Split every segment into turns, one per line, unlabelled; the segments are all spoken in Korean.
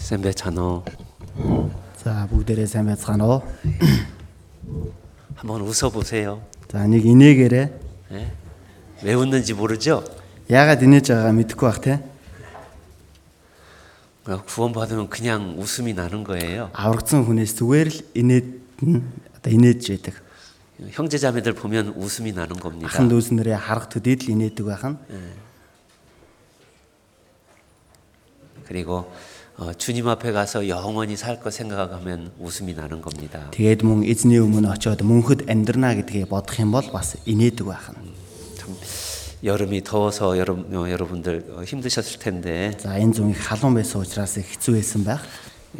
сайн байцгаана уу?
За бүгдээрээ сайн байцгаана уу.
한번 웃어 보세요.
За нэг инээгээрээ
예? 왜 웃는지 모르죠?
яагаад инээж байгаа мэдэхгүй бах те.
그러니까 구원받으면 그냥 웃음이 나는 거예요.
Аврагдсан хүнээс зүгээр л инээд нь одоо инээж байдаг.
형제 자매들 보면 웃음이 나는 겁니다.
Ахан дүүснэрээ харах төдийд л инээдэг байх нь.
그리고 어, 주님 앞에 가서 영원히 살 거 생각하면 웃음이 나는 겁니다.
Тэгээд мөн эзний өмнө очиод мөнхөд амьдрна гэдгээ бодох юм бол бас инээдэг байх нь.
참 여름이 더워서 여러분 어, 여러분들 어, 힘드셨을 텐데
За энэ зун их халуун байсан учраас их хэцүү байсан байх.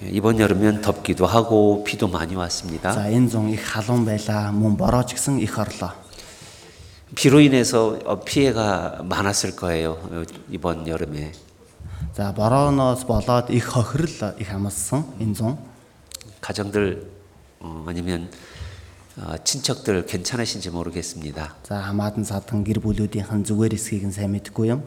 예, 이번 여름엔 덥기도 하고 비도 많이 왔습니다.
За энэ зун их халуун байлаа. Мөн бороо ч гэсэн их орлоо.
비로 인해서 어, 피해가 많았을 거예요. 어, 이번 여름에.
За борооноос болоод их хохирол их амссан энэ зун.
가정들 어, 아니면 어, 친척들 괜찮으신지 모르겠습니다.
За хамаатан садан гэр бүлүүдийнхэн зүгээр эсхийг нь сайн мэдэхгүй юм.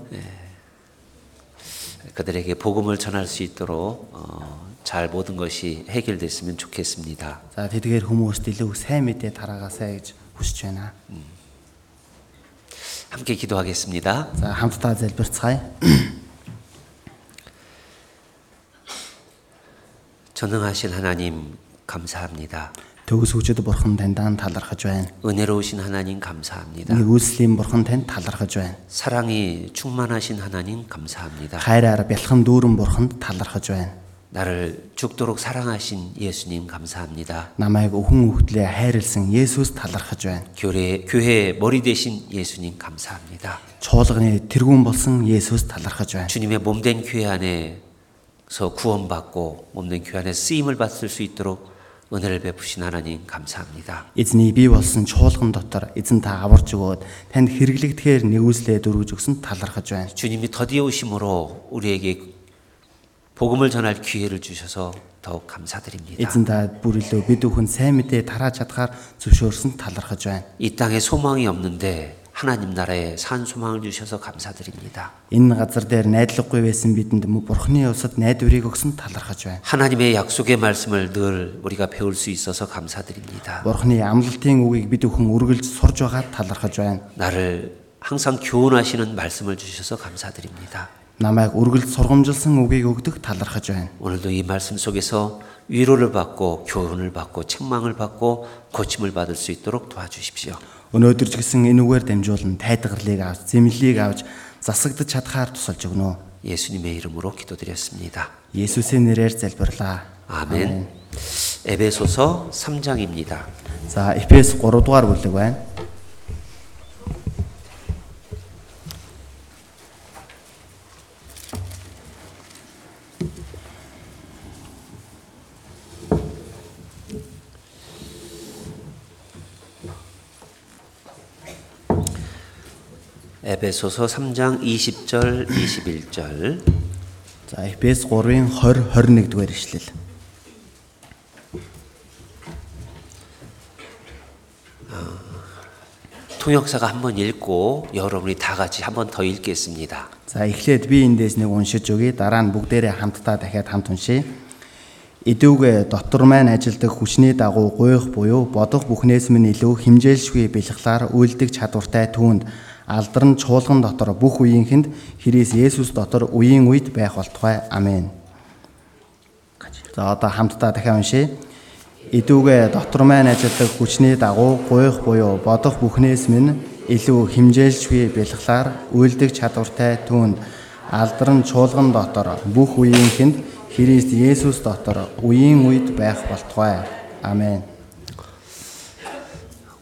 그들에게 복음을 전할 수 있도록 어, 잘 모든 것이 해결됐으면 좋겠습니다.
За тэдгээр хүмүүст илүү сайн мэдээ тараагаасай гэж хүсэж байна.
함께 기도하겠습니다.
За хамтдаа залбирцгаая.
전능하신 하나님 감사합니다.
Төгс хүчит бурхан таньдаа талархаж байна.
은혜로우신 하나님 감사합니다.
Нэгүслийн бурхан танд талархаж байна.
사랑이 충만하신 하나님 감사합니다.
Хайраар бэлхэн дүүрэн бурханд талархаж байна.
나를 죽도록 사랑하신 예수님 감사합니다.
Намайг өхөн өвтлээ хайрлсан Есүс талархаж байна.
교회 교회의 머리 되신 예수님 감사합니다.
Чуулганы тэргүүн болсон Есүс талархаж байна.
주님의 몸된 교회 안에서 구원받고 몸된 교회 안에 쓰임을 받을 수 있도록 은혜를 베푸신 하나님 감사합니다.
Эзний бий болсон чуулган дотор эзэн та аварж өгөөд танд хэрэглэгдэхээр нэгүслээ дөрвж өгсөн талархаж байна.
주님이 더디어 오심으로 우리에게 복음을 전할 기회를 주셔서 더욱 감사드립니다.
Эзэн та бүр илүү бид бүхэн сайн мэдээ тарааж чадхаар зөвшөөрсөн талархаж байна.
이 땅에 소망이 없는데 하나님 나라에 산 소망을 주셔서 감사드립니다.
Энэ газар дээр найдлаггүй байсан бидэнд мө- Бурхны усад найдварыг өгсөн талархаж байна.
하나님의 약속의 말씀을 늘 우리가 배울 수 있어서 감사드립니다.
Бурхны амлалтын үгийг бид бүхэн үргэлж сурж байгаа талархаж байна.
나를 항상 교훈하시는 말씀을 주셔서 감사드립니다.
Намайг үргэлж сургамжилсан үгийг өгдөг талархаж байна.
오늘도 이 말씀 속에서 위로를 받고 교훈을 받고 책망을 받고 고침을 받을 수 있도록 도와주십시오.
Өнөөдөр ч гэсэн энэ үгээр дамжуулан тайтгарлыг авч, зэмлэлийг авч засагдж чадхаар тусалж өгнө.
예수님의 이름으로 기도드렸습니다.
Есүсийн нэрээр залбирлаа.
아멘. 에베소서 3장입니다.
За Эфес 3 дугаар бүлэг байна.
에베소서 3장 20절 21절
За Эфес 3-ын 20 21 дугаар ишлэл.
통역사가 한번 읽고 여러분이 다 같이 한번 더 읽겠습니다.
За эхлээд би эндээс нэг уншиж өгье. Дараа нь бүгдээрээ хамтдаа дахиад хамт уншийе. Идүүгээ дотор маань ажилдаг хүчний дагуу гойх буюу бодох бүхнээс минь илүү химжээлшгүй бэлхлаар үйлдэх чадвартай түүнд алдарн чуулган дотор бүх үеийнхэнд Христ Есүс дотор үеийн үед байх болтугай. Амен. За одоо хамтдаа дахиад уншийе. Идүүгээ дотор маань ажилдаг хүчний дагуу гойх буюу бодох бүхнээс минь илүү химжээлшгүй бэлхлаар үйлдэх чадвартай түүнд алдарн чуулган дотор бүх үеийнхэнд Христ Есүс дотор үеийн үед байх болтугай. Амен.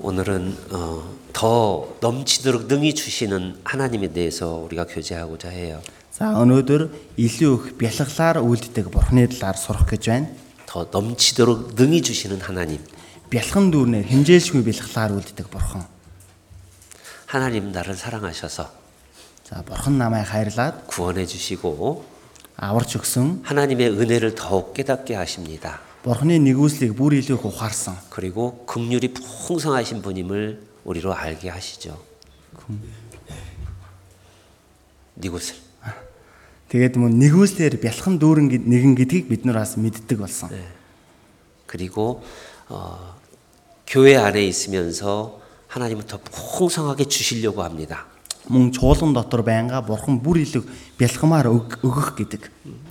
오늘은 어, 더 넘치도록 능히 주시는 하나님에 대해서 우리가 교제하고자 해요.
За өнөөдөр илүү их бэлхлаар үйлддэг Бурхны талаар сурах гэж байна.
더 넘치도록 능히 주시는 하나님.
Бэлхэн дүүрнээр химжээлшгүй бэлхлаар үйлддэг Бурхан.
하나님 나를 사랑하셔서
За Бурхан намайг хайрлаад
구원해 주시고
аварч өгсөн
하나님의 은혜를 더욱 깨닫게 하십니다.
Бурхны нэгүслийг бүр илүү их ухаарсан.
그리고 긍휼이 풍성하신 분임을 우리로 알게 네. 하시죠. 니곳을
Тэгээд мөн нэгүүлсээр бялхан дүүрэн гэд- нэгэн гэдгийг бид нар бас мэддэг болсон.
그리고 어, 교회 안에 있으면서 하나님은 더 풍성하게 주시려고 합니다.
Мөн чуулган дотор байнга бурхан бүр илүү бялхамаар өг- өгөх гэдэг.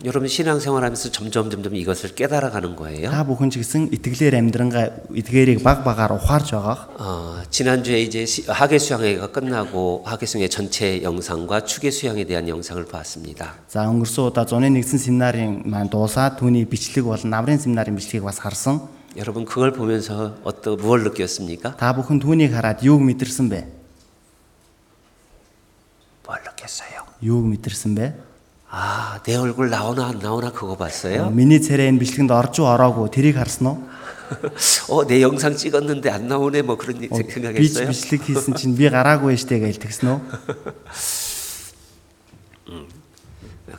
여러분 신앙생활하면서 점점 점점 이것을 깨달아가는 거예요.
Та бүхэн ч гэсэн итгэлээр амьдрангаа эдгээрийг баг багаар ухаарж байгаах.
어, 지난주에 이제 시- 하계 수양회가 끝나고 하계 수양회 전체 영상과 추계 수양에 대한 영상을 봤습니다.
За өнгөрсөн удаа зуны нэгдсэн семинарын маань дуусаад түүний бичлэг болон наврын семинарын бичлэгийг бас харсан.
여러분 그걸 보면서 어떤 무엇 느꼈습니까?
Та бүхэн түүнийг хараад юуг мэдэрсэн бэ?
뭘 느꼈어요?
Юуг мэдэрсэн бэ?
아, 내 얼굴 나오나 안 나오나 그거 봤어요?
Миний царай энэ бичлэгэнд орж уу ороогүй тэрийг харсан уу?
어, 내 영상 찍었는데 안 나오네 뭐 그런
Оо, Би ч
생각했어요.
бичлэг хийсэн чинь би гараагүй штэ гэж тэгсэн үү?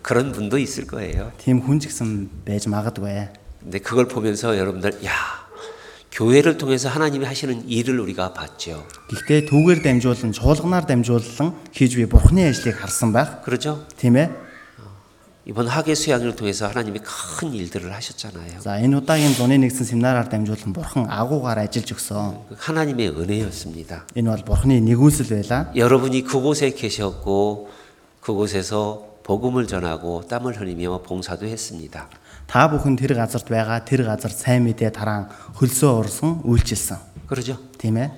그런 분도 있을 거예요.
Тийм хүн ч гэсэн байж магадгүй.
근데 그걸 보면서 여러분들 야, 교회를 통해서 하나님이 하시는 일을 우리가 봤죠.
Гэхдээ түүгээр дамжуулан чуулганаар дамжуулан хийж би бурхны ажлыг харсан байх.
그렇죠?
Тийм ээ.
이번 학예 수양을 통해서 하나님이 큰 일들을 하셨잖아요.
За энэ удаагийн зуны нэгдсэн семинараар дамжуулан бурхан агуугаар ажиллаж өгсөн.
그 하나님의 은혜였습니다.
Энэ бол бурхны нэгүсэл байлаа.
여러분이 그곳에 계셨고 그곳에서 복음을 전하고 땀을 흘리며 봉사도 했습니다.
Та бүхэн тэр газарт байгаа тэр газар сайн мэдээ таран хөлсөө урсан үйлчилсэн.
그러죠?
Тийм ээ.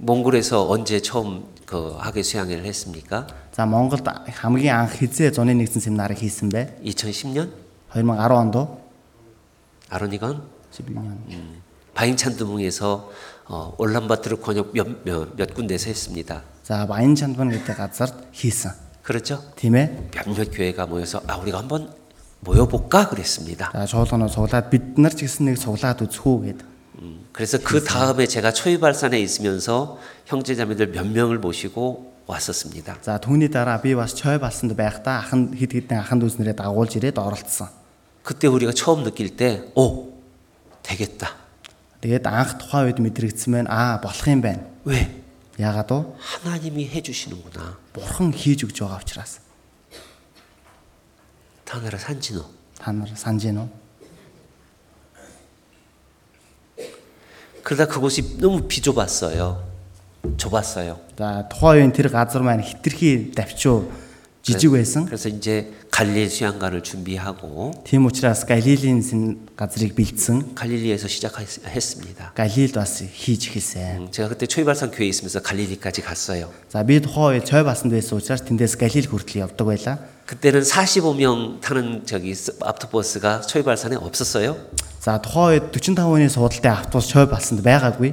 몽골에서 언제 처음 그 학예 수양회를 했습니까?
За Монголд хамгийн анх хизээ зуны нэгдсэн семинарыг хийсэн бэ?
2010년
2010 онд уу?
아로니건
11 онд.
바잉찬두봉에서 어, 올란바토르 권역 몇, 몇, 몇 군데서 했습니다.
За Баян Чандван гэдэг газарт хийсэн.
그렇죠?
Тийм ээ.
몇몇 교회가 모여서 아 우리가 한번 모여볼까 그랬습니다.
За чуулганаа цуглаад бид нар ч гэсэн нэг цуглаад үзэх үү гэд.
음, 그래서 그 다음에 제가 초이발산에 있으면서 형제자매들 몇 명을 모시고 왔었습니다.
За түүний дараа би бас чой балсанд байхдаа ахын хид хідэн ахын дүүснэрээ дагуулж ирээд оролцсон.
그때 우리가 처음 느낄 때, 오 되겠다.
Тэгээд анх тухай үед мэдрэгдсэн байна. Аа болох юм байна.
왜
Яагаад вэ?
하나님이 해주시는구나.
Бурхан хийж өгч байгаа учраас.
타나라 산진호.
Та нар санаж байна уу?
그러다 그곳이 너무 비좁았어요. 좁았어요.
За тухайн үеийн тэр газар маань хитрхи давчуу жижиг байсан.
그래서 이제 갈릴리 수양관을 준비하고
Тийм учраас Галилийн син- газрыг бэлдсэн.
갈릴리에서 시작했습니다.
Галилд бас хийж эхэлсэн.
제가 그때 초이발산 교회에 있으면서 갈릴리까지 갔어요.
За би тухайн үед цой басанд байсан учраас тэндээс Галил хүртэл явдаг байлаа.
그때는 45명 타는 저기 스- 앞토버스가 초이발산에 없었어요.
За тухайн үед 45 оны суудалтай автобус цой басанд байгаагүй.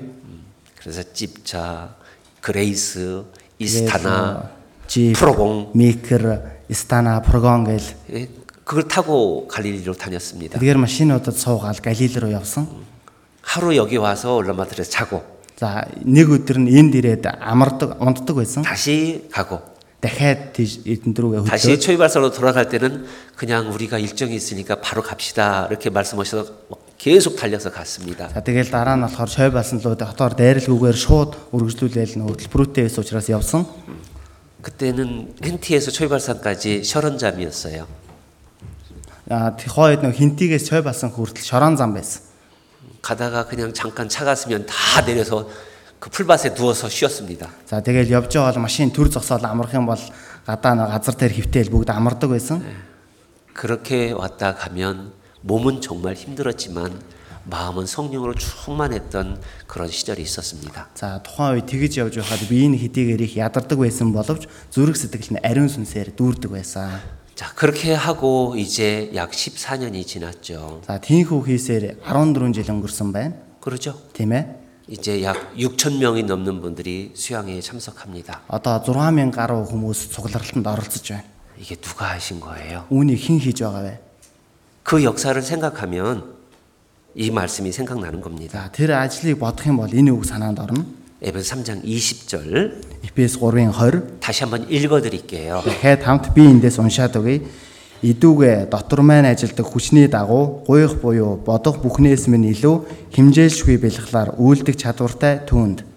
그래서 집차, 그레이스, 이스타나,
жип,
프로공
микер, стана, прогон гээл
예, 그걸 타고 갈릴리로 다녔습니다.
эдгээр машинуудад суугаад Галил руу явсан.
하루 여기 와서 올라마트에서 자고
За нэг өдөр нь энд ирээд амардаг, унддаг байсан.
다시 가고
Дахиад тийш эдэн дөрүүгээ
다시
хөдлөөд
초이발산으로 돌아갈 때는 그냥 우리가 일정이 있으니까 바로 갑시다 이렇게 말씀하셔서 계속 달려서 갔습니다.
За тэгэл дараа нь болохоор шой баснлууд хотоор дайралгүйгээр шууд үргэлжлүүлээл нөө хөтөлбөрүүтэй байсан учраас явсан.
그때는 헨티에서 초이발산까지 셔런잠이었어요.
А тихойд нөө хинтигээс шой басан хүртэл шорон зам байсан.
가다가 그냥 잠깐 차가 있으면 다 내려서 그 풀밭에 누워서 쉬었습니다.
За тэгэл явж байгаа бол машин төр зогсоол амрах юм бол гадаа нөө газар дээр хөвтэйл бүгд амардаг байсан.
그렇게 왔다 가면 몸은 정말 힘들었지만 마음은 성령으로 충만했던 그런 시절이 있었습니다.
За тухайн үед тэгэж явж байхад би энэ хэдийгээр их ядардаг байсан боловч зүрх сэтгэл нь ариун сүнсээр дүүрдэг байсан.
자, 그렇게 하고 이제 약 14년이 지났죠.
За тийхүү хийсээр 14 жил өнгөрсөн байна.
그러죠?
Тийм ээ.
이제 약 6천 명이 넘는 분들이 수양회에 참석합니다.
Одоо 6000 гаруй хүмүүс цугларалтанд оролцож байна.
이게 누가 하신 거예요?
Үүнийг хэн хийж байгаа вэ?
그 역사를 생각하면 이 말씀이 생각나는 겁니다.
За тэр ажлыг бодох юм бол энэ үг санаанд орно.
에베소 3장 20절
Эфес 3:20
다시 한번 읽어 드릴게요.
дахиад хамт би эндээс уншаад өгье. Идүүгээ дотор маань ажилдаг хүчний дагуу гуйх буюу бодох бүхнээс минь илүү химжээлшгүй бэлхлаар үйлдэх чадвартай түүнд.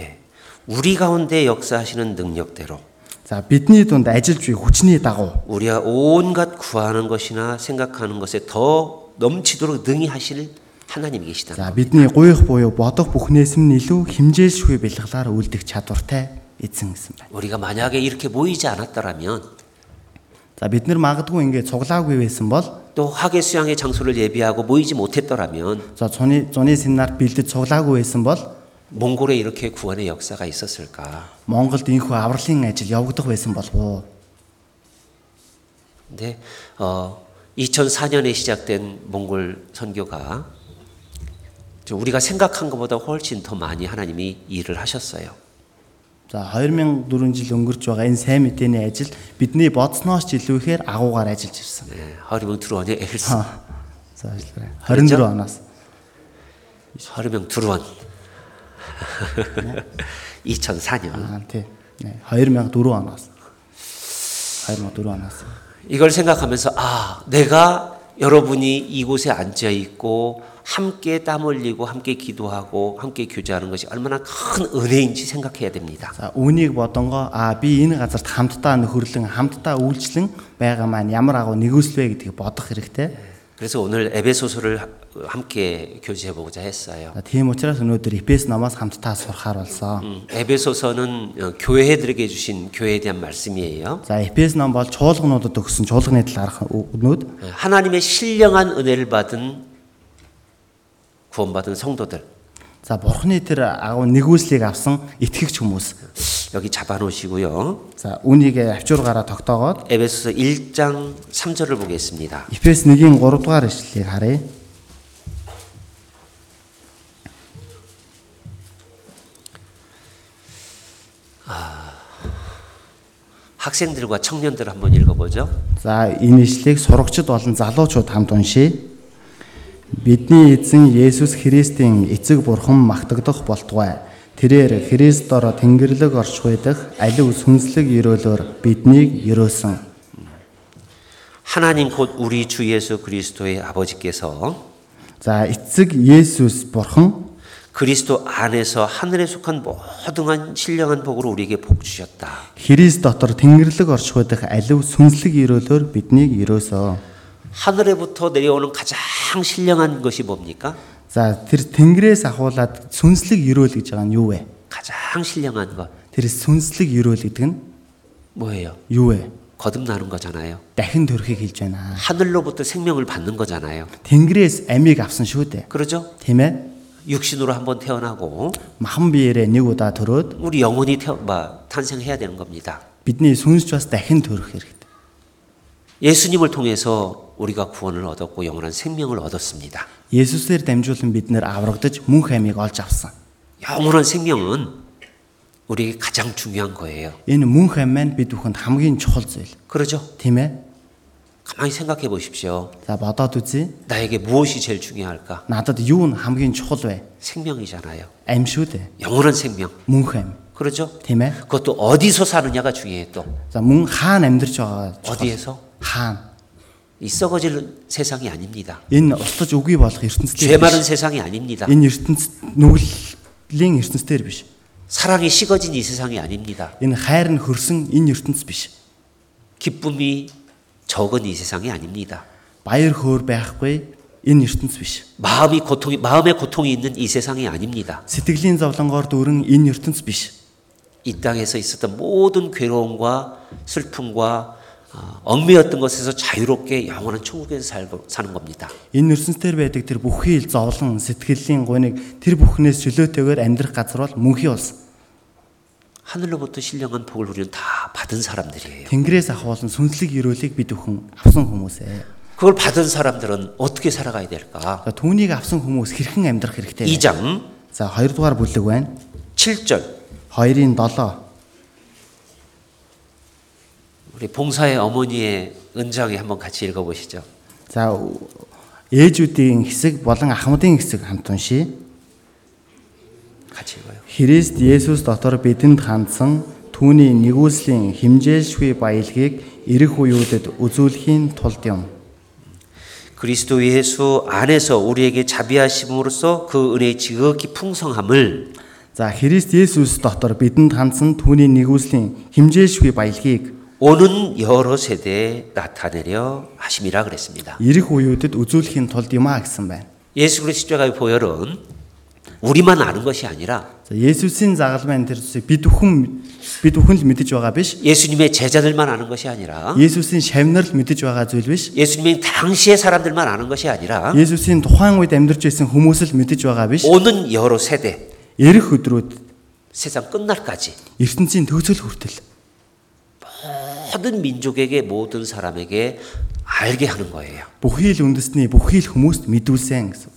예. 우리 가운데 역사하시는 능력대로
За бидний дунд ажиллж буй хүчний дагуу
우리가 온갖 구하는 것이나 생각하는 것에 더 넘치도록 능히 하실 하나님이 계시다.
за бидний гуйх буюу бодох бүхнээс нь илүү химжээлшгүй бэлгэлээр үлдэх чадвартай эзэн гэсэн байна.
우리가 만약에 이렇게 모이지 않았더라면
За бид нар магадгүй ингээд цуглаагүй байсан бол
또 학예 수양의 장소를 예비하고 모이지 못했더라면
за цуны зуны семинарт бэлдэж цуглаагүй байсан бол
몽골에 이렇게 구원의 역사가 있었을까?
Монголд ийхүү авралын ажил явагдах байсан болов уу?
근데 어 2004년에 시작된 몽골 선교가 좀 우리가 생각한 것보다 훨씬 더 많이 하나님이 일을 하셨어요.
За 2004 жил өнгөрч байгаа энэ сайн мэдээний ажил бидний бодсноос ч илүү ихээр агуугаар ажиллаж ирсэн.
네, 허리병 두루원의 엘스,
За ажиллаарай. 24 оноос.
허리병 두루원. 2004년.
Аа тий. Нэ, 2004 оноос. 2004 оноос.
이걸 생각하면서 아 내가 여러분이 이곳에 앉아 있고 함께 땀 흘리고 함께 기도하고 함께 교제하는 것이 얼마나 큰 은혜인지 생각해야 됩니다.
За үүнийг бодонго аа би энэ газарт хамтдаа нөхөрлөн хамтдаа үйлчлэн байгаа маань ямар агуу нэгөөслвэ гэдгийг бодох хэрэгтэй.
그래서 오늘 에베소서를 하- 함께 교제해 보고자 했어요.
За, Тийм учраас өнөөдөр Эпес намаас хамтдаа сурахаар болсон.
음, 에베소서는 어, 교회들에게 주신 교회에 대한 말씀이에요.
За Эпес нам бол чуулгануудад өгсөн чуулганы талаарх өгнүүд.
예, 하나님의 신령한 은혜를 받은 구원받은 성도들
За бурхны тэр агуу нэгөөслийг авсан итгэгч хүмүүс.
여기 잡아놓으시고요.
За үүнийг авчургаараа тогтоогоод
에베소서 1장 3절을 보겠습니다.
Эфес 1-ийн 3 дугаар ишлэлийг харъя.
학생들과 청년들 한번 읽어보죠.
За энэ ишлэгийг сурагчид болон залуучууд хамт уншийе. Бидний эзэн Есүс Христийн эцэг бурхан магтагдах болтугай. Тэрээр Христдороо Тэнгэрлэг оршихуй дах алив сүнслэг өрөөлөөр биднийг өрөөсөн.
하나님 곧 우리 주 예수 그리스도의 아버지께서
За эцэг Есүс бурхан
그리스도 안에서 하늘에 속한 모든 한 신령한 복으로 우리에게 복 주셨다.
Христ дотор Тэнгэрлэг оршихуй дах алив сүнслэг өрөөлөөр биднийг өрөөсөн.
하늘에부터 내려오는 가장 신령한 것이 뭡니까?
За тэр Тэнгэрээс ахуулаад сүнслэг өрөөл гэж байгаа нь юу вэ?
가장 신령한 것
Тэр сүнслэг өрөөл гэдэг нь
뭐예요?
юу вэ?
거듭나는 거잖아요.
дахин төрхийг хэлж байна.
하늘로부터 생명을 받는 거잖아요.
Тэнгэрээс амийг авсан шүү дээ.
그러죠?
Тийм ээ.
육신으로 한번 태어나고
Махан биеэрээ нэг удаа төрөөд
우리 영혼이 태어, 마, 탄생해야 되는 겁니다.
бидний сүнсч бас дахин төрөх хэрэгтэй.
예수님을 통해서 우리가 구원을 얻었고 영원한 생명을 얻었습니다.
Есүсээр дамжуулан бид нэр аврагдаж мөнх амийг олж авсан.
영원한 생명은 우리에게 가장 중요한 거예요.
Энэ мөнх ам маань бид бүхэнд хамгийн чухал зүйл.
그러죠?
Тийм ээ.
가만히 생각해 보십시오.
За бодоод үзье.
나에게 무엇이 제일 중요할까?
Надад юу нь хамгийн чухал вэ?
생명이잖아요.
Ам шүү дээ.
영원한 생명.
Мөнх ам.
그러죠?
Тийм ээ.
그것도 어디서 사느냐가 중요해요. 또
За мөн хаана амьдарч байгаа чухал.
어디에서
Хаана.
이 썩어질 세상이 아닙니다.
Энэ устж үгүй болох ертөнцийн
죄 마른 세상이 아닙니다.
Энэ ертөнцид нүглийн ертөнцийн биш.
사랑이 식어진 이 세상이 아닙니다.
Энэ хайр нь хөрсөн энэ ертөнц биш.
기쁨이 적은 이 세상이 아닙니다.
Баяр хөөр байхгүй энэ ертөнц биш.
마음이 고통이 마음의 고통이 있는 이 세상이 아닙니다.
Сэтгэлийн зовлонгоор дүүрэн энэ ертөнц биш.
이 땅에서 있었던 모든 괴로움과 슬픔과 어, 얽매였던 것에서 자유롭게 영원한 천국에서 살고, 사는 겁니다.
Энэ ертөнцийн байдаг тэр бүхий л зовлон, сэтгэлийн гуниг тэр бүхнээс чөлөөтэйгээр амьдрах газар бол мөнхийн улс.
하늘로부터 신령한 복을 우리는 다 받은 사람들이에요.
Тэнгэрээс ахуулсан сүнслэг өрөөлийг бид бүхэн авсан хүмүүс ээ.
그걸 받은 사람들은 어떻게 살아가야 될까?
За түүнийг авсан хүмүүс хэрхэн амьдрах хэрэгтэй вэ?
2장
За 2 дугаар бүлэг байна.
7절
2-ын 7.
우리 봉사의 어머니의 은장에 한번 같이 읽어보시죠.
За ээжүүдийн хэсэг болон ахмадын хэсэг хамт уншийе.
같이 읽어요.
Христ Есүс дотор бидэнд хандсан түүний нэгүслийн химжээлшгүй баялагийг эрэх үеүүдэд үзүүлэхийн тулд юм.
그리스도 예수 안에서 우리에게 자비하심으로써 그 은혜의 지극히 풍성함을
За Христ Есүс дотор бидэнд хандсан түүний нэгүслийн химжээшгүй баялагийг
오는 여러 세대에 나타내려 하심이라 그랬습니다.
ирэх үеүүдэд үзүүлэхийн тулд юм а гэсэн байна.
예수 그리스도의 십자가의 보혈은 우리만 아는 것이 아니라
За Есүсийн загалмайн тэр зүйлсийг бид бүхэн бид бүхэн л мэдэж байгаа биш.
예수님의 제자들만 아는 것이 아니라
Есүсийн шавнар л мэдэж байгаа зүйл биш.
예수님의 당시의 사람들만 아는 것이 아니라
Есүсийн тухайн үед амьдарч байсан хүмүүс л мэдэж байгаа биш.
오는 여러 세대
Ирэх өдрүүд
세상 끝날까지
ертөнцийн төгсөл хүртэл
모든 민족에게 모든 사람에게 알게 하는 거예요.
бүхий л үндэсний бүхий л хүмүүст мэдүүлсэн гэсэн.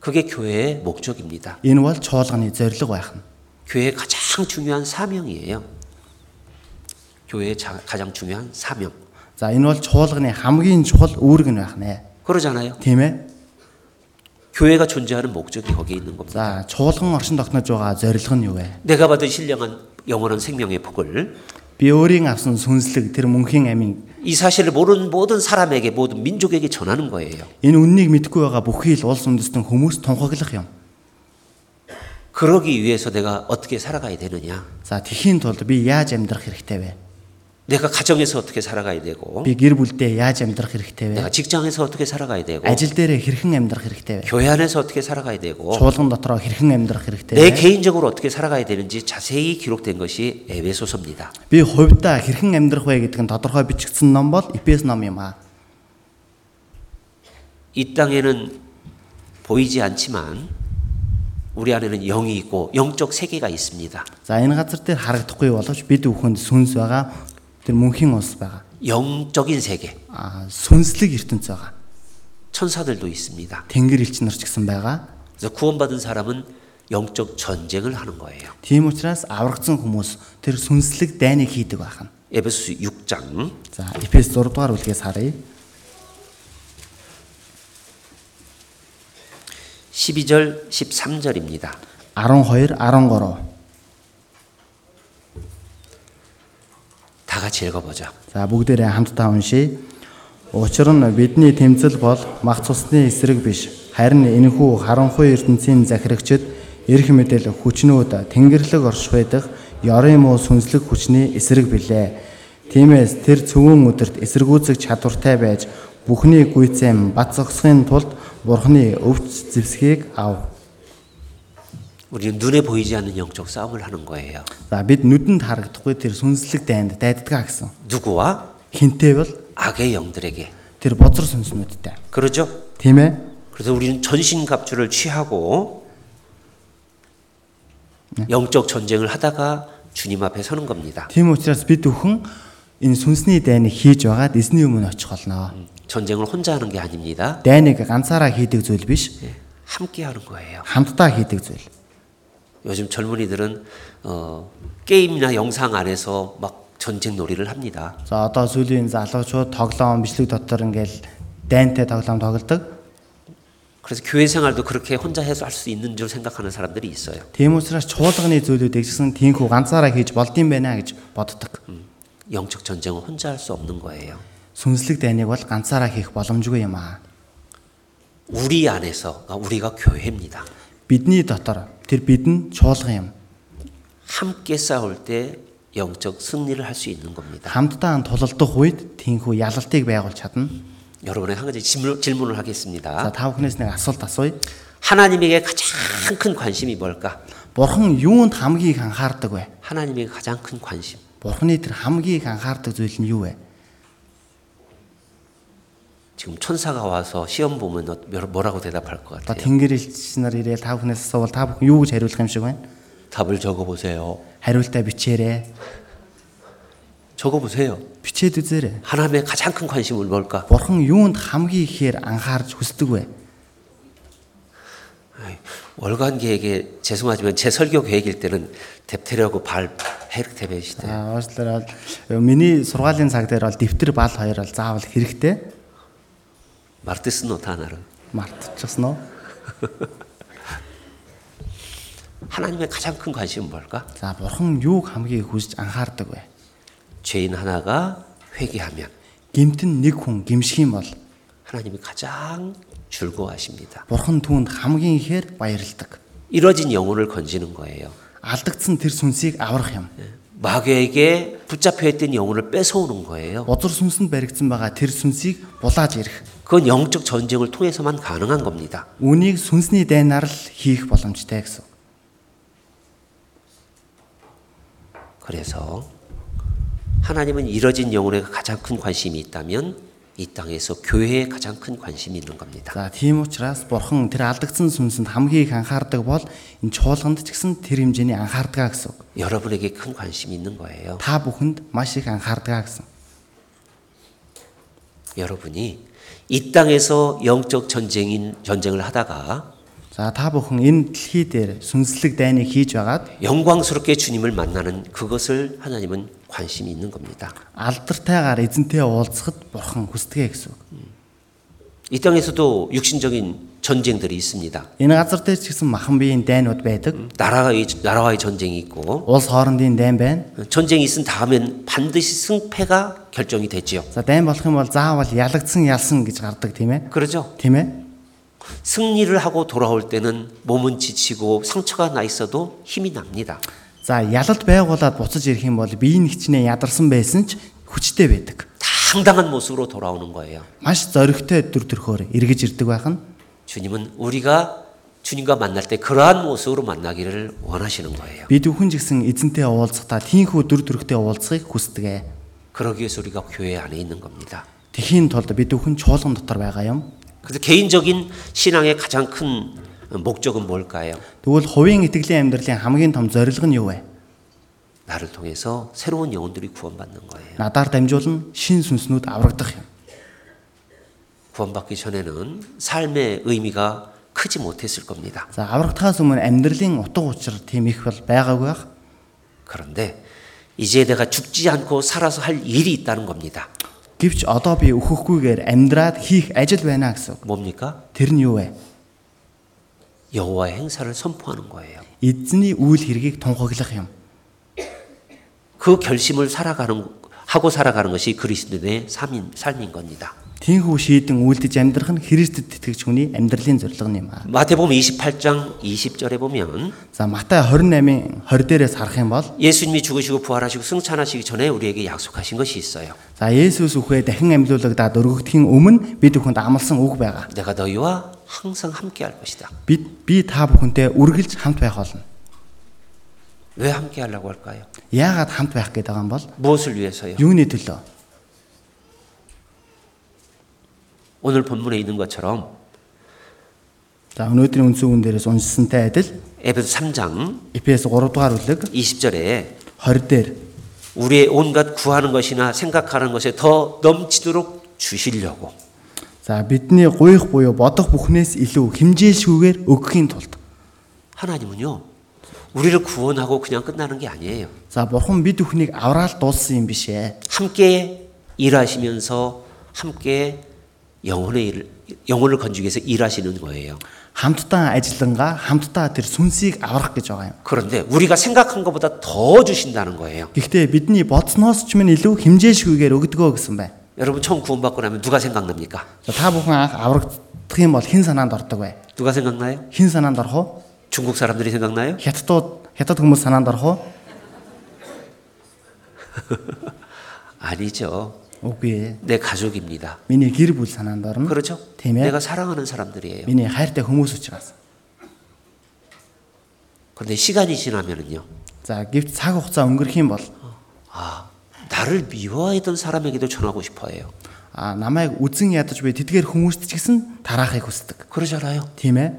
그게 교회의 목적입니다.
Энэ бол чуулганы зорилго байх нь.
교회의 가장 중요한 사명이에요. 교회의 자- 가장 중요한 사명.
За энэ бол чуулганы хамгийн чухал үүрэг нь байх нэ.
그러잖아요.
Тийм ээ.
교회가 존재하는 목적이 거기에 있는 겁니다.
За чуулган оршин тогтнож байгаа зорилго нь юу вэ?
내가 받은 신령한 영원한 생명의 복을
Би өөрийн авсан сүнслэг тэр мөнхийн амийн
이 사실을 모르는 모든 사람에게 모든 민족에게 전하는 거예요.
энэ үннийг мэдгүй байгаа бүхий л улс үндэстэн хүмүүс тунхаглах юм.
그러기 위해서 내가 어떻게 살아가야 되느냐?
За тэхийн тулд би яаж амьдрах хэрэгтэй вэ?
내가 가정에서 어떻게 살아가야 되고
Би гэр бүлдээ яаж амьдрах хэрэгтэй вэ?
내가 직장에서 어떻게 살아가야 되고
Ажил дээрээ хэрхэн амьдрах хэрэгтэй вэ?
교회 안에서 어떻게 살아가야 되고
Чуулган дотроо хэрхэн амьдрах
내
хэрэгтэй вэ?
개인적으로 어떻게 살아가야 되는지 자세히 기록된 것이 에베소서입니다.
Би хувьдаа хэрхэн амьдрах вэ гэдэг нь тодорхой бичигдсэн ном бол Эпес ном юм аа.
이 땅에는 보이지 않지만 우리 안에는 영이 있고 영적 세계가 있습니다.
За энэ газар дээр харагдахгүй боловч бид бүхэнд сүнс байгаа тэр мөнхийн ус байгаа.
영적인 세계,
Аа сүнслэг ертөнц байгаа.
천사들도 있습니다.
Тэнгэр элч нар ч гэсэн байгаа.
그래서 구원받은 사람은 영적 전쟁을 하는 거예요.
Тийм учраас аврагдсан хүмүүс тэр сүнслэг дайныг хийдэг байх нь.
에베소서 6장
За Эфес 6 дугаар бүлгээс харъя.
12절 13절입니다.
12 13.
다 같이 읽어보자.
За бүгдээрээ хамтдаа уншийе. Учир нь бидний тэмцэл бол мах цусны эсрэг биш. Харин энэхүү харанхуй ертөнцийн захирагчид эрх мэдэл хүчнүүд тэнгэрлэг орш байдаг ёрын муу сүнслэг хүчний эсрэг билээ. Тиймээс тэр цөвөн өдөрт эсэргүүцэх чадвартай байж бүхний гүйцэм бат зогсхийн тулд бурхны өвч зэвсгийг ав.
우리는 눈에 보이지 않는 영적 싸움을 하는 거예요.
За бид нүдэнд харагдахгүй тэр сүнслэг дайнд дайддаг гэсэн.
누구와
Хинтээ бол
악의 영들에게.
тэр бозор сүнснүүдтэй.
그러죠?
Тийм ээ?
그래서 우리는 전신 갑주를 취하고 영적 전쟁을 하다가 주님 앞에 서는 겁니다.
Тийм учраас бид бүхэн энэ сүнсний дайныг хийж байгаад эзний өмнө очих болно.
전쟁을 혼자 하는 게 아닙니다.
Дайныг ганцаараа хийдэг зүйл биш,
함께 하는 거예요.
хамтдаа хийдэг зүйл.
요즘 젊은이들은 어, 게임이나 영상 안에서 막 전쟁 놀이를 합니다.
За одоо сүүлийн залуучууд тоглоом бичлэг дотор ингээл дайнтай тоглоом тоглодог.
그래서 교회 생활도 그렇게 혼자 해서 할 수 있는 줄 생각하는 사람들이 있어요.
Тийм учраас чуулганы зүйлүүдийг гэсэн тийхүү ганцаараа хийж болдгийм байна гэж боддог.
영적 전쟁은 혼자 할 수 없는 거예요.
Сүнслэг дайныг бол ганцаараа хийх боломжгүй юм аа.
우리 안에서 아, 우리가 교회입니다.
Бидний дотор тэр бидэн чуулган юм.
함께 싸울 때 영적 승리를 할 수 있는 겁니다.
Хамтдаа тулалдах үед тийхүү ялалтыг байгуулж чадна.
여러분의 한 가지 질문, 질문을
За
하겠습니다.
та бүхнээс нэг асуулт асууя.
하나님에게 가장 큰 관심이 뭘까?
Бурхан юунд хамгийн их анхаардаг вэ?
하나님에게 가장 큰 관심.
Бурханы тэр хамгийн их анхаардаг зүйл нь юу вэ?
지금 천사가 와서 시험 보면 어- 몇- 뭐라고 대답할 것
Одоо
같아요?
тэнгэр элч нар ирээл та бүхнээс асуувал та бүхэн юу гэж хариулах юм шиг байна?
답을 적어보세요.
Хариултаа бичээрэй.
적어보세요.
Бичээд үзээрэй.
하나님의 가장 큰 관심은 뭘까?
Бурхан юунд хамгийн ихээр анхаарч хүсдэг вэ?
아이, 월간 계획에 죄송하지만 제 설교 계획일 때는 대패라고 발 헤르 대배시대.
За уучлаарай. э, Миний сургаалын цаг дээр бол дэвтэр бал хоёр бол заавал хэрэгтэй.
마르티스 노타나르.
Мартчихсан уу?
하나님의 가장 큰 관심은 뭘까?
За бурхан юуг хамгийн их хүсж анхаардаг вэ?
죄인 하나가 회개하면
Гэмтэн нэг хүн гимших юм бол
하나님이 가장 즐거워하십니다.
бурхан түүнд хамгийн ихээр баярлдаг.
이뤄진 영혼을 건지는 거예요.
алдагдсан тэр сүнсийг аврах юм.
마귀에게 붙잡혀 있던 영혼을 뺏어오는 거예요.
Узар сүнсэнд баригдсан байгаа тэр сүнсийг булааж ирэх.
그건 영적 전쟁을 통해서만 가능한 겁니다.
Үнийг сүнсний дайнаар л хийх боломжтой гэсэн. үг.
그래서 하나님은 이뤄진 영혼에 가장 큰 관심이 있다면 이 땅에서 교회에 가장 큰 관심이 있는 겁니다.
За тийм учраас бурхан тэр алдагдсан сүнсэнд хамгийн их анхаардаг бол энэ чуулганд ч гэсэн тэр хэмжээний анхаардгаа гэсэн. үг.
여러분에게 큰 관심이 있는 거예요.
Та бүхэнд маш их анхаардгаа гэсэн.
여러분이 이 땅에서 영적 전쟁인 전쟁을 하다가
За та бүхэн энэ дэлхий дээр сүнслэг дайныг хийж байгаад
영광스럽게 주님을 만나는 그것을 하나님은 관심이 있는 겁니다.
алдартайгаар эзэнтэй уулзахад бурхан хүсдэгэ гэсэн. үг.
이 땅에서도 육신적인 전쟁들이 있습니다.
Энэ газар дээр ч гэсэн махан биеийн дайнууд байдаг.
나라와의, 나라와의 전쟁이 있고
Улс хоорондын дайн байна.
전쟁이 있은 다음엔 반드시 승패가 결정이 되지요.
За дайн болох юм бол заавал ялагдсан ялсан гэж гардаг тийм ээ.
그러죠?
Тийм ээ.
승리를 하고 돌아올 때는 몸은 지치고 상처가 나 있어도 힘이 납니다.
За ялалт байгуулад буцаж ирэх юм бол биеийн хичнээн ядарсан байсан ч хүчтэй байдаг.
당당한 모습으로 돌아오는 거예요.
Маш зоригтой дүр төрхөөр эргэж ирдэг байх нь
주님은 우리가 주님과 만날 때 그러한 모습으로 만나기를 원하시는 거예요.
бид бүхэн жигсэн эзэнтэй уулзахдаа тийхүү дүр төрхтэй уулзахыг хүсдэг ээ.
그러기 위해서 우리가 교회 안에 있는 겁니다.
Тэхийн тулд бид бүхэн чуулган дотор байгаа юм.
그래서 개인적인 신앙의 가장 큰 목적은 뭘까요?
Тэгвэл хувийн итгэлийн амьдралын хамгийн том зорилго нь юу вэ?
나를 통해서 새로운 영혼들이 구원받는 거예요.
Надаар дамжуулан шин сүнснүүд аврагдах юм.
구원받기 전에는 삶의 의미가 크지 못했을 겁니다.
За аврагдахаас өмнө амьдралын утга учир тийм их бол байгаагүй байх.
그런데 이제 내가 죽지 않고 살아서 할 일이 있다는 겁니다.
Гэвч одоо би өөхөхгүйгээр амьдраад хийх ажил байна гэсэн. үг.
뭡니까?
Тэр нь юу вэ?
여호와의 행사를 선포하는 거예요.
Эзний үйл хэргийг тунхаглах юм.
그 결심을 살아가는 하고 살아가는 것이 그리스도인의 삶인, 삶인 겁니다.
Тинхүү шийдэн үйлдэж амьдрах нь Христэд итгэж хүний амьдралын зорилго нь юм аа.
마태복음 28장 20절에 보면
За Матай 28-ын 20 дээрээс харах юм бол
예수님이 죽으시고 부활하시고 승천하시기 전에 우리에게 약속하신 것이 있어요.
за Есүс үхвээ дахин амьлуулагдаад өргөгдөхийн өмнө бид бүхэнд амлсан үг байгаа.
내가 너희와 항상 함께 할 것이다.
Бид би та бүхэнтэй үргэлж хамт байх болно.
왜 함께 하려고 할까요?
Яагаад хамт байх гээд байгаа юм бол
무엇을 위해서요?
юуны төлөө?
오늘 본문에 있는 것처럼
За өнөөдрийн үндсэн үгэн дээрээс уншсантай адил
에베소 3장
Эпес 3 дугаар бүлэг
20절에
20 дээр
우리의 온갖 구하는 것이나 생각하는 것에 더 넘치도록 주시려고
За бидний гуйх буюу бодох бүхнээс илүү химжээлшгүйгээр өгөхийн тулд
하나님은요 우리를 구원하고 그냥 끝나는 게 아니에요.
за бурхан бид бүхнийг авраал дуулсан юм биш ээ.
함께 일하시면서 함께 영혼의 일을 영혼을 건지기 위해서 일하시는 거예요.
Хамтдаа ажиллангаа хамтдаа тэр сүнсийг аврах гэж байгаа юм.
그런데 우리가 생각한 것보다 더 주신다는 거예요.
Гэхдээ бидний бодсноос ч мэн илүү химжээлшгүйгээр өгдөгөө гэсэн бай.
여러분 처음 구원받고 나면 누가 생각납니까?
За та бүхэн анх аврагдах юм бол хэн санаанд ордог вэ?
누가 생각나요?
Хэн санаанд орох вэ?
중국 사람들이 생각나요?
Хятадууд хятад хүмүүс санаанд орох уу?
아니죠.
Үгүй ээ.
내 가족입니다.
Миний гэр бүл санаанд орно.
그렇죠?
Тийм ээ.
내가 사랑하는 사람들이에요.
Миний хайртай хүмүүс учраас.
그런데 시간이 지나면은요.
За гівч цаг хугацаа өнгөрөх юм бол
아, 나를 미워했던 사람에게도 전하고 싶어해요.
а намайг үзэн ядаж би тэдгээр хүмүүст ч гэсэн тараахыг хүсдэг.
그러잖아요.
Тийм ээ.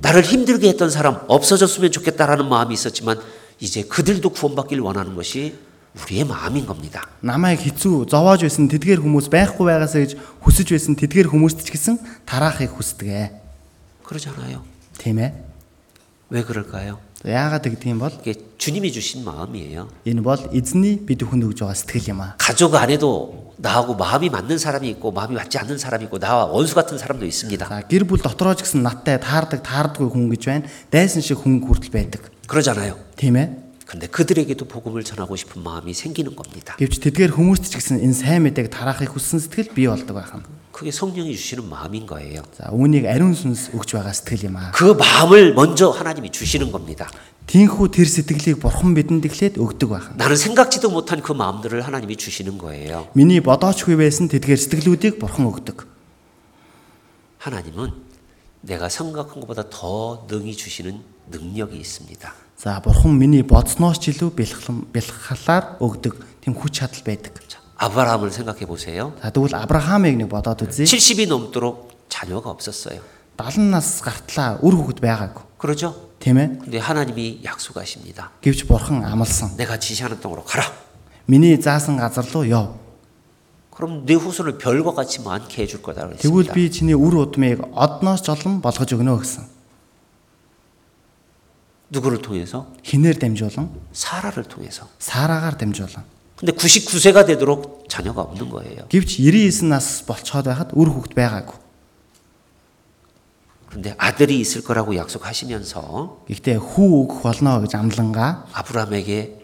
나를 힘들게 했던 사람 없어졌으면 좋겠다라는 마음이 있었지만 이제 그들도 구원받길 원하는 것이 우리의 마음인 겁니다.
Намайг хэцүү зовоож байсан тэдгээр хүмүүс байхгүй байгаасаа гэж хүсэж байсан тэдгээр хүмүүст ч гэсэн тараахыг хүсдэг ээ.
그러잖아요.
Тийм ээ.
왜 그럴까요?
За яагаад гэдэг юм бол
이게 주님이 주신 마음이에요.
энэ бол эзний бид бүхэнд өгж байгаа сэтгэл юм аа.
가족 안에도 나하고 마음이 맞는 사람이 있고 마음이 맞지 않는 사람이 있고 나와 원수 같은 사람도 있습니다.
За гэр бүл дотроо ч гэсэн надтай таардаг таардаггүй хүн гэж байна. Дайсан шиг хүн хүртэл байдаг.
그러잖아요.
Тийм ээ.
그런데 그들에게도 복음을 전하고 싶은 마음이 생기는 겁니다.
Гэвч тэдгээр хүмүүст ч гэсэн энэ сайн мэдээг тараахыг хүссэн сэтгэл бий болдог байхan.
그게 성령이 주시는 마음인 거예요.
За үүнийг ариун сүнс өгч байгаа сэтгэл юм аа.
그 마음을 먼저 하나님이 주시는 겁니다.
Тинхүү тэр сэтгэлийг бурхан бидэнд эхлээд өгдөг байхan.
나는 생각지도 못한 그 마음들을 하나님이 주시는 거예요.
Миний бодоочгүй байсан тэдгээр сэтгэлүүдийг бурхан өгдөг.
하나님은 내가 생각한 것보다 더 능히 주시는 능력이 있습니다.
За бурхан миний бодсноос ч илүү бэлхлам бэлхлаар өгдөг тийм хүч чадал байдаг.
자, 아브라함을 생각해 보세요.
За тэгвэл Авраамыг нэг бодоод үзье.
70이 넘도록 자녀가 없었어요.
70 нас гартлаа үр хөвгд байгаагүй.
그러죠?
Тийм ээ.
근데 하나님이 약속하십니다.
Гэвч бурхан амласан.
내가 지시하는 땅으로 가라.
Миний заасан газар руу яв.
그럼 내 후손을 별과 같이 많게 해줄 거다
Тэгвэл
그랬습니다.
би чиний үр удмыг одноос ч олон болгож өгнө гэсэн.
누구를 통해서?
Хинээр дамжуулан,
사라를 통해서.
Сараагаар дамжуулан.
근데 99세가 되도록 자녀가 없는 거예요.
Гэвч 99 нас болцоход байхад үр хөвгд байгаагүй.
그런데 아들이 있을 거라고 약속하시면서
Гэхдээ хүү өгөх болно гэж амлангаа
아브라함에게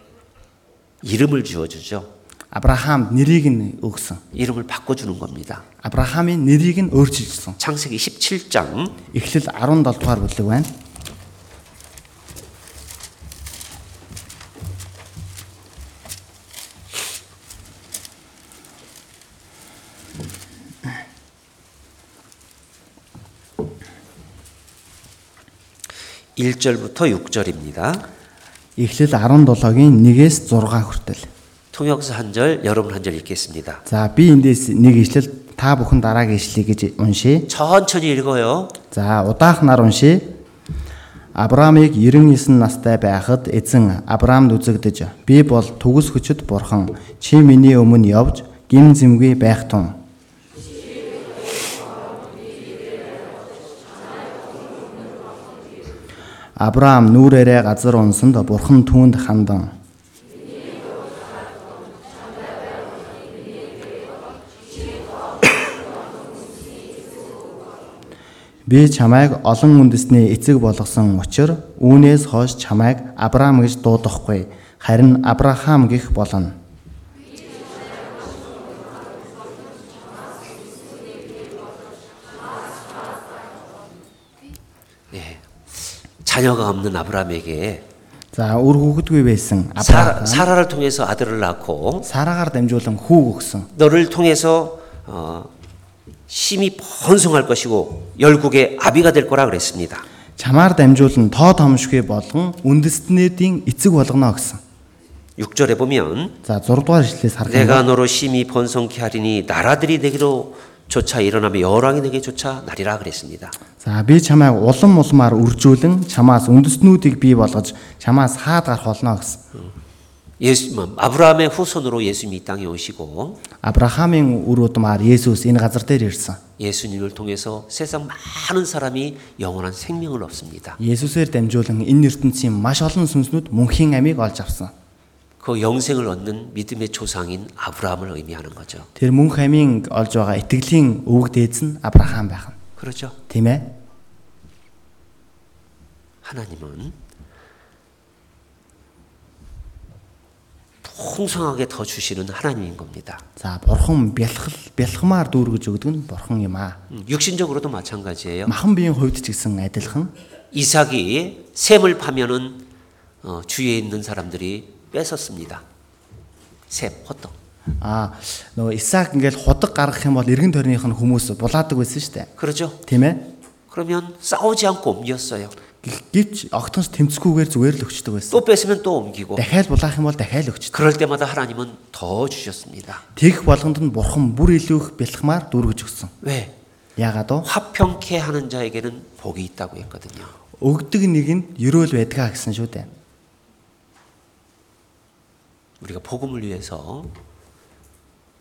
이름을 지어주죠.
Авраамд нэрийг нь өгсөн.
이름을 바꿔주는 겁니다.
Авраамийн нэрийг нь өөрчилсөн.
창세기 17장
Эхлэл 17 дугаар бүлэг байна.
1절부터 6절입니다.
Эхлэл 17-гийн 1-ээс 6 хүртэл.
통역서 한 절, 여러분 한 절 읽겠습니다.
За би эндээс нэг ишлэл та бүхэн дараагийн ишлэгийг гэж уншия.
천천히 읽어요.
За удаахнаар уншия. Авраамыг 99 настай байхад эзэн Авраамд үзэгдэж би бол төгс хүчит бурхан чи миний өмнө явж гим зэмгүй байх тун Авраам нүрээрээ газар унсанд бурхан түүнд хандан Би чамайг олон үндэсний эцэг болгосон учир үүнээс хойш чамайг Авраам гэж дуудахгүй харин Авраам гих болно.
예. 자녀가 없는 아브라함에게
За үр хүүхэдгүй байсан
사라,
Авраам
사라를 통해서 아들을 낳고
Сарагаар дамжуулан хүү өгсөн.
너를 통해서 어, 심히 번성할 것이고 열국의 아비가 될 거라 그랬습니다.
Чамаар дамжуулан тоо томшгүй болгон үндэстнүүдийн эцэг болгоно гэсэн.
6절에 보면
За 6 дугаар ишлээс харах юм
내가
бол
너로 심히 번성케 하리니 나라들이 내게로 조차 일어나며 여왕이 내게 조차 나리라 그랬습니다.
За би чамайг улам улмаар үржүүлэн чамаас үндэстнүүдийг бий болгож чамаас хаад гарах болно гэсэн.
예수 아브라함의 후손으로 예수님이 이 땅에 오시고
Авраамийн үр удмаар Есүс энэ газар дээр ирсэн.
예수님을 통해서 세상 많은 사람이 영원한 생명을 얻습니다.
Есүсээр дамжуулан энэ ертөнцийн маш олон сүнснүүд мөнхийн амийг олж авсан.
그 영생을 얻는 믿음의 조상인 아브라함을 의미하는 거죠.
Тэр мөнх амийг олж байгаа итгэлийн өвөг дээдс нь Авраам байх нь.
그렇죠?
Тийм ээ?
하나님은 풍성하게 더 주시는 하나님인 겁니다.
За бурхан бэлхэл бэлхмаар дүүргэж өгдөг нь бурхан юм аа.
음, 육신적으로도 마찬가지예요.
Махан биеийн хувьд ч гэсэн адилхан.
이삭이 샘을 파면은 어, 주위에 있는 사람들이 뺏었습니다. 샘, 호떡.
Аа нөгөө Исаак ингээл худаг гаргах юм бол эргэн тойрных нь хүмүүс булаадаг байсан шүү дээ.
그렇죠?
Тийм ээ?
그러면 싸우지 않고 옮겼어요.
Гэх- Гэвч огтнос тэмцэхгүйгээр зүгээр л өгчдөг байсан.
또 뺏으면 또 옮기고.
Дахиад булаах юм бол дахиад л өгчдөг.
그럴 때마다 하나님은 더 주셨습니다.
Тэгэх болгонд нь бурхан бүр илүү их бэлхмаар дүүргэж өгсөн.
왜?
Яагаад вэ?
화평케 하는 자에게는 복이 있다고 했거든요.
Өгдөг нэг нь ерөөл байдгаа гэсэн шүү дээ.
우리가 복음을 위해서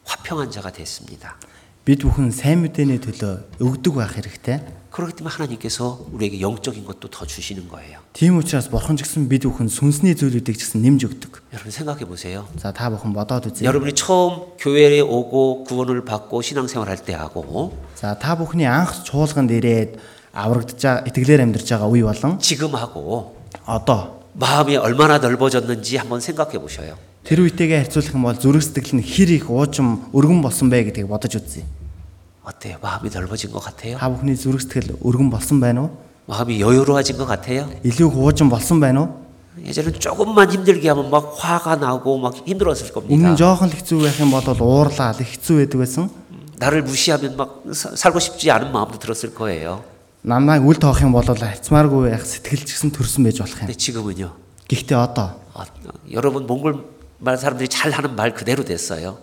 화평한 자가 됐습니다.
Бид бүхэн сайн мэдээний төлөө өгдөг байх хэрэгтэй.
그렇기 때문에 하나님께서 우리에게 영적인 것도 더 주시는 거예요.
Тийм учраас бурхан ч гэсэн бид бүхэн сүнсний зүйлүүдийг ч гэсэн нэмж өгдөг.
여러분 생각해 보세요.
За та бүхэн бодоод үзье.
여러분이 처음 교회에 오고 구원을 받고 신앙생활 할 때 하고
За та бүхний анх чуулганд ирээд аврагдж байгаа итгэлээр амьдарч байгаа үе болон
지금 하고
одоо
마음이 얼마나 넓어졌는지 한번 생각해 보셔요.
Тэр үетэйгээ харьцуулах юм бол зүрх сэтгэл нь хэр их уужим өргөн болсон бэ гэдгийг бодож үзье.
어때요? 마음이 넓어진 것 같아요?
Та бүхний зүрх сэтгэл өргөн болсон байна уу?
마음이 여유로워진 것 같아요?
Илүү их уужим болсон байна уу?
예전엔 조금만 힘들게 하면 막 화가 나고 막 힘들었을
Өмнө
겁니다.
нь жоохон л хэцүү байх юм бол уурлаад их хэцүү байдаг байсан.
나를 무시하면 막 사- 살고 싶지 않은 마음도 들었을 거예요.
Намайг үл тоох юм бол харьцмааргүй байх сэтгэл ч гэсэн төрсөн байж болох юм.
근데 지금은요.
Гэхдээ одоо
아, 여러분 몽골 말 사람들이 잘 하는 말 그대로 됐어요.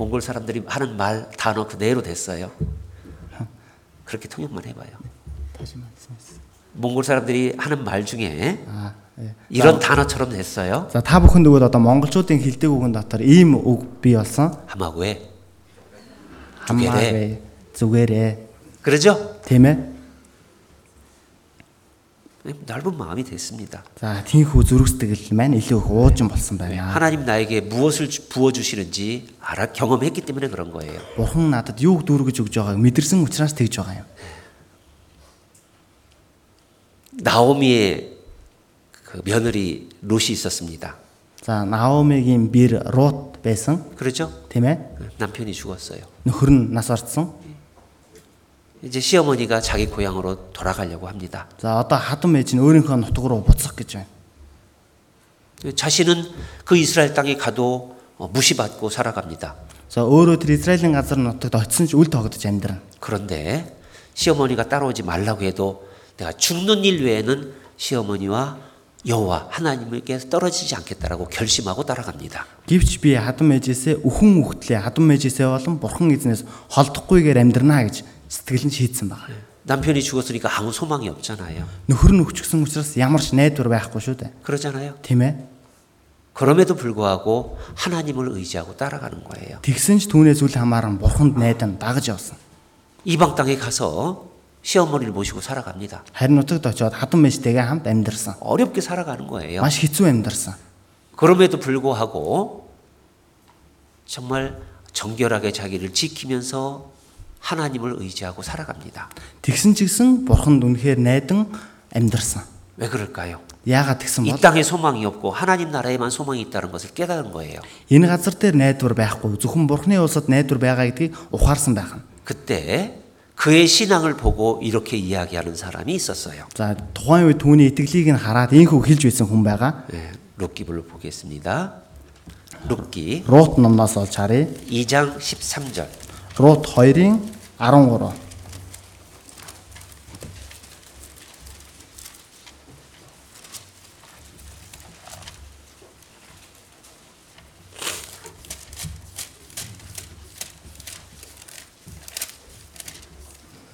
몽골 사람들이 하는 말 단어 그대로 됐어요. 그렇게 통역만 해봐요.
다시 말씀하세요.
몽골 사람들이 하는 말 중에
Аа. е.
이런 단어처럼 됐어요.
За та бүхэн нөгөө одоо монголчуудын хэлдэг үгэн дотор ийм үг бий болсон.
하마구에
Хамаагүй зүгээрээ
그러죠?
тийм ээ.
넓은 마음이 됐습니다.
За тийхүү зүрх сэтгэл маань илүү их уужим болсон
아.
байна.
하나님 나에게 무엇을 주- 부어주시는지 알아 경험했기 때문에 그런 거예요.
Бурхан надад юу дүүргэж өгж байгааг мэдэрсэн учраас тэгж байгаа юм.
나오미의 그 며느리 롯이 있었습니다.
За Наомигийн бэр Рут байсан
그렇죠?
тийм ээ.
남편이 죽었어요.
Нөхөр нь нас орсон.
이제 시어머니가 자기 고향으로 돌아가려고 합니다.
За одоо хадам ээж нь өөрийнхөө нутг руу буцах гэж байна.
자신은 그 이스라엘 땅에 가도 어, 무시받고 살아갑니다.
За өөрөө тэр Израилийн газар нутагт очисон ч үл тоогдож амьдрна.
그런데 시어머니가 따라오지 말라고 해도 내가 죽는 일 외에는 시어머니와 여호와 하나님에게 떨어지지 않겠다라고 결심하고 따라갑니다.
Гэвч би хадам ээжээсээ өхөн үхтлээ хадам ээжээсээ болон бурхан эзнээс холдохгүйгээр амьдрнаа гэж сэтгэл нь шийдсэн байна.
남편이 죽었으니까 아무 소망이 없잖아요.
Нөхөр нь өчгсөн учраас ямар ч найдвар байхгүй шүү дээ.
그러잖아요.
Тийм ээ.
그럼에도 불구하고 하나님을 의지하고 따라가는 거예요.
Тэгсэн ч түүнээс үл хамааран бурханд найдан дагаж явсан.
이방 땅에 가서 시어머니를 모시고 살아갑니다.
Харин нутагт очиод хадам ээжтэйгээ хамт амьдрсан.
어렵게 살아가는 거예요.
Маш хэцүү амьдрсан.
그럼에도 불구하고 정말 정결하게 자기를 지키면서 하나님을 의지하고 살아갑니다.
Тэгсэн ч гэсэн бурханд үнэхээр найдан амьдрсан.
왜 그럴까요?
Яагаад тэгсэн
이
бол
땅에 소망이 없고 하나님 나라에만 소망이 있다는 것을 깨달은 거예요.
энэ газар дээр найдвар байхгүй зөвхөн бурхны улсад найдвар байгаа гэдгийг ухаарсан байх нь.
그때 그의 신앙을 보고 이렇게 이야기하는 사람이 있었어요.
За тухайн үед түүний итгэлийг нь хараад инхүү хэлж байсан хүн байгаа.
예, 룻기불로 보겠습니다. 룻기
Рут номноос олж харъя.
2장 13절.
Рут 2-ын 13.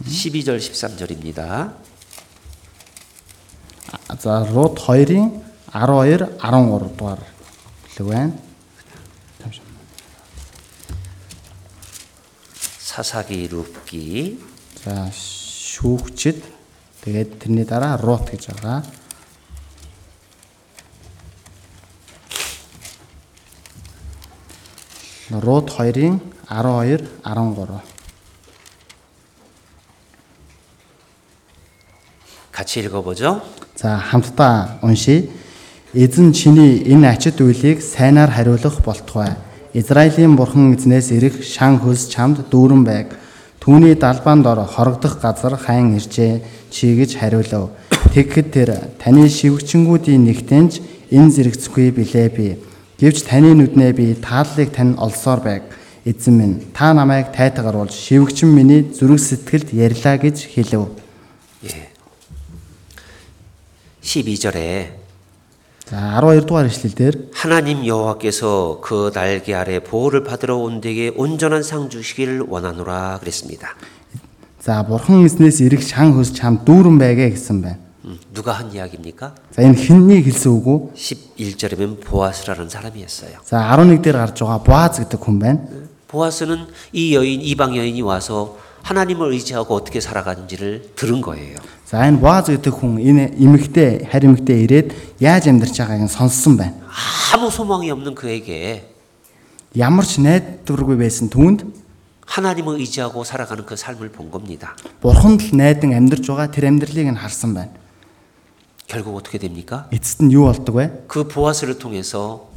음? 12절 13절입니다.
За Рут 2-ын 12 13 дугаар хэлэг байна.
사사기 룻기
За шүүгчд тэгээд тэрний дараа Рут гэж байгаа. 2-ын 12 13
같이 읽어보죠.
За хамтдаа уншийе. Эзэн чиний энэ ачит үйлийг сайнаар хариулах болтугай. Израилийн бурхан эзнээс ирэх шан хөлс чамд дүүрэн байг. Түүний далбаанд ор хорогдох газар хайн иржээ чи гэж хариулав. Тэгэхэд тэр таны шивгчэнгүүдийн нэгтэнч энэ зэрэгцгүй билээ би. Гэвч таны нүднээ би тааллыг тань олсоор байг. Эзэн минь та намайг тайтагаар уулж шивгчэн миний зүрх сэтгэлд ярьлаа гэж хэлв.
예. 12절에
За 12 дугаар ишлэл дээр
하나님 여호와께서 그 날개 아래 보호를 받으러 온 데게 온전한 상 주시기를 원하노라 그랬습니다.
За бурхан эзнээс ирэх шан хөс чам дүүрэн байгэ гэсэн байна.
음, 누가 한 이야기입니까?
За энэ хинний хэлсэн үг үү?
11절이면 보아스라는 사람이었어요.
За 11 дээр гарч байгаа Боаз гэдэг хүн байна.
보아스는 이 여인 이방 여인이 와서 하나님을 의지하고 어떻게 살아가는지를 들은 거예요.
За энэ Боаз гэдэг хүн энэ эмэгтэй харь эмэгтэй ирээд яаж амьдарч байгааг нь сонссон байна.
아무 소망이 없는 그에게
Ямар ч найдваргүй байсан түүнд
하나님을 의지하고 살아가는 그 삶을 본 겁니다.
бурханд л найдан амьдарч байгаа тэр амьдралыг нь харсан байна.
결국 어떻게 됩니까?
Эцэст нь юу болдог вэ?
그 보아스를 통해서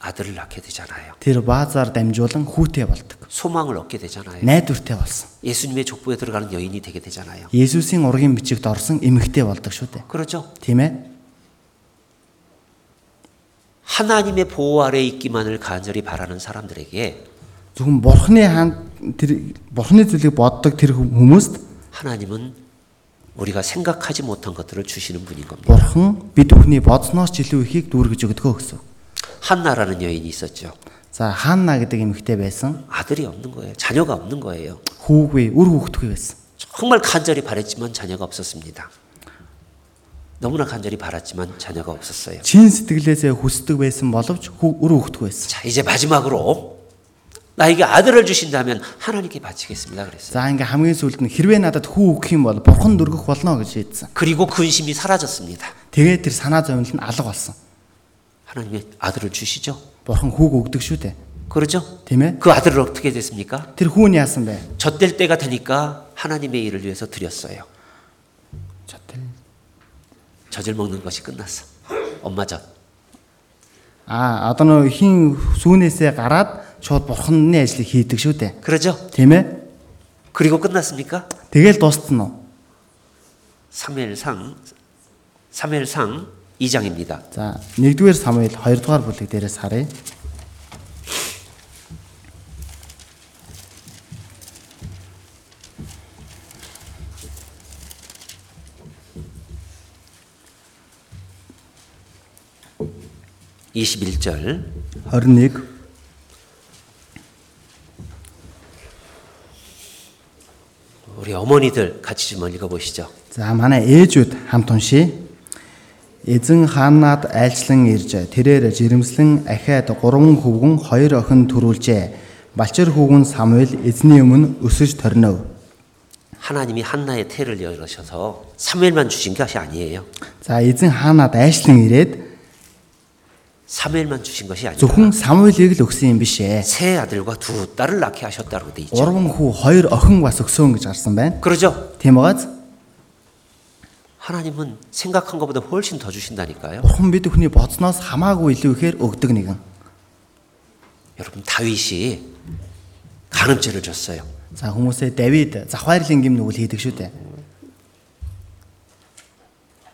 아들을 낳게 되잖아요.
Тэр баазаар дамжуулан хүүтэй болдог.
소망을 얻게 되잖아요.
Найдвартай болсон.
예수님의 족보에 들어가는 여인이 되게 되잖아요.
Есүсийн ургийн бичигт орсон эмэгтэй болдог шүү дээ.
그렇죠?
Тийм ээ?
하나님의 보호 아래 있기만을 간절히 바라는 사람들에게
Зөвхөн бурхны хаанд тэр бурхны зүйлийг боддог тэр хүм- хүмүүст
하나님은 우리가 생각하지 못한 것들을 주시는 분인 겁니다.
бурхан бид бүхний бодсноос ч илүү ихийг дүүргэж өгдөгөө гэсэн.
한나라는 여인이 있었죠.
За Ханна гэдэг эмэгтэй байсан.
아들이 없는 거예요. 자녀가 없는 거예요.
Хүүгүй, үр хүүхдгүй байсан.
정말 간절히 바랬지만 자녀가 없었습니다. 너무나 간절히 바랐지만 자녀가 없었어요.
Чин сэтгэлээсээ хүсдэг байсан боловч хүү- үр хүүхдгүй байсан.
자, 이제 마지막으로 나에게 아들을 주신다면 하나님께 바치겠습니다. 그랬어요.
За ингээ хамгийн сүүлд нь хэрвээ надад хүү өгөх юм бол бурхан дөргөх болно гэж шийдсэн.
그리고 근심이 사라졌습니다.
Тэгээд тэр санаа зовнил нь алга болсон.
하나님의 아들을 주시죠.
Бурхан хүүг өгдөг шүү дээ.
그렇죠?
Тийм ээ?
그 아들을 어떻게 됐습니까?
Тэр хүүн яасан бэ?
젖될 때가 되니까 하나님의 일을 위해서 드렸어요. 젖을 먹는 것이 끝났어. 엄마 젖.
Аа, одоо нөө ихийн сүүнээсээ гараад шууд бурханы ажлыг хийдэг шүү дээ.
그러죠?
Тийм ээ?
그리고 끝났습니까?
Тэгэл дууссан уу?
3일상 3일상 2장입니다.
За, 1-р Самуэль 2-р бүлэг дээрээс харъя.
이십일 절
21
우리 어머니들 같이 좀 읽어 보시죠.
За манай ээжүүд хамт уншия. Эзэн хаанаад айлчлан ирж тэрээр жирэмслэн ахаад 3 хөвгөн 2 охин төрүүлжээ. Балчир хүүгэн Самуэль эзний өмнө өсөж торнов.
하나님이 한나의 태를 열으셔서 3일만 주신 것이 아니에요.
За эзэн хаанаад айлчлан ирээд
3일만 주신 것이 아니에요.
зөвхөн Самуэлийг л өгсөн юм биш ээ.
세 아들과 두 딸을 낳게 하셨다고 돼 있죠.
3 хүү 2 охин бас өгсөн гэж гарсан байна.
그러죠?
Тийм байгааз
하나님은 생각한 것보다 훨씬 더 주신다니까요.
Бурхан бид бүхний бодсноос хамаагүй илүү ихээр өгдөг нэгэн.
여러분 다윗이 간음죄를 줬어요.
За хүмүүсээ Давид завхаарлын гим нүгэл хийдэг шүү дээ.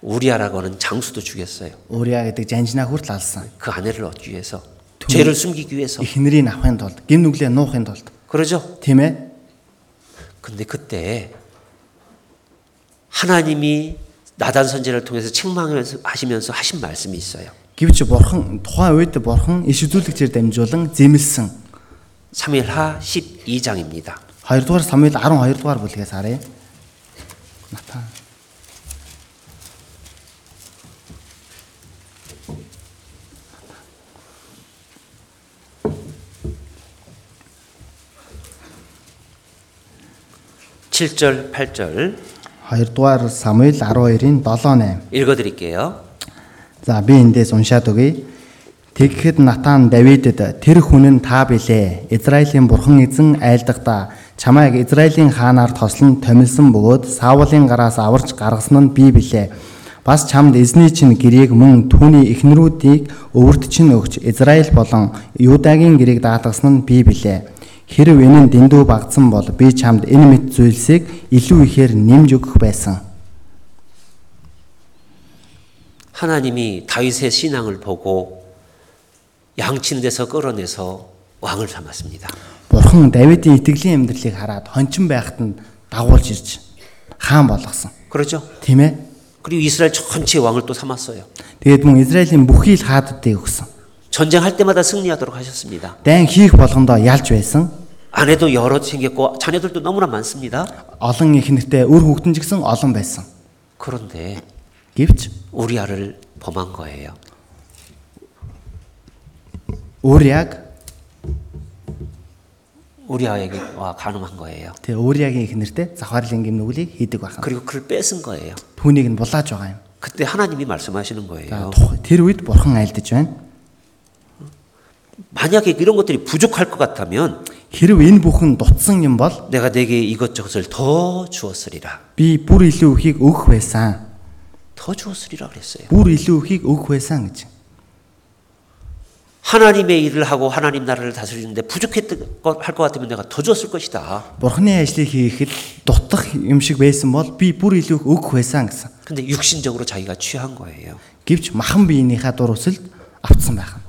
우리아라고는 장수도 죽였어요.
Өөриа гэдэг жанжнаа хүртэл алсан.
그 아내를 얻기 위해서 죄를 숨기기 위해서
эхнэрийг авахын тулд гим нүглээ нуухын тулд
그러죠.
тийм ээ
근데 그때 하나님이 나단 선지를 통해서 책망하면서 하시면서 하신 말씀이 있어요.
гэвч бурхан тухайн үед бурхан иш үзүүлэгчээр дамжуулан зэмлсэн
3일하 12장입니다.
2 дугаар самуил 12 дугаар бүлгээс харъя натан
칠절 8절
2 дугаар самуил 12-ийн 7-8
읽어 드릴게요.
За би эндээс уншаад өгье. Тэгэхэд Натан Давидэд тэр хүн нь та билээ. Израилийн бурхан эзэн айлдахдаа чамайг Израилийн хаанаар тослон томилсон бөгөөд Саулын гараас аварч гаргасан нь би билээ. Бас чамд эзний чинь гэрээг мөн түүний эхнэрүүдийг өвөрт чинь өгч Израиль болон Юдагийн гэрээг даатгасан нь би билээ. Хэрв энэ нь дэндүү багцсан бол би чамд энэ мэт зүйлсийг илүү ихээр нэмж өгөх байсан.
하나님이 다윗의 신앙을 보고 양치는 데서 끌어내서 왕을 삼았습니다.
Бурхан Давидын итгэлийн амьдралыг хараад хончин байхад нь дагуулж ирж хаан болгосон.
그렇죠?
Тийм ээ.
그리고 이스라엘 전체 왕을 또 삼았어요.
Тэгээд мөн Израилийн бүхий л хаадуудыг өгсөн.
전쟁할 때마다 승리하도록 하셨습니다.
Дайн хийх болгондоо ялж байсан.
아내도 여럿 생겼고 자녀들도 너무나 많습니다.
Олон ихнэртэй өр хүүхдэн ч гэсэн олон байсан.
그런데
Гэвч
우리아를 범한 거예요.
өөр яг
우리아에게와 간음한 거예요.
тэр өөр ягийн ихнэртэй завхаарлын гим нүглийг хийдэг байхan.
그리고 그를 뺏은 거예요.
Түүнийг нь булааж байгаа юм.
그때 하나님이 말씀하시는
За,
거예요.
тух- Тэр үед бурхан айлдаж байна.
만약에 이런 것들이 부족할 것 같다면
Хэрв энэ бүхэн дутсан юм бол
내가 내게 이것저것을 더 주었으리라.
би бүр илүү өхийг өгөх байсан.
더 주었으리라 그랬어요.
Бүр илүү өхийг өгөх байсан гэж.
하나님의 일을 하고 하나님 나라를 다스리는데 부족했던 것 할 것 같으면 내가 더 줬을 것이다.
Бурхны ажлыг хийхэд дутах юм шиг байсан бол би бүр илүү их өгөх байсан гэсэн.
근데 육신적으로 자기가 취한 거예요.
Гэвч махан биенийхээ дур өсөлд автсан байх.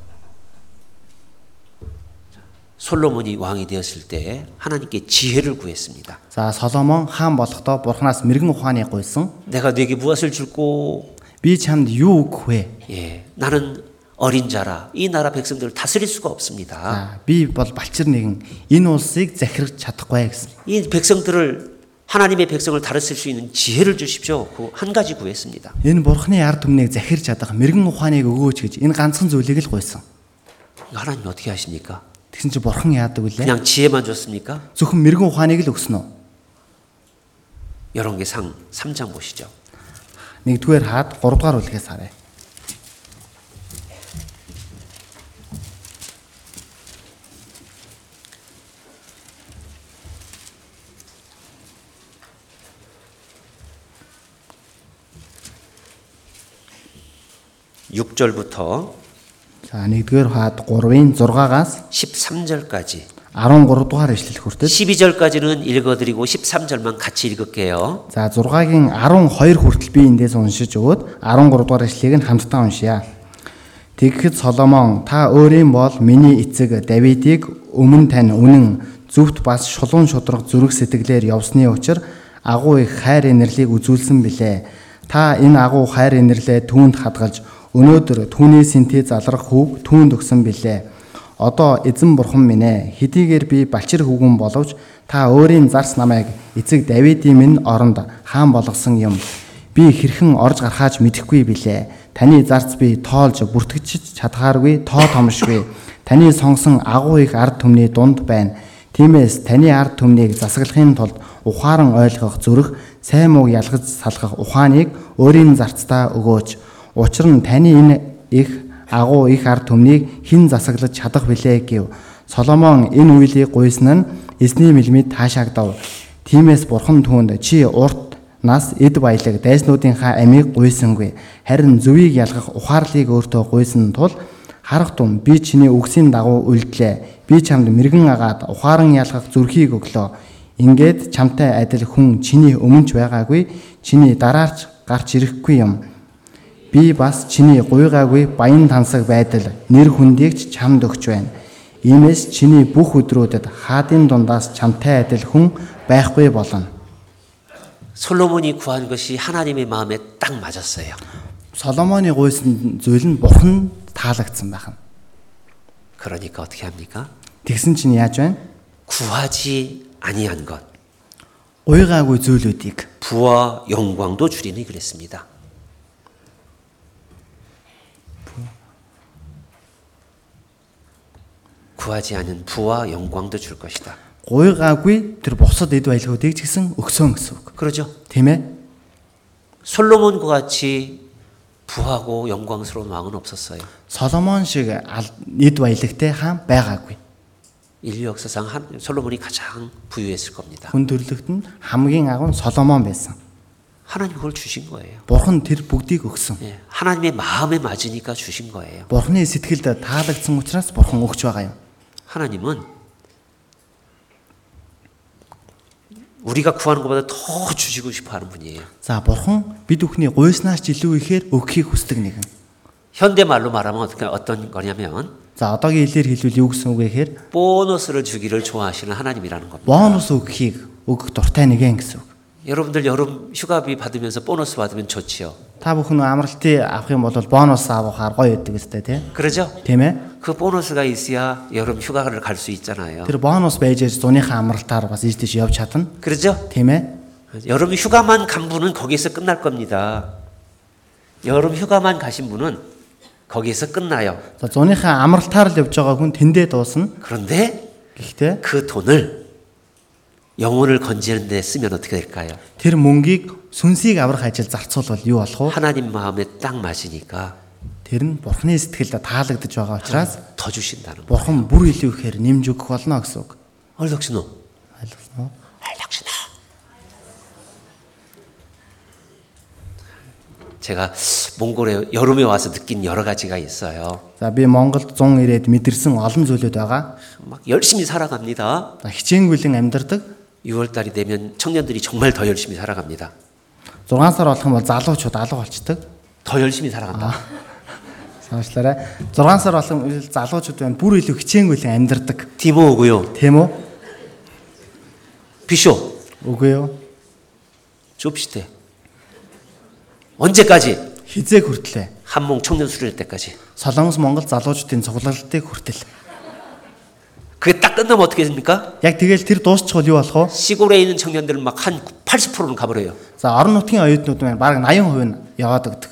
솔로몬이 왕이 되었을 때 하나님께 지혜를 구했습니다.
За Соломон хаан болохдоо Бурханаас мэрэгэн ухааны гуйсан.
내가 네게 무엇을 줄고
Би чамд юу өгөх вэ?
예, 나는 어린 자라 이 나라 백성들을 다스릴 수가 없습니다.
За би бол балчир нэгэн энэ улсыг захирах чадахгүй гэсэн.
이 백성들을 하나님의 백성을 다스릴 수 있는 지혜를 주십시오. 그 한 가지 구했습니다.
Энэ Бурхны ард түмнийг захирч чадах мэрэгэн ухааныг өгөөч гэж энэ ганцхан зүйлийг л гуйсан.
이거 하나님 어떻게 하십니까?
Тэгсэн чинь Бурхан яадаг вүлээ?
그냥 지혜만 줬습니까?
Зөвхөн мэрэгэн ухааныг л өгсөн үү?
열왕기상 3장 보시죠.
Нэгдүгээр хаад 3 дугаар үлгээс харъя.
육절부터
За нэгдүгээр хаад 3-ын 6-аас
13절까지
13 дугаар ишлэл хүртэл.
12절까지는 읽어드리고 13절만 같이 읽을게요.
За 6-гийн 12 хүртэл би эндээс уншиж өгөөд 13 дугаар ишлэгийг нь хамтдаа уншъя. Тэгэхэд Соломон та өөрийн бол миний эцэг Давидыг өмнө тань үнэн зөвхт бас шулуун шудраг зүрх сэтгэлээр явсны учир агуу их хайр инэрлийг үзүүлсэн билээ. Та энэ агуу хайр инэрлээ түүнд хадгалж өнөөдөр түүний сэнтий залрах хүүг түүнд өгсөн билээ. Одоо эзэн бурхан минь ээ хэдийгээр би балчир хүүгэн боловч та өөрийн зарс намайг эцэг Давидын минь оронд хаан болгосон юм. Би хэрхэн орж гархаач мэдэхгүй билээ. Таны зарц би тоолж бүртгэж чадхааргүй тоо томшгүй. Таны сонгосон агуу их ард түмний дунд байна. Тиймээс таны ард түмнийг засаглахын тулд ухаан ойлгох зүрх, сайн муу ялгаж салгах ухааныг өөрийн зарцдаа өгөөч. Учир нь таны энэ их агуу их ард түмнийг хэн засаглаж чадах вүлээ гэв. Соломон энэ үйлийг гуйсан нь эзний мэлмид таашаагдав. Тимээс бурхан түүнд чи урт нас эд баялаг дайснуудынхаа амийг гуйсангүй. Харин зөвийг ялгах ухаарлыг өөртөө гуйсан тул харах тун би чиний үгсийн дагуу үлдлээ. Би чамд мэрэгэн агаад ухаан ялгах зүрхийг өглөө. Ингээд чамтай адил хүн чиний өмнөч байгаагүй, чиний дараарч гарч ирэхгүй юм. Би бас чиний гуйгаагүй баян тансаг байдал нэр хүндийгч чамд өгч байна. Иймээс чиний бүх өдрүүдэд хаадын дундаас чамтай адил хүн байхгүй болно.
솔로몬이 구한 것이 하나님의 마음에 딱 맞았어요.
Соломоны гуйсан зүйл нь бурхан таалагдсан байна.
그러니까 어떻게 합니까?
Тэгсэн чинь яаж байна?
구하지 아니한 것
Гуйгаагүй зүйлүүдийг
부와 영광도 주리니 그랬습니다. 구하지 않은 부와 영광도 줄 것이다.
гуйгаагүй тэр бусад эд баялагуудыг ч гэсэн өгсөн гэсэн үг.
그러죠.
Тийм ээ?
솔로몬과 같이 부하고 영광스러운 왕은 없었어요.
Соломон шиг ал- эд баялагтай хаан байгаагүй.
인류 역사상 한, 솔로몬이 가장 부유했을 겁니다.
Хүн төрлөخت нь хамгийн агуу нь Соломон байсан.
하나님 그걸 주신 거예요.
Бурхан тэр бүгдийг өгсөн.
예, 하나님의 마음에 맞으니까 주신 거예요.
Бурхны сэтгэлд таалагдсан учраас бурхан өгч байгаа юм.
하나님은 우리가 구하는 것보다 더 주시고 싶어하는 분이에요.
За бурхан бид бүхний гуйснаас ч илүү ихээр өгөхийг хүсдэг нэгэн.
현대 말로 말하면 어떻게 어떤 거냐면
За одоогийн хэлээр хэлвэл юу гэсэн үг вэ гэхээр
보너스를 주기를 좋아하시는 하나님이라는 겁니다.
бонус өгөхийг өгөх дуртай нэгэн гэсэн үг.
여러분들 여름 휴가비 받으면서 보너스 받으면 좋지요.
Та бүхэн амралтыг авах юм бол бонус авахаар гоё өгдөг өстэй тий.
그러죠?
Тийм ээ?
그 보너스가 있어야 여름 휴가를 갈 수 있잖아요.
Тэр бонус байж яаж зуныхаа амралтаар бас ийж тийш явж чадна.
그러죠?
Тийм ээ?
여름 휴가만 간 분은 거기에서 끝날 겁니다. 여름 휴가만 가신 분은 거기에서 끝나요.
За зуныхаа амралтаар л явж байгаа хүн тэндээ дуусна.
그런데
Гэхдээ
그 돈을 영혼을 건지는 데 쓰면 어떻게 될까요?
тэр мөнгийг сүнсийг аврах ажил зарцуулбал юу болох вэ?
하나님 마음에 딱 맞으니까
Тэр нь бурхны сэтгэлд таалагдж байгаа учраас
더 주신다는 거.
Бурхан бүр илүү ихээр нэмж өгөх болно гэсэн үг.
얼덕신호.
Ойлгосноо?
얼덕신호. 제가 몽골에 여름에 와서 느낀 여러 가지가 있어요.
За би Монголд 100 ирээд мэдэрсэн олон зүйлүүд байгаа.
막 열심히 살아갑니다.
За хичээнгүйлэн амьдардаг.
6월 달이 되면 청년들이 정말 더 열심히 살아갑니다.
6 сар болох юм бол залуучууд алга болчдөг.
더 열심히 살아간다.
Санаачлаарай. 6 сар болох юм бол залуучууд байна бүр илүү хичээнгүйлэн амьдардаг.
디모고요.
Тийм үү?
비쇼.
Үгүй юу?
좁시대. 언제까지?
Хизээ хүртлээ.
한몽 청년 수련회 때까지.
Солонгос Монгол залуучуудын цуглалтыг хүртэл.
그게 딱 끝나면 어떻게 됩니까?
Яг тэгэл тэр дуусчихвал юу болох вэ?
시골에 있는 청년들은 막 한 80%는 가버려요.
За орон нутгийн оюутнууд маань бараг 80% нь яваад өгдөг.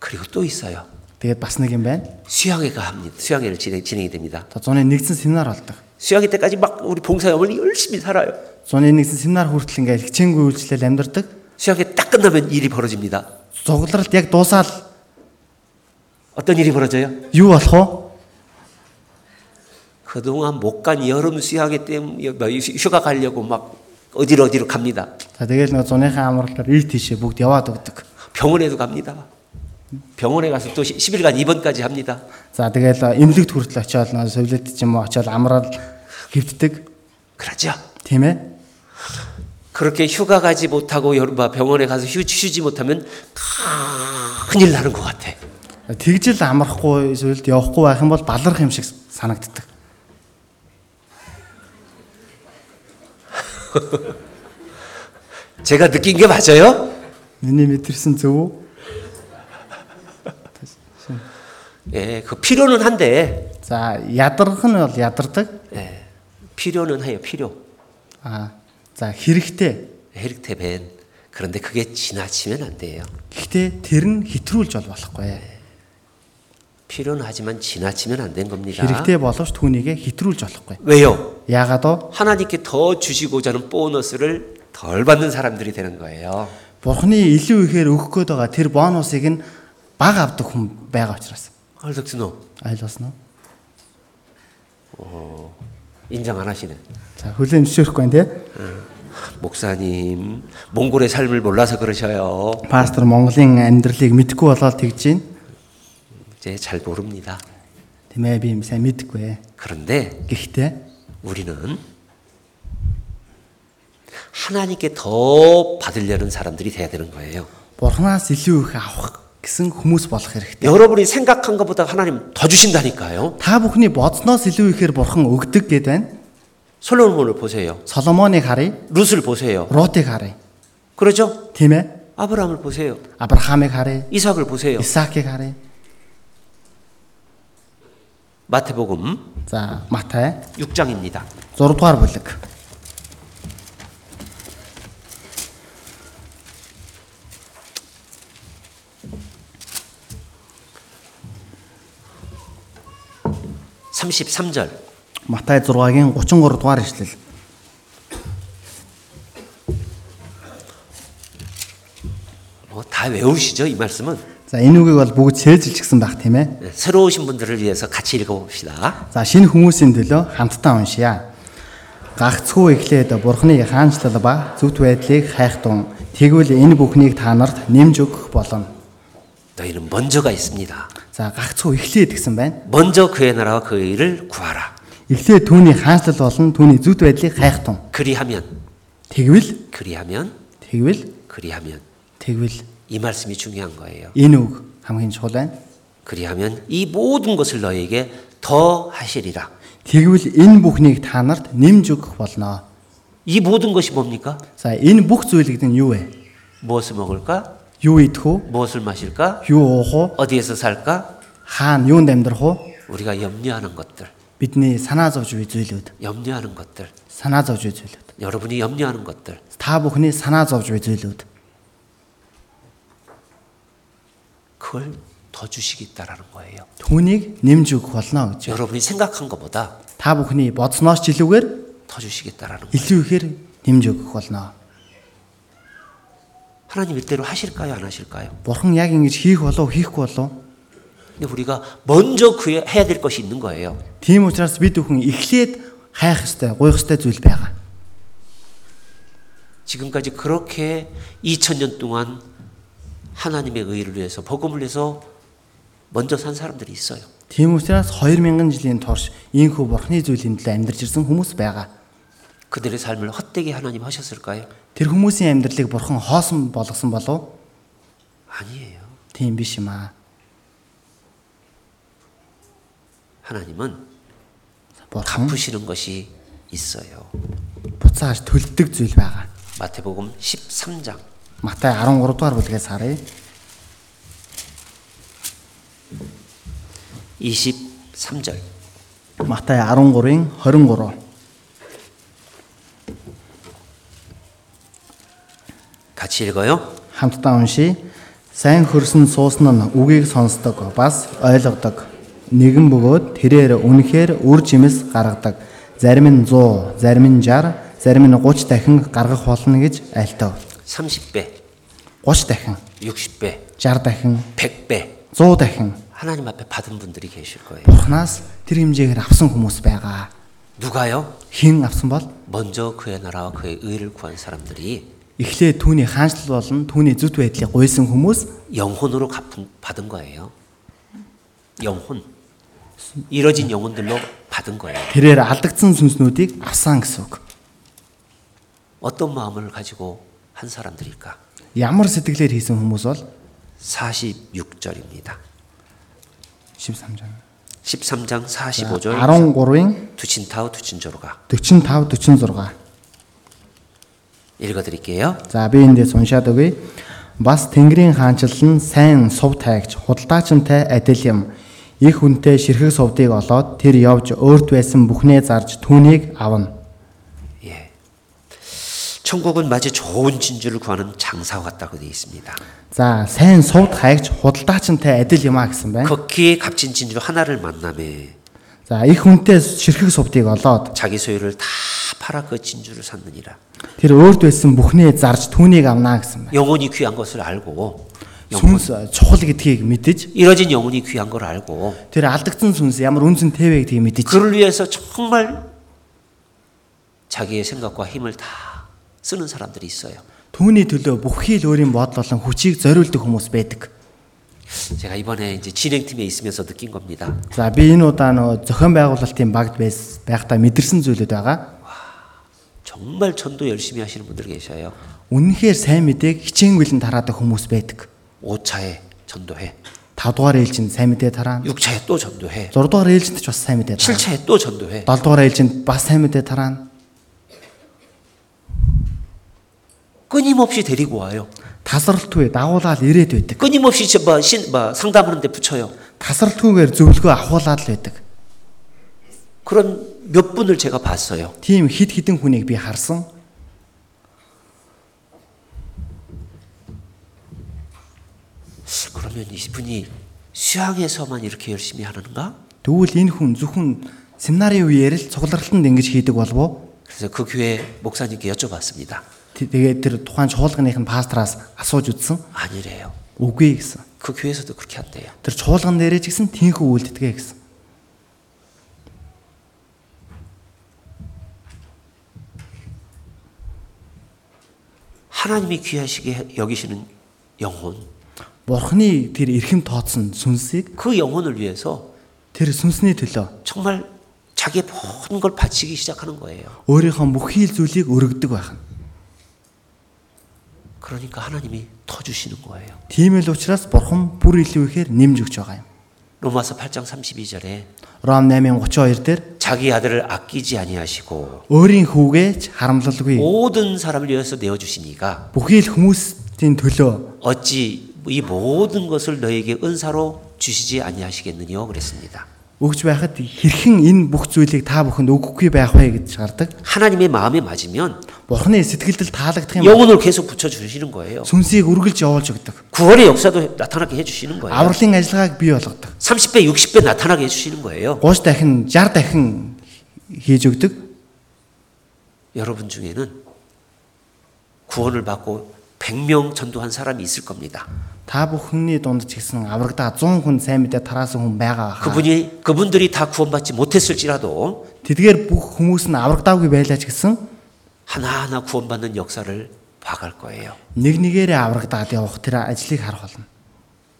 그리고 또 있어요.
Тэгээд бас нэг юм байна.
수양회가 합니다. 수양회를 진행, 진행이 됩니다.
За 100-ны нэгдсэн семинар болдог.
수양회 때까지 막 우리 봉사협을 열심히 살아요.
100-ны нэгдсэн семинар хүртэл ингээл хичээнгүй үйлчлэл амьдардаг.
수양회 딱 끝나면 일이 벌어집니다.
Цуглалт яг дуусаад
어떤 일이 벌어져요?
юу болох
그동안 못 간 여름 수양회 때문에 뭐 휴- 휴가 가려고 막 어디로 어디로 갑니다.
вэ? За тэгэл нэг 100-ийнхаа амралтаар ил тийшээ бүгд яваад өгдөг.
병원에도 갑니다. 병원에 가서 또 10일간 입원까지 합니다.
За тэгэл эмнэлэгт хүртэл очиод нөө совлет ч юм уу очиод амраад хэвддэг.
그러죠.
Тийм ээ.
그렇게 휴가 가지 못하고 여름 뭐 병원에 가서 휴, 쉬지 못하면 큰일 나는 것 같아.
Тэгжил амрахгүй эсвэл явахгүй байх юм бол баларх юм шиг санагддаг.
제가 느낀 게 맞아요?
Миний мэдэрсэн зөв үү?
예, 그 필요는 한데
За ядарх нь бол ядардаг.
예, 필요는 해요. 필요.
А за хэрэгтэй.
헤르테벤. 그런데 그게 지나치면 안 돼요.
Гэхдээ тэр нь хэтрүүлж бол болохгүй.
필요는 하지만 지나치면 안 된 겁니다.
Хэрэгтэй боловч түүнийгээ хэтрүүлж болохгүй.
왜요?
Яагаад вэ?
하나님께 더 주시고자 하는 보너스를 덜 받는 사람들이 되는 거예요.
Бурхны илүү ихээр өгөх гээд байгаа тэр бонусыг нь баг авдаг хүн байгаа учраас.
헐덕스노
Ойлгосноо?
인정 안 하시네.
За хүлэн зөвшөөрөхгүй нэ.
목사님 몽골의 삶을 몰라서 그러셔요.
Пастор Монголын амьдралыг мэдхгүй болоод тэгж байна.
이제 잘 모릅니다.
Тийм ээ би юм сайн мэдхгүй.
그런데
Гэхдээ
우리는 하나님께 더 받으려는 사람들이 돼야 되는 거예요.
Бурханаас илүү их авах гэсэн хүмүүс болох хэрэгтэй.
여러분이 생각한 것보다 하나님 더 주신다니까요.
Та бүхний бодсноос илүү ихээр бурхан өгдөг гэд байна.
솔로몬을 보세요.
Соломоныг харъя,
룻을 보세요.
Рутыг харъя.
그러죠?
Тийм ээ?
아브라함을 보세요.
Авраамыг харъя,
이삭을 보세요.
Исаакийг харъя.
마태복음
За Матай
6장입니다.
6 дугаар бүлэг.
삼 33절.
Матай 6-гийн 33 дугаар ишлэл.
뭐 다 외우시죠 이 말씀은
За энэ үгийг бол бүгд цээжилчихсэн байх тийм ээ.
네, 새로 오신 분들을 위해서 같이 읽어봅시다.
За шинэ хүмүүсийн төлөө хамтдаа уншия. Гагцгүй эхлээд Бурхны хаанчлал ба зүвт байдлыг хайхтун. Тэгвэл энэ бүхнийг та нарт нэмж өгөх болно.
너희는 먼저가 있습니다.
За гагцгүй эхлээд гэсэн байна.
먼저 그의 나라와 그의 일을 구하라.
Эхлээд түүний хаанчлал болон түүний зүвт байдлыг хайхтун.
그리하면
Тэгвэл
그리하면
тэгвэл
그리하면
тэгвэл
이 말씀이 중요한 거예요.
энэ үг хамгийн чухал байна.
그리하면 이 모든 것을 너희에게 더 하시리라.
Тэгвэл энэ бүхнийг та нарт нэмж өгөх болно.
이 모든 것이 뭡니까?
За энэ бүх зүйл гэдэг нь юу вэ?
무엇을 먹을까?
Юу идэх үү?
무엇을 마실까?
Юу уух үү?
어디에서 살까?
Хаана юунд амьдрах уу?
우리가 염려하는 것들,
Бидний санаа зовж буй зүйлүүд.
염려하는 것들,
Санаа зовж буй зүйлүүд.
여러분이 염려하는 것들,
Та бүхний санаа зовж буй зүйлүүд.
그걸 더 주시겠다라는 거예요.
Түүнийг нэмж өгөх болно гэж.
여러분이 생각한 것보다
Та бүхний бодсноос ч илүүгээр
더 주시겠다라는 거예요.
илүү ихээр нэмж өгөх болно.
하나님 일대로 하실까요, 안 하실까요?
Бурхан яг ингэж хийх болов хийхгүй болов
근데 우리가 먼저 그 해야 될 것이 있는 거예요.
Тийм учраас бид бүхэн эхлээд хайх ёстой, гуйх ёстой зүйл байгаа.
지금까지 그렇게 2000년 동안 하나님의 의를 위해서 복음을 위해서 먼저 산 사람들이 있어요.
Тийм учраас 2000 жилийн турш ийхүү бурхны зүйлийн төлөө амьдарч ирсэн хүмүүс байгаа.
그들의 삶을 헛되게 하나님 하셨을까요?
Тэр хүмүүсийн амьдралыг бурхан хоосон болгосон болов?
아니에요.
Тийм биш юм аа.
하나님은
Бурхан
갚으시는 것이 있어요.
буцааж төлдөг зүйл байгаа.
마태복음 13장
Матай 13 дугаар бүлгээс харъя.
23절.
Матай 13-ын 23.
같이 읽어요.
Хамтдаа уншийе. Сайн хөрсөн суусан нь үгийг сонсдог, бас ойлгодог. Нэгэн бөгөөд тэрээр үнэхээр үр жимс гаргадаг. Зарим нь 100, зарим нь 60, зарим нь 30 дахин гаргах болно гэж айлтав.
30배,
30 дахин,
60배,
60 дахин,
100배
100 дахин
하나님 앞에 받은 분들이 계실 거예요.
Бурханаас тэр хэмжээгээр авсан хүмүүс байгаа.
누가요?
Хин авсан бол
먼저 그의 나라와 그의 의를 구한 사람들이
эхлээд түүний хаанчлал болон түүний зүт байдлыг гуйсан хүмүүс
영혼으로 갚은, 받은 거예요. 영혼. 이뤄진 영혼들로 받은 거예요.
тэрээр алдагдсан сүнснүүдийг авсан гэсэн үг.
어떤 마음을 가지고 한 사람들일까?
Ямар сэтгэлээр хийсэн хүмүүс бол
46절입니다.
13 жан.
13장
아,
45절
13-ын
두친타우 두친조로가
45 46.
읽어드릴게요.
За би эндээс уншаад өгье. Бас Тэнгэрийн хаанчлал нь сайн сув тайгч худалдаачинтай адил юм. Их хүнтэй ширхэг сувдыг олоод тэр явж өөрт байсан бүхнээ зарж түүнийг авна.
예. 천국은 마치 좋은 진주를 구하는 장사와 같다고 되어 있습니다.
За сайн сувд хайгч худалдаачинтай адил юм а гэсэн байна.
걷기에 값진 진주 하나를 만남에
За их хүнтэй ширхэг сувдыг олоод
자기 소유를 다 팔아 그 진주를 샀느니라.
тэр өөрт байсан бүхнээ зарж түүнийг авна гэсэн байна.
영혼이 귀한 것을 알고 영혼,
Сүнс чухал гэдгийг мэдэж
이뤄진 영혼이 귀한 걸 알고
тэр алдагдсан сүнс ямар үнцэн тээвэ гэдгийг мэдэж
그를 위해서 정말 자기의 생각과 힘을 다 쓰는 사람들이 있어요.
Түүний төлөө бүхий л өөрийн бодол болон хүчийг зориулдаг хүмүүс байдаг.
제가 이번에 이제 진행팀에 있으면서 느낀 겁니다.
За би энэ удаа нөгөө зохион байгуулалтын багт байс- байхдаа мэдэрсэн зүйлүүд байгаа.
정말 전도 열심히 하시는 분들 계셔요.
Үнэнхээр сайн мэдээг хичээнгүйлэн тараадаг хүмүүс байдаг.
5차에 전도해.
5 дугаар ээлжинд сайн мэдээ тараана.
6차에 또 전도해.
6 дугаар ээлжинд ч бас сайн мэдээ тараана.
7차에 또 전도해.
7 дугаар ээлжинд бас сайн мэдээ тараана.
끊임없이 데리고 와요.
Тасралтгүй дагуулаад ирээд байдаг.
끊임없이 저 뭐, 신, 뭐, 상담하는데 붙여요.
Тасралтгүйгээр зөвлөгөө авахуулаад л байдаг.
그런 몇 분을 제가 봤어요.
Тийм хид хідэн хүнийг би харсан.
그러면 이분이 수양에서만 이렇게 열심히 하는가?
Тэгвэл энэ хүн зөвхөн семинарын үеэр л цугларалтанд ингэж хийдэг болов уу?
그래서 그 교회 목사님께 여쭤봤습니다.
Тэ- Тэгээд тэр тухайн чуулганых нь пастраас асууж үзсэн.
아니래요.
Үгүй гэсэн.
그 교회에서도 그렇게 한대요.
Тэр чуулган дээрээ ч гэсэн тийхүү үйлдэтгэ гэсэн.
하나님이 귀하시게 여기시는 영혼,
Бурхны тэр эрхэм тооцсон сүнсийг
그 영혼을 위해서
тэр сүнсний төлөө
정말 자기의 모든 걸 바치기 시작하는 거예요.
өөрийнхөө бүхий л зүйлийг өргөдөг байх.
그러니까 하나님이 더 주시는 거예요.
Тийм л учраас бурхан бүр илүү ихээр нэмж өгч байгаа юм.
로마서 8장 32절에
Ром 8:32 дээр
자기 아들을 아끼지 아니하시고
өөрийн хүүгээч харамлалгүй
모든 사람을 위해서 내어 주시니까
бүхий л хүмүүсийн төлөө
어찌 이 모든 것을 너에게 은사로 주시지 아니하시겠느냐 그랬습니다.
өгж байхад хэрхэн энэ бүх зүйлийг та бүхэнд өгөхгүй байх вэ гэж гардаг.
하나님의 마음에 맞으면
Бурхны сэтгэлдэл таалагдах юм.
영혼을 계속 붙여 주시는 거예요.
Сүнсийг үргэлж явуулж өгдөг.
구원의 역사도 나타나게 해 주시는 거예요.
Авралын ажиллагааг бий болгодог.
30배, 60배 나타나게 해 주시는 거예요.
30 дахин 60 дахин хийж өгдөг.
여러분 중에는 구원을 받고 100명 전도한 사람이 있을 겁니다.
Та бүхний дунд ч гэсэн аврагдаа 100 хүн сайн мэдээ тараасан хүн байгаа хаа.
그분이 그분들이 다 구원받지 못했을지라도
Тэдгээр бүх хүмүүс нь аврагдаагүй байлаа ч гэсэн
하나하나 구원받는 역사를 봐갈 거예요.
нэг нэгээрээ аврагдаад явах тэр ажлыг харах болно.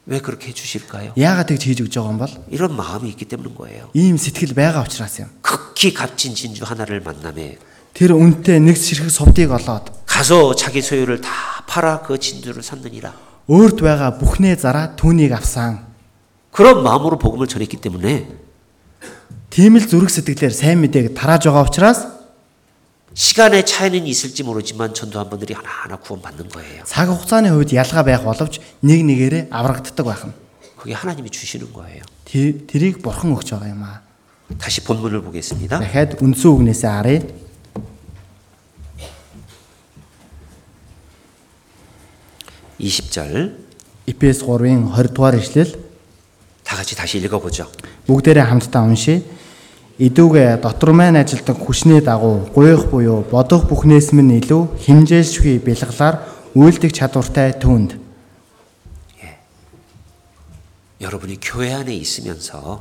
왜 그렇게 해주실까요?
Яагаад тэгж хийж өгч байгаа юм бол
이런 마음이 있기 때문인 거예요.
ийм сэтгэл байгаа учраас юм.
극히 값진 진주 하나를 만남에
Тэр үнтэй нэг ширхэг сувдыг олоод
가서 자기 소유를 다 팔아 그 진주를 삼느니라.
өөрт байгаа бүхнээ зараад түүнийг авсан.
그런 마음으로 복음을 전했기 때문에
Тийм л зүрх сэтгэлээр сайн мэдээг тарааж байгаа учраас
시간의 차이는 있을지 모르지만 전도한 분들이 하나하나 구원받는 거예요.
цаг хугацааны хувьд ялгаа байх боловч нэг нэгээрээ аврагддаг байх нь.
그게 하나님이 주시는 거예요.
Тэ- Тэрийг бурхан өгч байгаа юм аа.
다시 본문을 보겠습니다.
Дахиад үндсэн үгнээсээ харъя.
이 20절
Эпес 3-ын 20 дугаар ишлэл
다 같이 다시 읽어보죠.
бүгдээрээ хамтдаа уншия. Идүүгээ дотор маань ажилдаг хүчний дагуу гуйх буюу бодох бүхнээс минь илүү химжээлшгүй бэлгалаар үйлдэх чадвартай түүнд.
여러분이 교회 안에 있으면서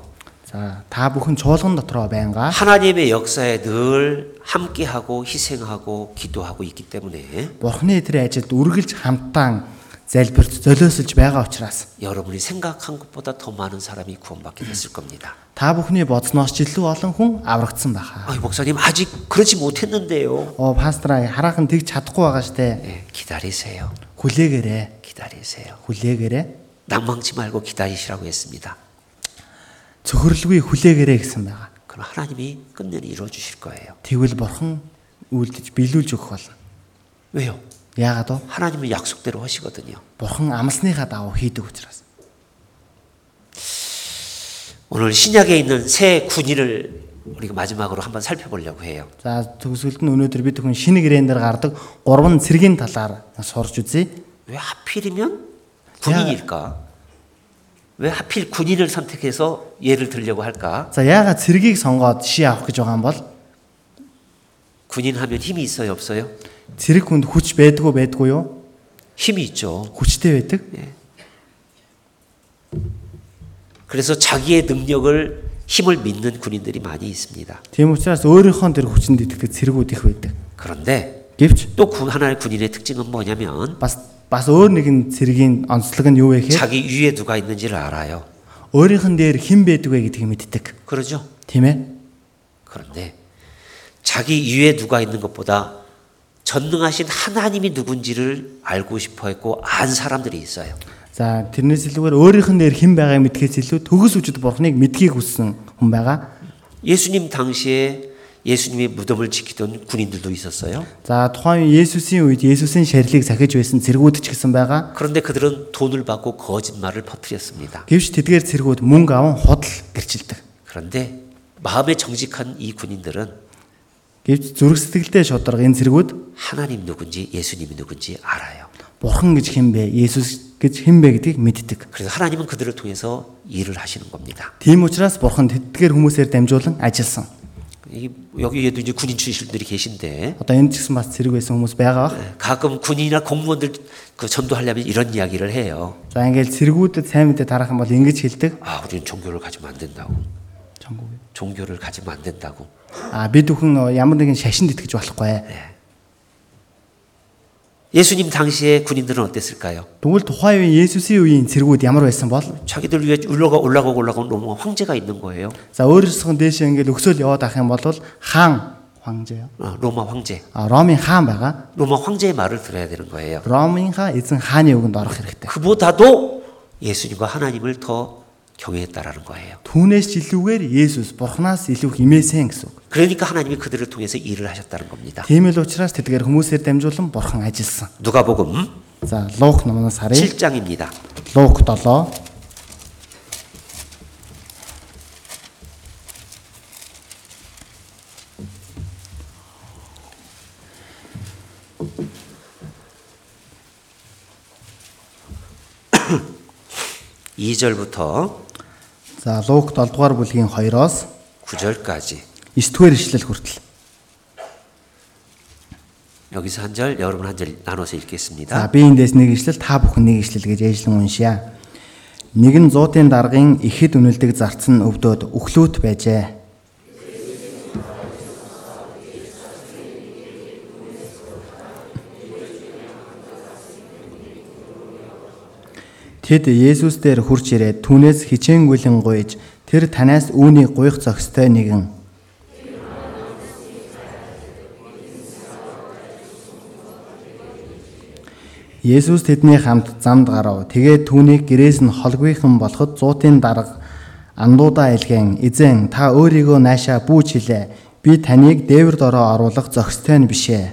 За та бүхэн чуулган дотроо байнгаа
하나님의 역사에 늘 함께하고 희생하고 기도하고 있기 때문에
Бурхны тэр ажилд үргэлж хамтдаа залбирч золиосолж байгаа учраас
여러분이 생각한 것보다 더 많은 사람이 구원받게 됐을 겁니다.
та бүхний бодсноос ч илүү олон хүн аврагдсан байхаа.
아, 목사님 아직 그러지 못했는데요.
Оо пастраа хараахан тэгж чадахгүй байгаа штэ.
예, 기다리세요.
Хүлээгээрээ,
기다리세요.
хүлээгээрээ.
낭망치 말고 기다리시라고 했습니다.
Цөхөрлгүй хүлээгээрээ гэсэн байгаа.
그럼 하나님이 끝내는 이루어 주실 거예요.
Тэгвэл бурхан үйлдэж биелүүлж өгөх болно.
왜요?
Яагаад вэ?
하나님은 약속대로 하시거든요.
Бурхан амлсныхаа дагуу хийдэг учраас.
오늘 신약에 있는 새 군인을 우리가 마지막으로 한번 살펴보려고 해요.
За төгсөлд нь өнөөдөр бид хүн шинэ гэрэн дээр гардаг гурван цэргийн талаар сурч үзье.
왜 하필이면 군인일까? 왜 하필 군인을 선택해서 예를 들려고 할까?
За яагаад цэргийг сонгоод жишээ авах гэж байгаа юм бол
군인 하면 힘이 있어요, 없어요?
цэрэг хүнд хүч байдгүй байдгүй юу?
힘이 있죠.
Хүчтэй байдаг.
그래서 자기의 능력을 힘을 믿는 군인들이 많이 있습니다.
Тийм учраас өөрийнхөө тэр хүчинд итгэдэг цэргүүд их байдаг.
그런데
Гэвч
또 군- 하나의 군인의 특징은 뭐냐면
бас бас өөр нэгэн цэргийн онцлог нь юу вэ гэхээр
자기 위에 누가 있는지를 알아요.
өөрийнх нь дээр хэн байдаг вэ гэдгийг мэддэг.
그러죠?
Тийм ээ?
그런데 자기 위에 누가 있는 것보다 전능하신 하나님이 누군지를 알고 싶어 했고 안 사람들이 있어요.
За тэрнээс илүүгээр өөрийнх нь дээр хэн байгааг мэдхээс илүү төгс үжид бурхныг мэдхийг хүссэн хүн байгаа.
예수님 당시에 예수님의 무덤을 지키던 군인들도 있었어요.
За тухайн үе Есүсийн үед Есүсийн шарилыг сахиж байсан цэргүүд ч гэсэн байгаа.
그런데 그들은 돈을 받고 거짓말을 퍼뜨렸습니다.
Гэвч тэдгээр цэргүүд мөнгө аван худал гэрчилдэг.
그런데 마음에 정직한 이 군인들은
Гэвч зүрх сэтгэлдээ шударга энэ цэргүүд
하나님 누군지 예수님이 누군지 알아요.
бурхан гэж хэн бэ? Есүс гэж хэн бэ гэдгийг мэддэг.
그래서 하나님은 그들을 통해서 일을 하시는 겁니다.
Тийм учраас бурхан тэдгээр хүмүүсээр дамжуулан ажилласан.
이- 여기에도 이제 군인 출신 분들이 계신데
Одоо энэ ч гэсэн бас цэрэг байсан хүмүүс байгаа бах.
가끔 군인이나 공무원들 그 전도하려면 이런 이야기를 해요.
За ингээл цэргүүдэд сайн мэдээ тарах юм бол ингэж хэлдэг.
아, 우리는 종교를 가지면 안 된다고. 종교를 가지면 안 된다고.
А бид бүхэн ямар нэгэн шашинд итгэж болохгүй.
예수님 당시에 군인들은 어땠을까요?
Тэгвэл тухайн үеийн Есүсийн үеийн цэргүүд ямар байсан бол
자기들 위에 올라가 올라가고 올라가고 너무 황제가 있는 거예요.
за өөрөөсөө дээшээ ингээл өксөөл яваад авах юм бол хаан 황жаа
어, 로마 황제.
А Ромын хаан байгаа.
로마 황제의 말을 들어야 되는 거예요.
Ромын хаан эзэн хааны үгэнд орох хэрэгтэй.
그보다도 예수님과 하나님을 더 경외했다라는 거예요.
Түүнээс ч илүүгээр Есүс Бурханаас илүү химээсэн гэсэн үг.
그러니까 하나님이 그들을 통해서 일을 하셨다는 겁니다.
Тийм л учраас тэдгээр хүмүүсээр дамжуулан Бурхан ажилласан.
누가복음
За Лук номноос харъя.
7장입니다.
Лук 7.
이절부터
За Лук 7 дугаар бүлгийн 2-оос
9절까지
9 дугаар ишлэл хүртэл.
여기서 한 절, 여러분 한 절 나눠서
За
읽겠습니다.
би эндээс нэг ишлэл та бүхэн нэг ишлэл гэж ээжлэн уншия. Нэг нь 100-ын даргын ихэд үнэлдэг зарц нь өвдөд өхлөөт байжээ. Тэд Есүс дээр хурж ирээд түүнээс хичээнгүйлэн гуйж тэр танаас үүний гуйх зохистой нэгэн Есүс тэдний хамт замд гарав. Тэгээд түүнийг гэрээс нь холгүйхэн болоход зуутын дарга андуудаа илгэн эзэн та өөрийгөө наашаа бүүж хилээ. Би таныг дээвэр дороо оруулах зохистой нь бишээ.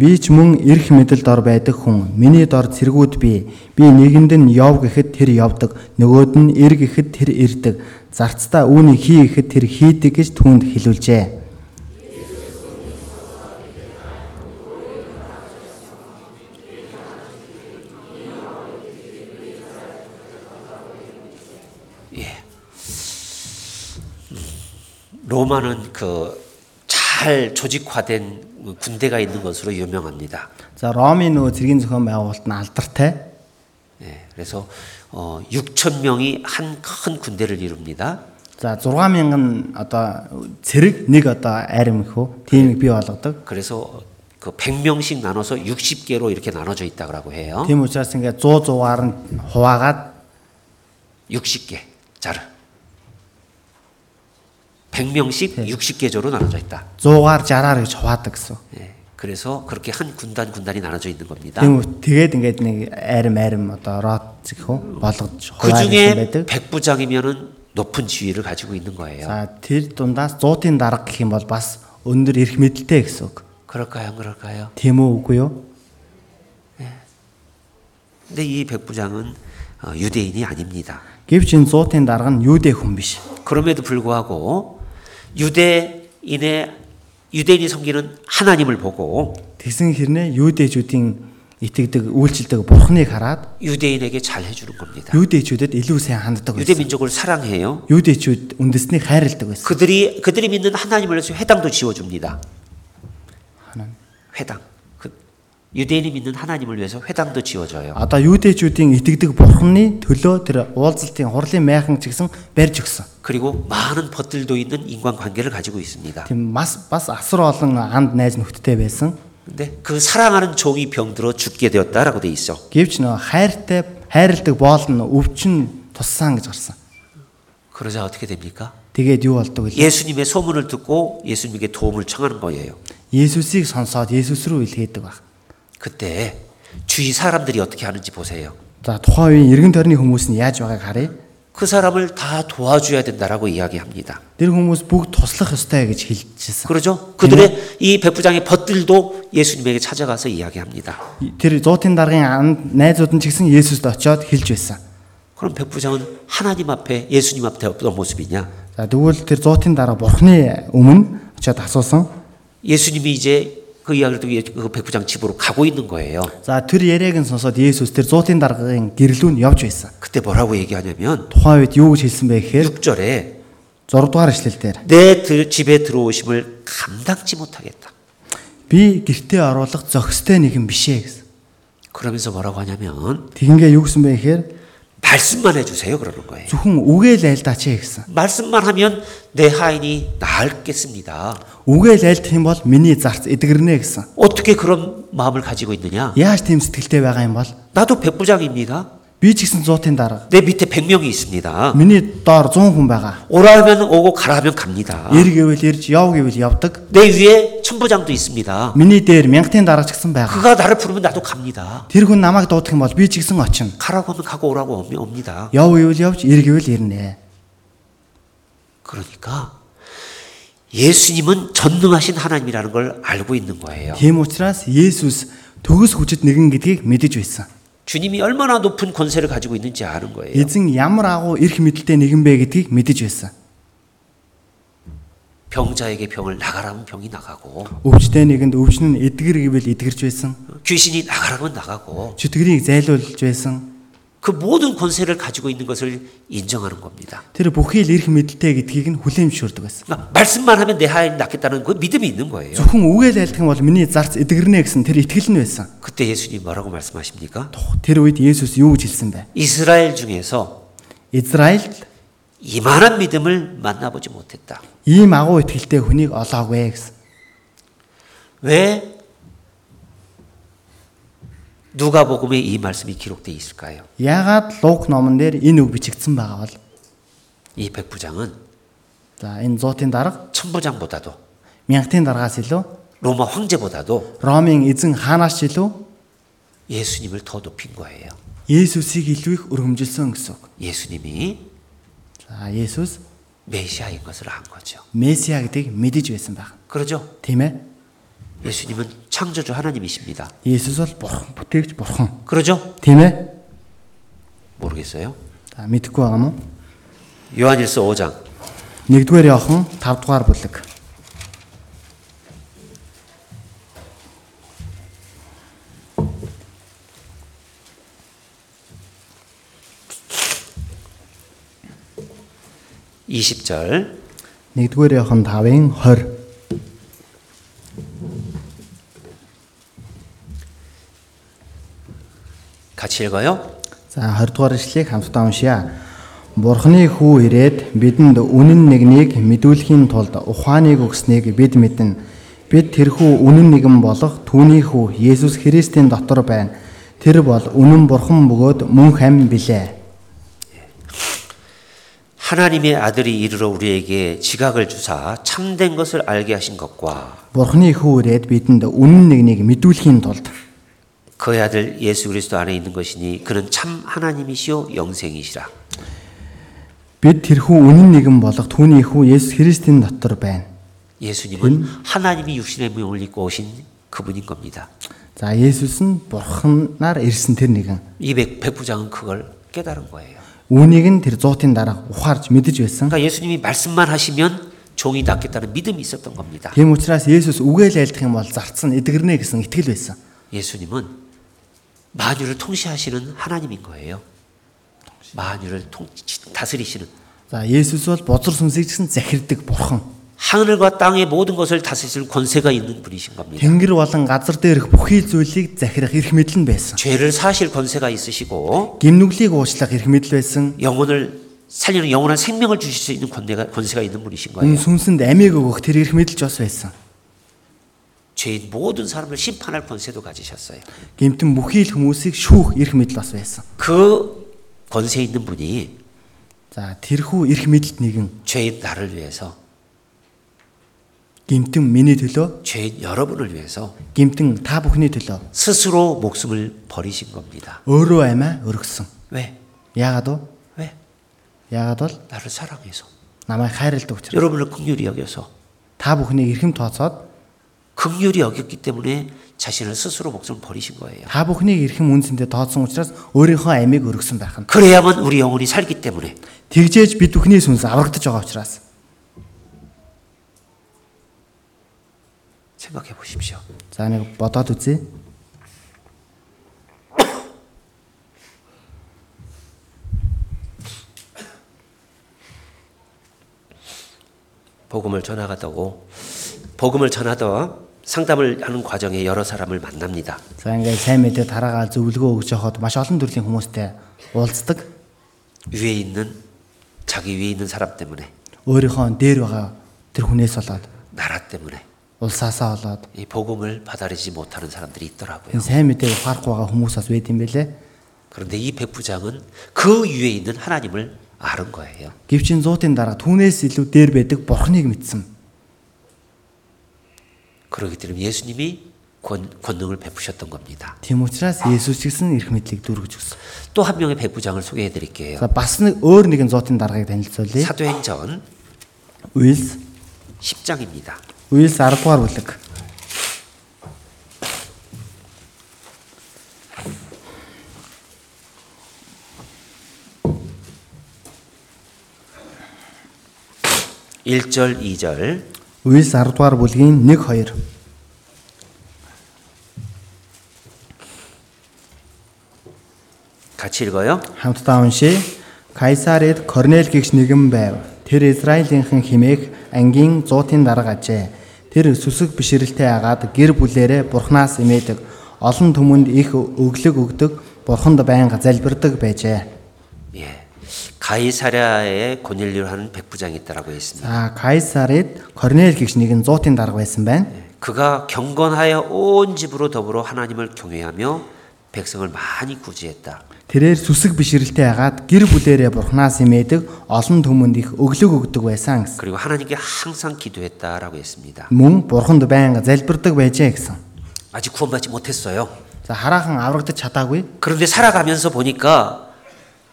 Би ч мөн эрх мэдэлд ор байдаг хүн. Миний дор цэргүүд би. Би нэгэнд нь яв гэхэд тэр явдаг, нөгөөд нь ир гэхэд тэр ирдэг. Зарцдаа үүний хий гэхэд тэр хийдэг гэж түүнд хэлүүлжээ.
예. 로마는 그 잘 조직화된 군대가 있는 것으로 유명합니다.
За Ромын нөгөө цэргийн зохион байгуулалт нь алдартай.
예, 그래서 어, 6천 명이 한 큰 군대를 이룹니다.
За 6000 нь одоо цэрэг нэг одоо арим хөө тиймийг бий болгодог.
그래서 그 100명씩 나눠서 60개로 이렇게 나눠져 있다고 해요.
Тийм учраас ингээд 100 100-аар нь хуваагаад
60개 자르. 100명씩 60개 조로 나눠져 있다.
100-аар 60-аар гэж хуваадаг гэсэн. үг.
예, 그래서 그렇게 한 군단 군단이 나눠져 있는 겁니다.
Тийм үү. Тэгээд ингээд нэг арим арим одоо рот гэхүү болгож
그
хуваадаг
중에
байдаг.
백부장이면은 높은 지위를 가지고 있는 거예요.
За тэр дундаас 100-ын дарга гэх юм бол бас өндөр эрх мэдэлтэй гэсэн үг.
그럴까요, 안 그럴까요?
Тийм үү үгүй юу?
근데 이 백부장은 어, 유대인이 아닙니다.
Гэвч энэ 100-ын дарга нь юудэ хүн биш.
그럼에도 불구하고 유대인의 유대인이 섬기는 하나님을 보고
Тэгсэн хэрнээ юудэчүүдийн итгэдэг үйлчлдэг бурхныг хараад
유대인에게 잘 해주는 겁니다.
음. юудэчүүдэд илүү сайн ханддаг
유대
байсан.
민족을 사랑해요.
Юудэчүүд үндэсний хайрладаг байсан.
그들이 그들이 믿는 하나님을 위해서 회당도 지어줍니다.
하나님.
회당. 그 유대인이 믿는 하나님을 위해서 회당도 지어줘요.
Одоо юудэчүүдийн итгэдэг бурхны төлөө тэр уулзалтын хурлын майхан ч гэсэн барьж өгсөн.
그리고 많은 벗들도 있는 인간관계를 가지고 있습니다.
Тийм бас бас асар олон анд найз нөхдтэй байсан.
근데 그 사랑하는 종이 병들어 죽게 되었다라고 돼 있어.
Гэвч нөө хайртай хайрладаг боол нь өвчин туссан гэж гарсан.
그러자 어떻게 됩니까?
Тэгээд юу болдог вэ?
예수님의 소문을 듣고 예수님에게 도움을 청하는 거예요.
Есүсийг сонсоод Есүс рүү илгээдэг баг.
그때 주위 사람들이 어떻게 하는지 보세요.
За тухайн үеийн эргэн тойрны хүмүүс нь яаж байгааг харъя.
그 사람을 다 도와줘야 된다라고 이야기합니다.
Тэр хүмүүс бүгд туслах ёстой гэж хэлжсэн.
그러죠? 그들의 이 백부장의 벗들도 예수님에게 찾아가서 이야기합니다.
Тэр 100-ын даргын анд найзууд нь ч гэсэн Есүст очиод хэлж байсан.
그럼 백부장은 하나님 앞에 예수님 앞에 어떤 모습이냐?
За тэгвэл тэр 100-ын дарга Бурхны өмнө очиод асуусан.
예수님이 이제 그 이야기를 듣고 예- 그 백부장 집으로 가고 있는 거예요.
За тэр яриаг нь сонсоод Есүс тэр 100-ын даргагийн гэрлүүнд явж байсан.
그때 뭐라고 얘기하냐면
Тухайн үед юу гэж хэлсэн бэ гэхээр
6절에
6 дугаар эшлэл дээр
내 들- 집에 들어오심을 감당치 못하겠다.
би гэртээ оруулах зохистой нэгэн бишээ гэсэн.
그러면서 뭐라고 하냐면
Тэгингээ юу гэсэн бэ гэхээр
말씀만 해주세요 그러는 거예요.
зөвхөн үгээл айлдаач ээ гэсэн.
말씀만 하면 내 하인이 나았겠습니다.
Үгээл айлдах юм бол миний зарц эдгэрнэ гэсэн.
어떻게 그런 마음을 가지고 있느냐?
Яаж тийм сэтгэлтэй байгаа юм бол
나도 백부장입니다.
би ч гэсэн 100-ын дарга.
내 밑에 100명이 있습니다.
Миний доор 100 хүн байгаа.
오라 하면 오고 가라 하면 갑니다.
Ир гэвэл ирж, яв гэвэл явдаг.
내 위에 천부장도 있습니다.
Миний дээр 1000-ын дарга ч гэсэн байгаа.
그가 나를 부르면 나도 갑니다.
Тэр хүн намайг дуудах юм бол би ч гэсэн очино.
가라고 하면 가고 오라고 오면 옵니다.
Яв гэвэл явж, ир гэвэл ирнэ.
그러니까 예수님은 전능하신 하나님이라는 걸 알고 있는 거예요.
Тийм учраас Есүс төгс хүчит нэгэн гэдгийг мэдэж байсан.
주님이 얼마나 높은 권세를 가지고 있는지 아는 거예요.
Эзэн ямар агуу эрх мэдэлтэй нэгэн бэ гэдгийг мэдэж байсан.
병자에게 병을 나가라면 병이 나가고
Өвчтэй нэгэнд өвчин нь эдгэр гэвэл эдгэрж байсан.
귀신이 나가라면 나가고
Чөтгөрийг зайлуулж байсан.
그 모든 권세를 가지고 있는 것을 인정하는 겁니다.
Тэр бүхий л эрх мэдлтэй гэдгийг нь хүлээмжшүрдэг байсан.
그러니까 말씀만 하면 내 하인 낫겠다는 그 믿음이 있는 거예요.
Зөвхөн үгээл айлтгах юм бол миний зарц эдгэрнэ гэсэн тэр итгэл нь байсан.
그때 예수님 뭐라고 말씀하십니까?
Тух, Тэр үед Есүс юу гэж хэлсэн бэ?
이스라엘 중에서
Израильд
이만한 믿음을 만나보지 못했다.
ийм агуу итгэлтэй хүнийг олоогүй гэсэн.
왜 누가복음에 이 말씀이 기록되어 있을까요?
Яагаад Лук номон дээр энэ үг бичигдсэн байгаа бол
이 백부장은
за энэ 100-ын дарга
천부장보다도
1000-ын даргаас илүү
로마 황제보다도
Ромын эзэн хаанаас ч илүү
예수님을 더 높인 거예요.
Есүсийг илүү их өргөмжилсөн гэсэн үг.
예수님이
За Есүс
메시아인 것을 안 거죠.
Месиа гэдгийг мэдэж байсан байх.
그러죠?
Тийм ээ.
예수님은 창조주 하나님이십니다.
Есүс бол бурхан, бүтээгч бурхан.
그러죠?
Тийм ээ.
모르겠어요.
За мэдхгүй байгаа юм уу?
요한일서 5장
1-р Иохан 5-р бүлэг.
20절
1-р Иохан 5-ын 20.
같이 읽어요.
За 20 дугаар ишлэгийг хамтдаа уншия. Бурхны хүү ирээд бидэнд үнэн нэгнийг мэдүүлэхийн тулд ухааныг өгсныг бид мэднэ. Бид тэрхүү үнэн нэгэн болох түүний хүү Есүс Христийн дотор байна. Тэр бол үнэн бурхан бөгөөд мөн хам билээ.
하나님의 아들이 이르러 우리에게 지각을 주사 참된 것을 알게 하신 것과
Бурхны хүү ирээд бидэнд үнэн нэгнийг мэдүүлэхийн тулд
그의 아들 예수 그리스도 안에 있는 것이니 그는 참 하나님이시요 영생이시라.
бид тэрхүү үнэн нэгэн болох түүний хүү Есүс Христийн дотор байна.
예수님은 하나님이 육신의 몸을 입고 오신 그분인 겁니다.
За Есүс нь бурханаар ирсэн тэр нэгэн.
이 백- 백부장은 그걸 깨달은 거예요.
Үүнийг нь тэр 100-ын дараа ухаарж мэдэж байсан.
그러니까 예수님이 말씀만 하시면 종이 낫겠다는 믿음이 있었던 겁니다.
Тийм учраас Есүс үгээл айлдах юм бол зарцсан эдгэрнэ гэсэн итгэл байсан.
예수님은 만유를 통치하시는 하나님인 거예요. 만유를 통 다스리시는
За Есүс бол бузар сүнсийг гэсэн захирддаг бурхан.
하늘과 땅의 모든 것을 다스릴 권세가 있는 분이신 겁니다.
Тэнгэр болон газар дээрх бүхий зүйлийг захирах эрх мэдэл нь байсан.
죄를 사실 권세가 있으시고
Гимнүглийг уучлах эрх мэдэл байсан.
영혼을 살리는 영원한 생명을 주실 수 있는 권세가, 권세가 있는 분이신 거예요.
Үн сүнсэнд амийг өгөх тэр эрх мэдэл ч бас байсан.
죄인 모든 사람을 심판할 권세도 가지셨어요.
Гимтэн бүхий л хүмүүсийг шүүх эрх мэдэл бас байсан.
그 권세 있는 분이
За тэрхүү эрх мэдэлд нэгэн
죄인 나를 위해서
гимтэн миний төлөө,
죄인 여러분을 위해서
гимтэн та бүхний төлөө
스스로 목숨을 버리신 겁니다.
өөрөө амиа өргөсөн.
왜?
Яагаад вэ?
왜?
Яагаад бол
나를 사랑해서
намайг хайрлдаг учраас
여러분을 극률이 여겨서
та бүхнийг эрхэм тооцоод
극률이 여겼기 때문에 자신을 스스로 목숨을 버리신 거예요.
Та бүхнийг эрхэм үнсэндээ тооцсон учраас өөрийнхөө амийг өргөсөн байх нь.
그래야만 우리 영혼이 살기 때문에
Тэгжээж бид бүхний сүнс аврагдаж байгаа учраас
생각해 보십시오.
за нэг бодоод үзье.
복음을 전하다고 복음을 전하다 상담을 하는 과정에 여러 사람을 만납니다.
За ингээд сайн мэдээ тараагаа зөвлөгөө өгж явахад маш олон төрлийн хүмүүстэй уулздаг.
위에 있는 자기 위에 있는 사람 때문에
Өөрийнхөө дээр байгаа тэр хүнээс болоод
나라 때문에
улсаасаа болоод
이 복음을 받아들이지 못하는 사람들이 있더라고요.
энэ сайн мэдээ ухаарахгүй байгаа хүмүүс бас байд юм бэлээ.
그런데 이 백부장은 그 위에 있는 하나님을 아는 거예요.
Гэвч энэ 100-ын дараа түүнээс илүү дээр байдаг бурхныг мэдсэн.
그러기 때문에 예수님이 권, 권능을 베푸셨던 겁니다.
Тийм учраас Есүс гэсэн эрх мэдлийг дүргэж өгсөн.
또 한 명의 백부장을 소개해 드릴게요.
За бас нэг өөр нэгэн 100-ын даргаыг танилцуулъя.
사도행전
Уилс
10장입니다.
Уилс 10 дугаар бүлэг.
일절이절
Уилс 10 дугаар бүлгийн 1 2.
같이 읽어요.
Хамтдаа уншия. Кайсарид Корнел гэгч нэгэн байв. Тэр Израилийнхэн химээх ангийн 100-ын дарга ажээ. Тэр сүсэг бишрэлтэй агаад гэр бүлээрээ бурхнаас имээдэг. Олон түмэнд их өглөг өгдөг. Бурханд байнга залбирдаг байжээ.
예. 가이사랴의 고넬료라는 백부장이 있다라고 했습니다.
За Кайсарид Корнел гэгч нэгэн 100-ын дарга байсан байна.
그가 경건하여 온 집으로 더불어 하나님을 경외하며 백성을 많이 구제했다.
Тэрээр сүсэг бишрэлтэй агаад гэр бүлээрээ бурхнаас имээдэг. Олон түмэнд их өглөг өгдөг байсан гэсэн.
그리고 하나님께 항상 기도했다라고 했습니다.
Мөн бурханд байнга залбирдаг байжээ гэсэн.
아직 구원받지 못했어요.
За хараахан аврагдаж чадаагүй.
그런데 살아가면서 보니까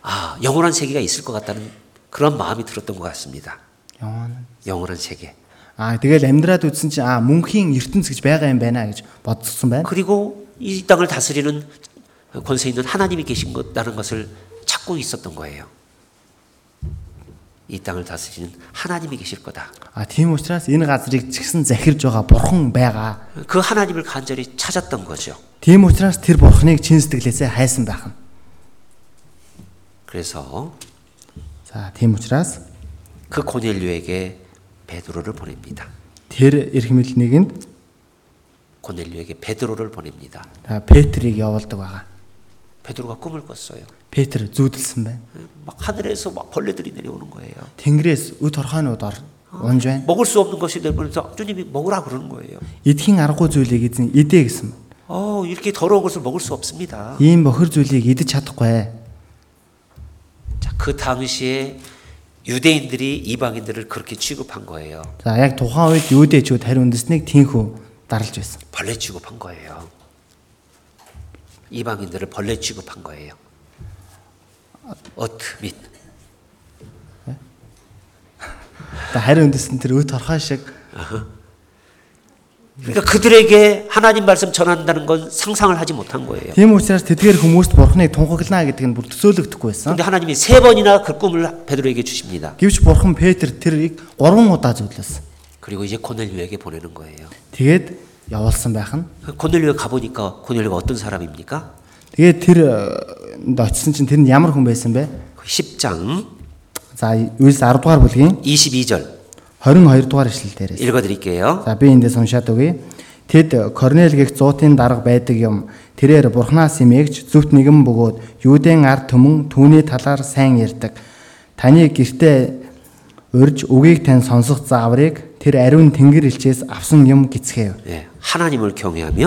아, 영원한 세계가 있을 것 같다는 그런 마음이 들었던 것 같습니다.
Яваа.
영원한 세계.
Аа тэгэл амьдраад үзсэн чинь аа мөнхийн ертөнц гэж байгаа юм байна гэж бодсон байна.
그리고 이 땅을 다스리는 권세 있는 하나님이 계신 것다는 것을 찾고 있었던 거예요. 이 땅을 다스리는 하나님이 계실 거다.
Аа тийм учраас энэ газрыг згсэн захирж байгаа бурхан байгаа.
그 하나님을 간절히 찾았던 거죠.
Тийм учраас тэр бурханыг чин сэтгэлээсээ хайсан байх нь.
그래서
За тийм учраас
그 고넬료에게 베드로를 보냅니다.
тэр эрхэмэл нэгэнд
고넬료에게 베드로를 보냅니다.
за, Петрийг явуулдаг байгаа.
베드로가 꿈을 꿨어요.
Петр зүүдэлсэн байна.
막 하늘에서 막 벌레들이 내려오는 거예요.
Тэнгэрээс үд хорхойнууд ор унж байна.
먹을 수 없는 것이 내려오면서 주님이 먹으라 그러는 거예요.
Эдхийн аргагүй зүйлийг эзэн идэ гэсэн. байна.
어, 이렇게 더러운 것을 먹을 수 없습니다.
Ийм бохир зүйлийг идэж чадахгүй.
자, 그 당시에 유대인들이 이방인들을 그렇게 취급한 거예요.
За яг тухайн үед юудэчүүд харин үндэснийг тийхүү даралж байсан.
벌레 취급한 거예요. 이방인들을 벌레 취급한 거예요. 어트 및
За харин үндэс нь тэр үд хорхой шиг
그러니까 그들에게 하나님 말씀 전한다는 건 상상을 하지 못한 거예요.
Тийм учраас тэдгээр хүмүүст бурхныг тунхаглана гэдэг нь бүр төсөөлөгдөхгүй байсан.
근데 하나님이 세 번이나 그 꿈을 베드로에게 주십니다.
Гэвч бурхан Петр тэрийг 3 удаа зөвлөсөн.
그리고 이제 고넬료에게 보내는 거예요.
Тэгээд явуулсан байх нь.
고넬료에 가보니까 고넬료가 어떤 사람입니까?
Тэгээд тэр э, энд очисон чинь тэр нь ямар хүн байсан бэ?
그 10장
За Үйлс 10 дугаар бүлгийн
22절
22 дугаар ишлэл дээрээс.
읽어드릴게요.
За би эндээс уншаад өгье. Тэд Корнел гих 100-ын дарга байдаг юм. Тэрээр Бурханаас эмээгч зүвт нэгэн бөгөөд Юудын ард түмэн түүний талаар сайн ярьдаг. Таны гертэ урьж үгийг тань сонсох зааврыг тэр ариун тэнгэр элчээс авсан юм гисгэв.
예, 하나님을 경외하며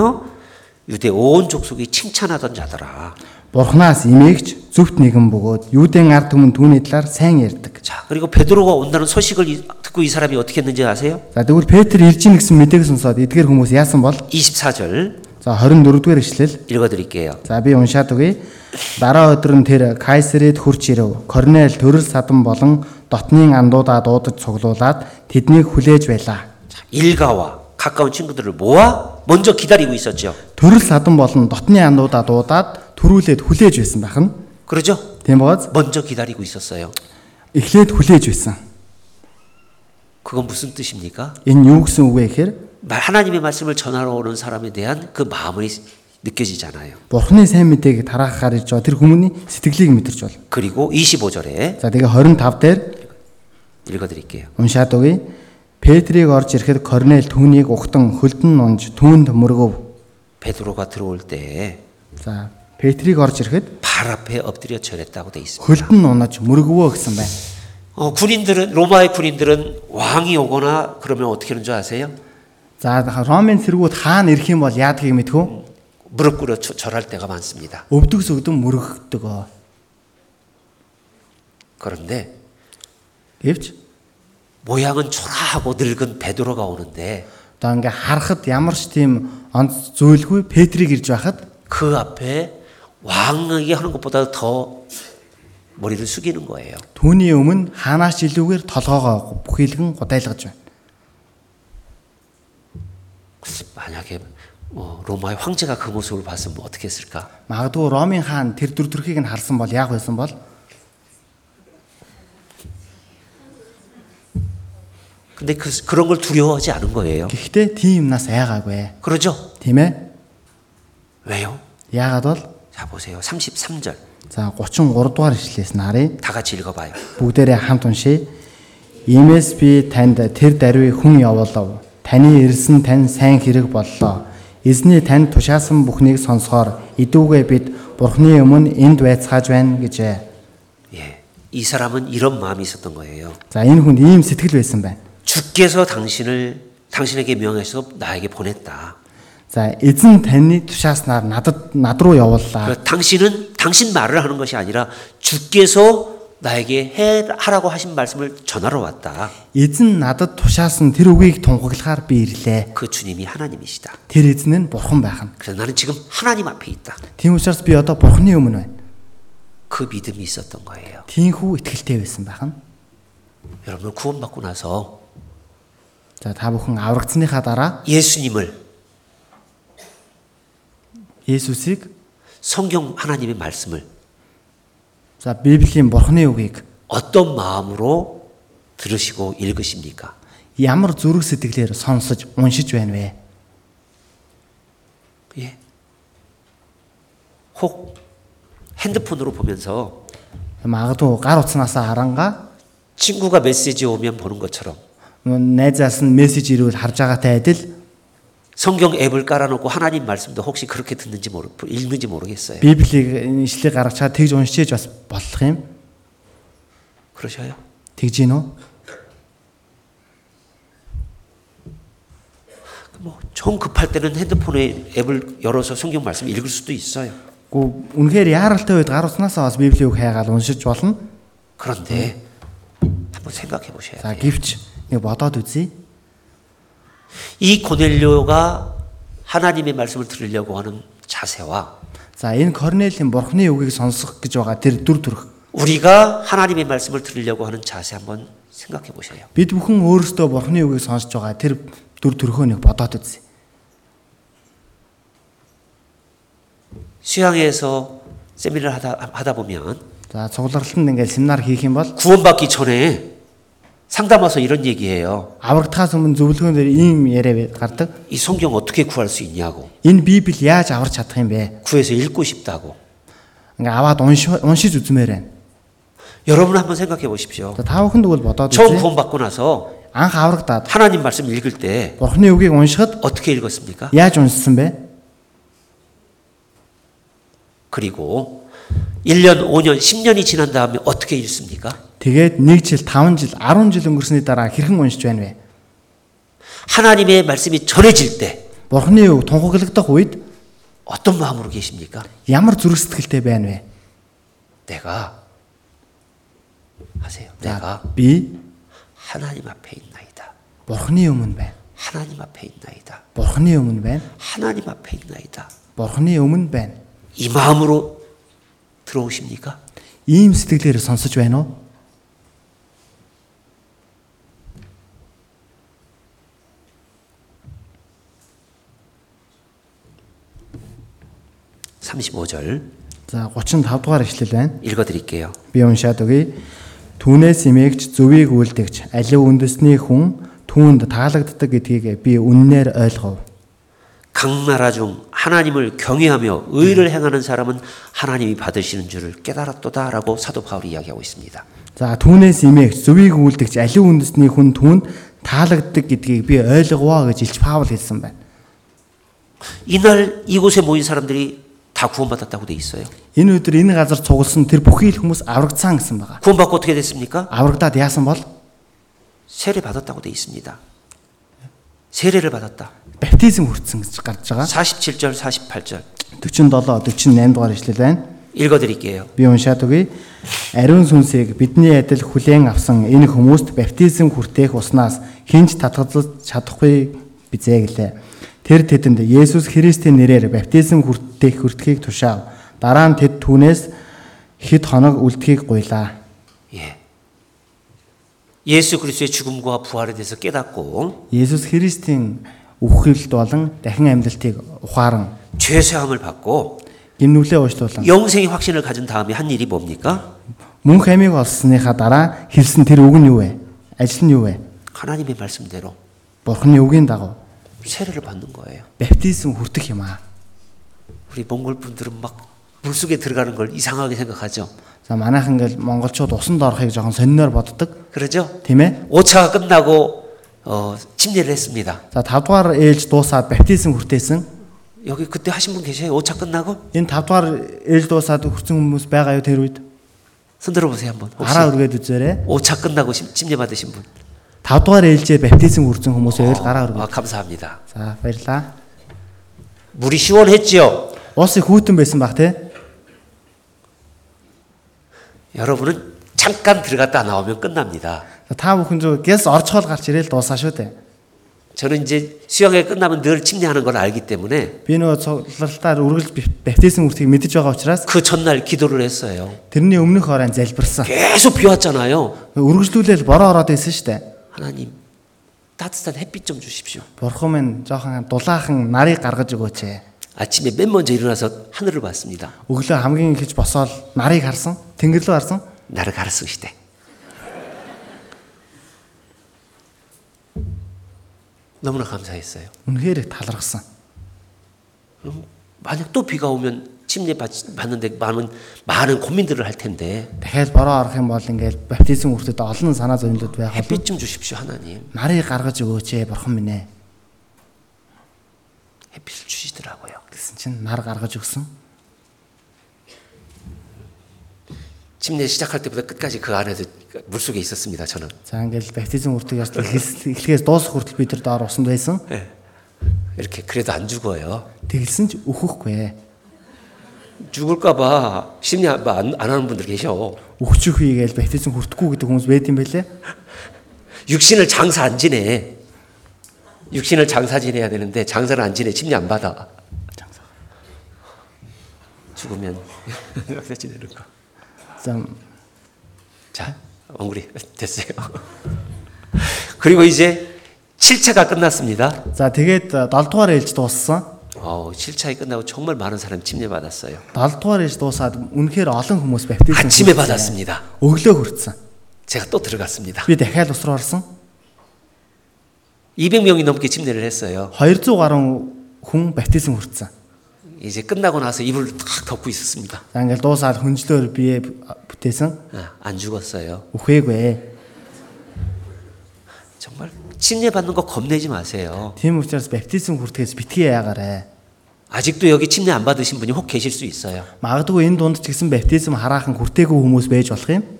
유대 온 족속이 칭찬하던 자더라.
Бурханаас эмээгч зүвт нэгэн бөгөөд Юудын ард түмэн түүний талаар сайн ярьдаг.
자, 그리고 베드로가 온다는 소식을 이- 듣고 이 사람이 어떻게 했는지 아세요?
За тэгвэл Петр ирж ийн гэсэн мэдээг сонсоод эдгээр хүмүүс яасан бол
24절
за 24 дугаар ишлэл
읽어드릴게요.
За би уншаад өгье. Дараа өдөр нь тэр Кайсерид хурч ирв. Корнел төрөл садан болон дотны андуудаа дуудаж цуглуулад тэднийг хүлээж байлаа.
자, 일가와 가까운 친구들을 모아 먼저 기다리고 있었죠.
Төрөл садан болон дотны андуудаа дуудаад төрүүлээд хүлээж байсан байх нь.
그러죠?
Тийм бооз.
먼저 기다리고 있었어요.
Эхлээд хүлээж байсан.
그건 무슨 뜻입니까?
Энэ юу гэсэн үг вэ гэхээр
마- 하나님의 말씀을 전하러 오는 사람에 대한 그 마음이 느껴지잖아요.
Бурхны сайн мэдээг тараахаар ирж байгаа тэр хүмүүний сэтгэлийг мэдэрч бол.
그리고 25절에
За тэгээ 25 дээр
읽어드릴게요.
уншаад өгье. Петрийг орж ирэхэд Корнел түүнийг ухтан хөлдөн нунж түүнд мөргөв.
베드로가 들어올 때 발
За Петрийг орж ирэхэд
앞에 엎드려 절했다고 돼 있습니다.
хөлдөн унаж мөргөвөө гэсэн байна.
어, 군인들은 로마의 군인들은 왕이 오거나 그러면 어떻게 하는 줄 아세요?
За Ромын цэргүүд хаана ирэх юм бол яадгийг мэдхүү.
무릎 꿇어 저- 절할 때가 많습니다.
Өвдөг сөгдөн мөргөгдөг. оо.
그런데
Гэвч
모양은 초라하고 늙은 베드로가 오는데
одоо ингээ харахад ямар ч тийм онц зүйлгүй Петрийг ирж байхад
그 앞에 왕에게 하는 것보다 더 머리를 숙이는 거예요.
түүний өмнө хаанаас илүүгээр толгоогоо бүхийлгэн гудайлгаж байна.
만약에 어, 로마의 황제가 그 모습을 봤으면 어떻게 했을까?
Магадгүй Ромын хаан тэр дүр төрхийг нь харсан бол яах байсан бол
근데 그, 그런 걸 두려워하지 않은 거예요.
гэхдээ тийм нас айгаагүй.
그러죠?
Тийм ээ?
왜요?
Яагаад бол
자, 보세요. 33절.
За 33 дугаар ишлээс нь харъя.
다 같이 읽어 봐요.
бүгдээрээ хамт уншия. Иймээс би танд тэр даруй хүн явуулав. Таны ирсэн тань сайн хэрэг боллоо. Эзний танд тушаасан бүхнийг сонсохоор идүүгээ бид Бурхны өмнө энд байцааж байна гэжээ.
예. 이 사람은 이런 마음이 있었던 거예요.
За энэ хүн ийм сэтгэл байсан байна.
주께서 당신을 당신에게 명하셔서 나에게 보냈다.
За эзэн таны тушааснаар надад над руу явууллаа.
그러니까 당신은 당신 말을 하는 것이 아니라 주께서 나에게 해 하라고 하신 말씀을 전하러 왔다.
Эзэн надад тушаасан тэр үгийг тунхаглахаар би ирлээ.
그 주님이 하나님이시다.
Тэр эзэн нь бурхан байх нь.
그래서 나는 지금 하나님 앞에 있다.
Тийм учраас би одоо бурхны өмнө байна.
그 믿음이 있었던 거예요.
Тинхүү ихтгэлтэй байсан байх нь.
여러분 구원받고 나서
За та бүхэн аврагдсаныхаа дараа
예수님을
Есүсийг
성경 하나님의 말씀을
за Библийн бурхны үгийг
어떤 마음으로 들으시고 읽으십니까?
ямар зүрх сэтгэлээр сонсож уншиж байна вэ?
예. 혹 핸드폰으로 보면서
Магадгүй гар утснаасаа харангаа
친구가 메시지 오면 보는 것처럼
найзаас нь мессеж ирвэл харж байгаатай адил
성경 앱을 깔아놓고 하나님 말씀도 혹시 그렇게 듣는지 모르 읽는지 모르겠어요.
Библийг ишлийг гаргачаад тэгж уншиж бас болох юм.
그러셔요?
Тэгж гин үү?
뭐정 급할 때는 핸드폰에 앱을 열어서 성경 말씀 읽을 수도 있어요.
Гүү үнэхээр яаралтай үед гар утснаасаа бас Библийг хайгаад уншиж болно.
그런데 한번 생각해 보셔야
За
돼요.
гівч нэг бодоод үзье.
이 고넬료가 하나님의 말씀을 들으려고 하는 자세와
За энэ Корнелийн бурхны үгийг сонсох гэж байгаа тэр дүр төрх.
우리가 하나님의 말씀을 들으려고 하는 자세 한번 생각해 보셔요.
Бид бүхэн өөрсдөө бурхны үгийг сонсож байгаа тэр дүр төрхөө нэг бодоод үзье.
수양에서 세미나를 하다, 하다 보면
За цугларалтанд ингээд семинар хийх юм бол
구원받기 전에 상담 와서 이런 얘기해요.
аврагдхаас өмнө зөвлөгөөн дээр ийм яриа бай- гардаг.
이 성경 어떻게 구할 수 있냐고
Энэ Библийг яаж аварч чадах юм бэ?
구해서 읽고 싶다고
Ингээ аваад унши- уншиж үзмээр байна.
여러분 한번 생각해 보십시오.
За та бүхэн тэгвэл бодоод
처음
үзье.
구원받고 나서
Анх аврагдаад
하나님 말씀 읽을 때
Бурхны үгийг уншихад
어떻게 읽었습니까?
яаж уншсан бэ?
그리고 1년, 5년, 10년이 지난 다음에 어떻게 읽습니까?
Тэгээд 1 жил, 5 жил, 10 жил өнгөрсөний дараа хэрхэн уншиж байна вэ?
하나님의 말씀이 전해질 때
Бурхны үг тунхаглагдах үед
어떤 마음으로 계십니까?
ямар зүрх сэтгэлтэй байна вэ?
내가 하세요.
За
내가
би
하나님 앞에 있나이다.
Бурхны өмнө байна.
하나님 앞에 있나이다.
Бурхны өмнө байна.
하나님 앞에 있나이다.
Бурхны өмнө байна.
이 마음으로 들어오십니까?
Ийм сэтгэлээр сонсож байна уу?
삼십오 절
За 35 дугаар ишлэл байна.
읽어 드릴게요.
Би уншаад өгье. Түүнээс имэгч зөвийг үлдэгч алив үндэсний хүн түүнд таалагддаг гэдгийг би үннээр ойлгов.
각 나라 중 하나님을 경외하며 의를 행하는 사람은 하나님이 받으시는 줄을 깨달았도다라고 사도 바울이 이야기하고 있습니다.
За түүнээс имэгч зөвийг үлдэгч алив үндэсний хүн түүнд таалагддаг гэдгийг би ойлговоо гэж Илч Паул хэлсэн байна.
이날 이곳에 모인 사람들이 다 구원받았다고 돼 있어요.
Энэ өдөр энэ газар цугласан тэр бүхий л хүмүүс аврагдсан гэсэн байгаа.
구원받고 어떻게 됐습니까?
Аврагдаад яасан бол
세례 받았다고 돼 있습니다. 세례를 받았다.
баптизм хүртсэн гэж гарч байгаа.
47절, 48절
47 48 дугаар ишлэл байна.
읽어 드릴게요.
Би уншаад өгье. Ариун сүнсийг бидний адил хүлээн авсан энэ хүмүүст баптизм хүртээх уснаас хинч татгалзах чадахгүй бизээ гэлээ. Тэр тэдэнд Есүс Христийн нэрээр баптизм хүртээх хүртхийг тушаав. Дараа нь тэд түүнээс хэд хоног үлдхийг гуйлаа.
예. 예수 그리스도의 죽음과 부활에 대해서 깨닫고
Есүс Христийн үхэлд болон дахин амьдлтыг ухааран
죄 사함을 받고
гимнүглээ уучлуулан
영생의 확신을 가진 다음에 한 일이 뭡니까?
мөнх амиг олсныхаа дараа хэлсэн тэр үг нь юу вэ? Ажил нь юу вэ?
하나님의 말씀대로
Бурхны үгийн дагав
세례를 받는 거예요.
баптизм хүртэх юм аа.
우리 몽골 분들은 막 물 속에 들어가는 걸 이상하게 생각하죠.
За манайх ингээл монголчууд усанд орохыг жоохон сониноор боддог
그러죠?
тийм ээ.
5차가 끝나고 어, 침례를 했습니다.
За 5 дугаар ээлж дуусаад баптизм хүртээсэн.
여기 그때 하신 분 계세요? 5차 끝나고?
Энэ 5 дугаар ээлж дуусаад хүрсэн хүмүүс байгаа юу тэр үед?
손 들어보세요 한번. 혹시
Хараа үргээд үзээрэй.
5차 끝나고 심- 침례 받으신 분.
5 дугаар ээлжээр баптизм хүрсэн хүмүүс байвал гараа
아,
өргөв.
감사합니다.
За баярлаа.
물이 시원했죠?
Уус их хүйтэн байсан баг тий.
여러분은 잠깐 들어갔다 나오면 끝납니다.
За, Та бүхэн зөв гэс орчхол гарч ирээл дуусаа шүү дээ.
저는 이제 수영회 끝나면 늘 침례하는 걸 알기 때문에
Би нөгөө цуглалтаар үргэлж бап- баптизм хүртгийг мэдэж байгаа учраас
그 전날 기도를 했어요.
тэрний өмнөх оройн залбирсан.
계속 비 왔잖아요.
Үргэлжлүүлээл бороо ороод исэн шүү дээ.
하나님 따뜻한 햇빛 좀 주십시오.
Бурхан минь жоохон дулаахан нарыг гаргаж өгөөч ээ.
아침에 맨 먼저 일어나서 하늘을 봤습니다.
Өглөө хамгийн ихэж босоод нарыг харсан, тэнгэр лөө харсан.
나를 가르치시되 너무나 감사했어요.
Үнэхээр их талархсан.
음, 만약 또 비가 오면 침례 받, 받는데 많은 많은 고민들을 할 텐데
Дахиад бороо орох юм бол ингээл баптизм хүртэд олон санаа зовлонууд байх бол
햇빛 좀 주십시오 하나님.
нарыг гаргаж өгөөч ээ, бурхан минь ээ.
햇빛을 주시더라고요.
гэсэн чинь нар гаргаж өгсөн.
침례 시작할 때부터 끝까지 그 안에서 물 속에 있었습니다. 저는
За ингээл баптизм хүртгийг яаж эхэлс- эхлэхээс дуусах хүртэл бид нар доор усанд байсан.
이렇게 그래도 안 죽어요.
Тэглсэн ч өөхөхгүй ээ.
죽을까봐 심리 안, 안, 안 하는 분들 계셔.
Үхчих үе гээл баптизм хүртэхгүй гэдэг хүмүүс байд юм байлээ.
육신을 장사 안 지내. 육신을 장사 지내야 되는데 장사를 안 지내. 침례 안 받아. 죽으면 장사 지내는 거.
За
자, 엉구리 됐어요. 그리고 이제 7차가 끝났습니다.
за тэгээд 7 дугаар ээлж дууссан.
어, 7차에 끝나고 정말 많은 사람이 침례 받았어요.
7 дугаар ээлж дуусаад үнэхээр олон хүмүүс баптизм
아침에
хүртсэн.
받았습니다.
Өглөө хүртсэн.
제가 또 들어갔습니다.
Би дахиад ус руу орсон.
200명이 넘게 침례를 했어요.
200 гаруй хүн баптизм хүртсэн.
이제 끝나고 나서 이불을 탁 덮고 있었습니다.
За ингээл дуусаад хүнчлөөр бие бүтээсэн.
아, 안 죽었어요.
Үхээгүй ээ.
정말 침례 받는 거 겁내지 마세요.
Тийм учраас баптизм хүртгэж битгий яагаарэ.
아직도 여기 침례 안 받으신 분이 혹 계실 수 있어요.
Магадгүй энэ дунд ч гэсэн баптизм хараахан хүртээгүй хүмүүс байж болох юм.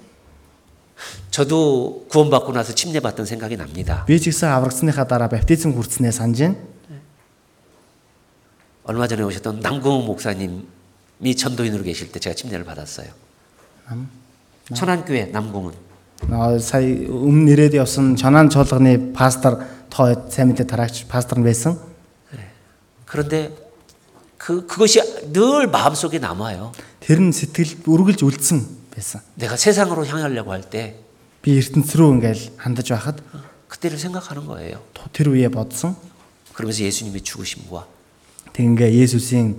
저도 구원받고 나서 침례 받던 생각이 납니다.
Би ч гэсэн аврагдсныхаа дараа баптизм хүртснээ санаж байна.
얼마 전에 오셨던 남궁 목사님이 전도인으로 계실 때 제가 침례를 받았어요. 천안교회 남궁은
Нөө сая өмнө ирээд явсан Чанаан чуулганы пастор тоо сайн мэдээ тараагч пастор нь байсан.
그런데 그 그것이 늘 마음속에 남아요.
Тэр нь сэтгэл үргэлж үлдсэн байсан.
내가 세상으로 향하려고 할 때
Би ертөнц рүү ингээл хандаж байхад
그때를 생각하는 거예요.
ту- тэр үе бодсон.
그러면서 예수님의 죽으심과
Тэгнгээ Есүсийн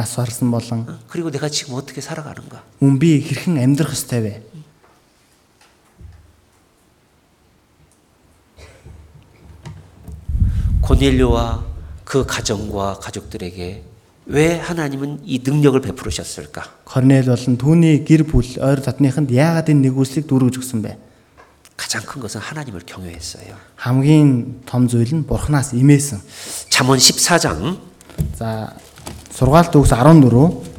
нас барсан болон
그리고 내가 지금 어떻게 살아가는가.
мөн би хэрхэн амьдрах ёстой вэ?
고넬료와 그 가정과 가족들에게 왜 하나님은 이 능력을 베풀으셨을까?
Корнел болон түүний гэр бүл ойр татныханд яагаад энэ нэгүслийг дүүргэж өгсөн бэ?
가장 큰 것은 하나님을 경외했어요.
Хамгийн том зүйл нь Бурханаас имээсэн.
잠언 14장
За сургаалт үгс 14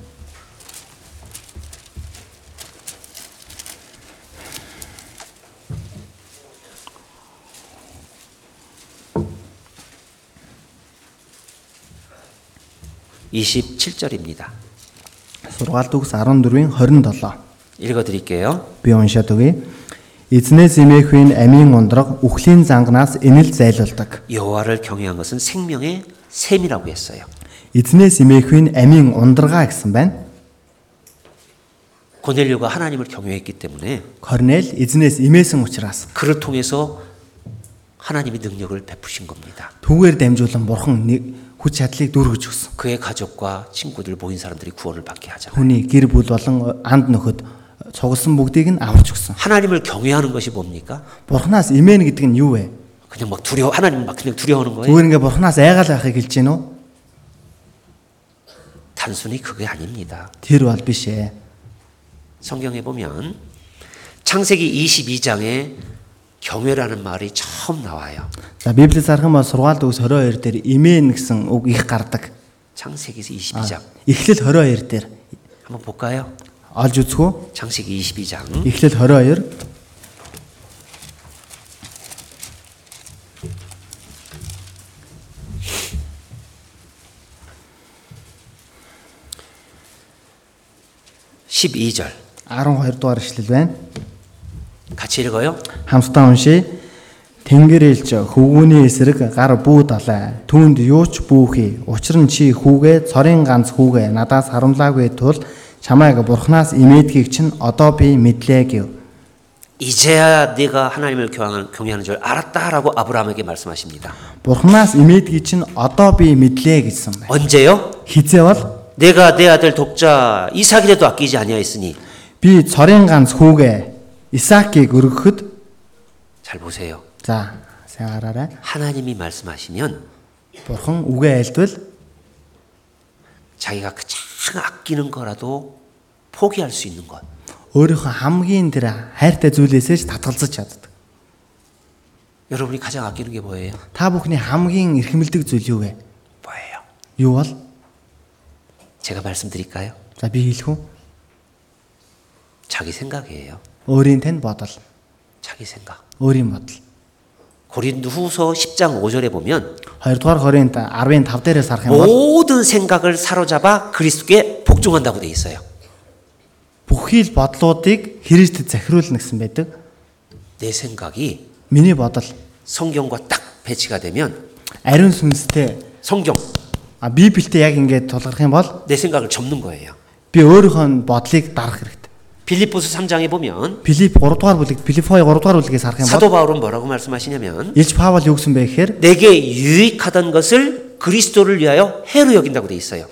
27절입니다.
сургаалт үгс 14-ийн 27
읽어 드릴게요.
би уншаад өгье. Эзнээс имээхүйн амийн ундраг үхлийн занганаас энэл зайлуулдаг.
여호와를 경외한 것은 생명의 샘이라고 했어요.
Эзнээс имээхүйн амийн ундрага гэсэн байна.
고넬료가 하나님을 경외했기 때문에
Корнел эзнээс имээсэн учраас
그를 통해서 하나님의 능력을 베푸신 겁니다.
түүгээр дамжуулан бурхан нэг хүч чадлыг дүүргэж өгсөн.
그의 가족과 친구들 모인 사람들이 구원을 받게 하자.
Хүний гэр бүл болон анд нөхөд цугласан бүгдийг нь аварч өгсөн.
하나님을 경외하는 것이 뭡니까?
Бурханаас имээн гэдэг нь юу вэ?
그냥 막 두려워 하나님 막 그냥 두려워하는 거예요.
Зүгээр ингээ бурханаас айгаал байхыг хэлж гэнэ үү?
단순히 그게 아닙니다.
Тэр бол биш ээ.
성경에 보면 창세기 22장에 경외라는 말이 처음 나와요.
За Библиэс харах юм бол сургаалт үгс 22 дээр имэн гэсэн үг их гардаг.
창세기에서 22장
아. Эхлэл 22 дээр
한번 볼까요?
олж үзэх үү?
창세기 22장
Эхлэл 22
12절
12 дугаар эхлэл байна.
같이 읽어요.
Хамтдаа уншия. Тэнгэр ээлж хөвгүүний эсрэг гар бүү далай. Түүнд юуч бүүхий. Учир нь чи хүүгээ цорын ганц хүүгээ надаас харамлаагүй тул чамайг бурхнаас имээдгийг чинь одоо би мэдлээ гэв.
이제야 네가 하나님을 경외하는, 경외하는 줄 알았다라고 아브라함에게 말씀하십니다.
Бурхнаас имээдгийг чинь одоо би мэдлээ гэсэн байна.
언제요?
Хизээ бол
내가 내 아들 독자 이삭이라도 아끼지 아니하였으니
би цорын ганц хүүгээ Исаакийг өргөхөд
잘 보세요.
за сайн гараарай.
하나님이 말씀하시면
Бурхан үгээ айлтвал
자기가 가장 아끼는 거라도 포기할 수 있는 것.
өөрийнхөө хамгийн тэр хайртай зүйлээсээ ч татгалзаж чаддаг.
여러분이 가장 아끼는 게 뭐예요?
Та бүхний хамгийн эрхэмлдэг зүйл юу вэ?
뭐예요?
Юу бол?
제가 말씀드릴까요?
За би хэлэх үү?
자기 생각이에요.
Өөрийн тань бодол,
자기 생각.
өөрийн бодол.
고린도후서 10장 5절에 보면
2 дугаар Коринт 15 дээрээс харах юм бол
모든 생각을 사로잡아 그리스도께 복종한다고 돼 있어요.
бүхий л бодлуудыг Христэд захируулна гэсэн байдаг.
내 생각이
Миний бодол
성경과 딱 배치가 되면
ариун сүнстэй
성경
а Библиэд яг ингээд тулгарх юм бол
내 생각을 접는 거예요.
би өөрийнхөө нь бодлыг дарах хэрэгтэй.
빌립보서 3장에 보면
Филипп 3 дугаар бүлэгт Филиппой 3 дугаар бүлгээс харах юм бол
사도 바울은 뭐라고 말씀하시냐면
Илж Паул юу гэсэн бэ гэхээр
내게 유익하던 것을 그리스도를 위하여 해로 여긴다고 돼 있어요.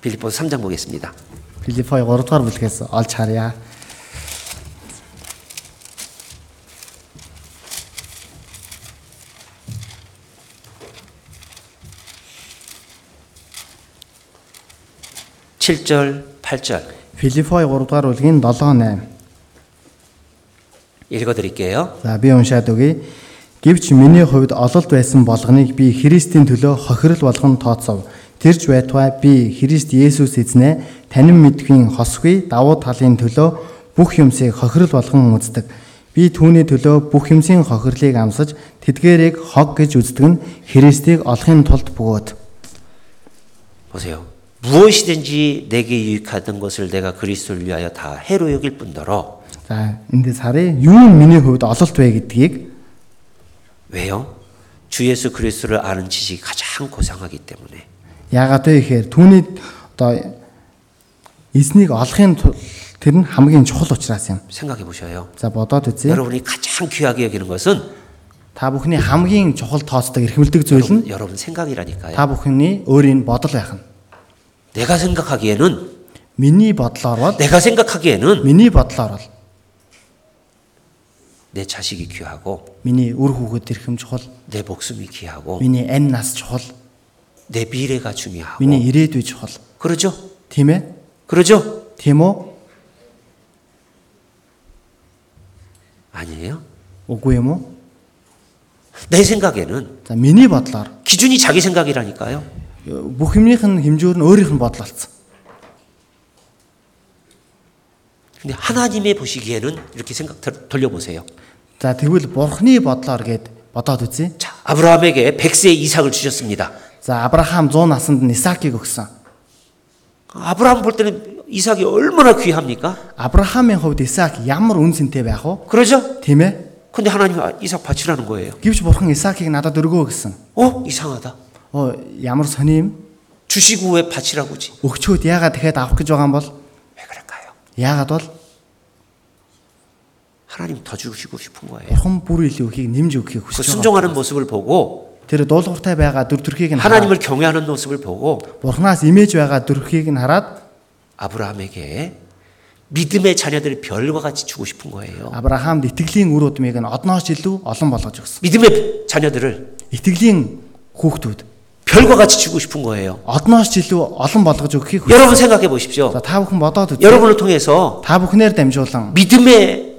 빌립보서 3장 보겠습니다.
Филиппой 3 дугаар бүлгээс олж харъя.
칠절 8절
Филиппой 3 дугаар бүлгийн 7-8.
읽어 드릴게요.
За би уншаад өгье. Гэвч миний хувьд ололт байсан болгоныг би Христийн төлөө хохирол болгон тооцов. Тэрж байтугай би Христ Есүс эзнээ танин мэдхийн хосгүй давуу талын төлөө бүх юмсыг хохирол болгон үздэг. Би түүний төлөө бүх юмсийн хохирлыг амсаж тэдгээрийг хог гэж үздэг нь Христийг олохын тулд бөгөөд.
보세요. 무엇이든지 내게 유익하던 것을 내가 그리스도를 위하여 다 해로 여길 뿐더러
За эндээс харъя. Юу нь миний хувьд ололт вэ гэдгийг
왜요? 주 예수 그리스도를 아는 지식이 가장 고상하기 때문에
Яагаад вэ гэхээр түүний одоо эзнийг олохын тулд тэр нь хамгийн чухал учраас юм.
생각해 보셔요.
За бодоод үзье.
여러분이 가장 귀하게 여기는 것은
Та бүхний хамгийн чухал тооцдаг эрхэмлдэг зүйл нь
여러분 생각이라니까요.
та бүхний өөрийн бодол байх нь.
내가 생각하기에는
Миний бодлоор бол
내가 생각하기에는
миний бодлоор бол
내 자식이 귀하고
миний үр хүүхэд эрхэм чухал,
내 목숨이 귀하고
миний амь нас чухал,
내 미래가 중요하고
миний ирээдүй чухал.
그러죠?
Тийм ээ?
그러죠?
Тийм үү?
아니에요?
Үгүй юм уу?
내 생각에는
За миний бодлоор
기준이 자기 생각이라니까요.
бүх юмнийх нь хэмжүүр нь өөрийнх нь бодол болсон.
근데 하나님의 보시기에는 이렇게 생각 들- 돌려보세요.
За тэгвэл бурхны бодлоор гээд бодоод үзье.
자, 아브라함에게 100세의 이삭을 주셨습니다.
За Авраам 100 наснд нь Исаакийг өгсөн.
아브라함 볼 때는 이삭이 얼마나 귀합니까?
Авраамын хувьд Исаак ямар үн цэнтэй байх вэ?
그러죠?
Тийм ээ.
근데 하나님 아, 이삭 바치라는 거예요.
Гэвч бурхан Исаакийг надад өргөө гэсэн.
어? 이상하다.
Оо ямар сони юм.
주시고 왜 바치라고지?
Өгчөөд яагаад дахиад авах гэж байгаа юм бол
왜 그럴까요?
яагаад бол
하나님 더 주시고 싶은 거예요.
бурхан бүр илүү ихийг нэмж өгөхийг
그
хүсэж байгаа.
순종하는 모습을 보고
Тэр дуулууртай байгаа дүр төрхийг нь хараад
하나님을 경외하는 모습을 보고
бурханаас имэж байгаа дүрхийг нь хараад
아브라함에게 믿음의 자녀들을 별과 같이 주고 싶은 거예요.
Авраамд итгэлийн үр өдмийг нь одноос илүү олон болгож өгсөн.
믿음의 자녀들을
Итгэлийн хүүхдүүд
결과같이 주고 싶은 거예요.
Одноос ч илүү олон болгож өгөхийг хүсэж
여러분 생각해 보십시오.
За та бүхэн бодоод үзье.
여러분을 통해서
Та бүхнээр дамжуулан
믿음의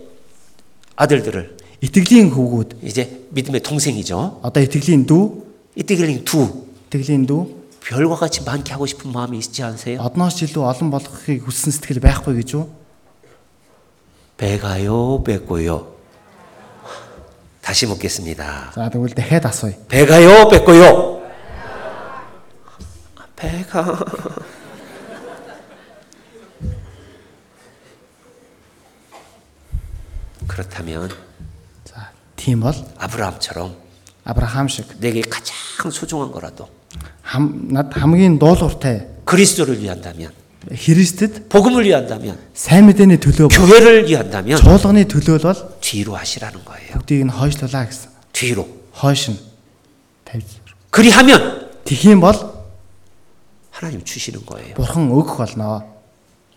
아들들을
итгэлийн хөвгүүд
이제 믿음의 동생이죠.
одоо итгэлийн дүү,
이때글링 두
итгэлийн дүү
별과같이 많게 하고 싶은 마음이 있지 않으세요?
одноос ч илүү олон болгохыг хүссэн сэтгэл байхгүй гэж үү?
배가요 뱉고요. 다시 묻겠습니다.
За тэгвэл дахиад асууя.
배가요 뱉고요. 배가 그렇다면
За тийм бол
아브라함처럼
Авраам шиг
내게 가장 소중한 거라도
хам над хамгийн дуулууртай
그리스도를 위한다면
Христэд
복음을 위한다면
сайн мэдээний төлөө бол,
교회를 위한다면
чуулганы төлөө л бол
뒤로 하시라는 거예요.
бүгдийг нь хойшлуулаа гэсэн.
뒤로.
Хойшин. Тавьж.
그리하면
Тэхийн бол
하나님 주시는 거예요.
бурхан өгөх болноо.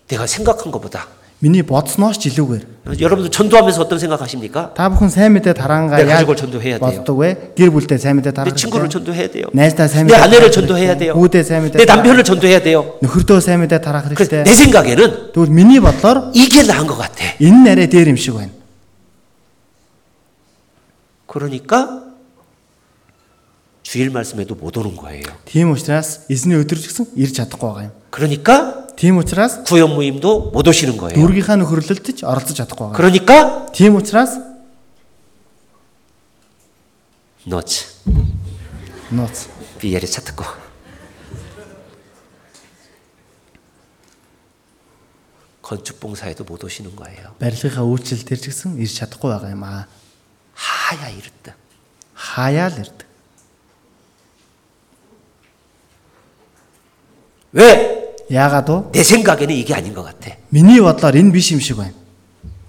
내가 생각한 것보다
Миний бодсноос ч илүүгээр
여러분들 전도하면서 어떤 생각하십니까?
Та бүхэн сайн мэдээ тарангаа
내 가족을 전도해야 돼요.
боддог вэ? Гэр бүлдээ сайн мэдээ
내
тарангаа.
친구를
хэрэгтэй.
전도해야 돼요.
Найздаа сайн
내
мэдээ.
아내를
тараах
전도해야
хэрэгтэй.
돼요.
Хүүдээ сайн мэдээ.
내
тараах
남편을 전도해야 돼요.
хэрэгтэй. Нөхөртөө сайн мэдээ тараах
그래서
хэрэгтэй.
내 생각에는
Тэгвэл миний бодлоор
이게 나은 것 같아.
энэ нь арай дээр юм шиг байна.
그러니까 주일 말씀에도 못 오는 거예요.
Тийм учраас эзний өдөр ч гэсэн ирж чадахгүй байгаа юм.
그러니까
Тийм учраас
구역 모임도 못 오시는 거예요.
дүүргийнхаа нөхөрлөлд ч оролцож чадахгүй байгаа.
그러니까
Тийм учраас
너츠
нууц.
비엘이 차트고 건축봉사에도 못 오시는 거예요.
Барилгынхаа үйлчлэл төр ч гэсэн ирж чадахгүй байгаа юм аа.
하야 이랬다.
Хаяа л ирд.
왜?
Яагаад вэ?
내 생각에는 이게 아닌 것 같아.
Миний бодлоор энэ биш юм шиг байна.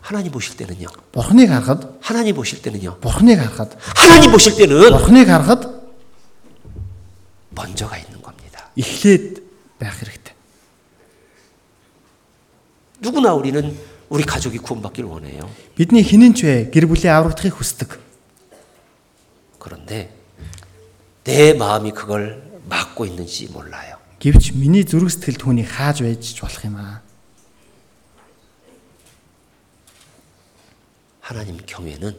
하나님 보실 때는요.
Бурхныг харахад,
하나님 보실 때는요.
бурхныг харахад,
하나님 보실 때는
бурхныг харахад
먼저가 있는 겁니다.
эхлээд байх хэрэгтэй.
누구나 우리는 우리 가족이 구원받길 원해요.
Бидний хинэн ч вэ гэр бүлийн аврагдахыг хүсдэг.
그런데 내 마음이 그걸 막고 있는지 몰라요.
Гэвч миний зүрх сэтгэл түүнийг хааж байж ч болох юм аа.
하나님 경외는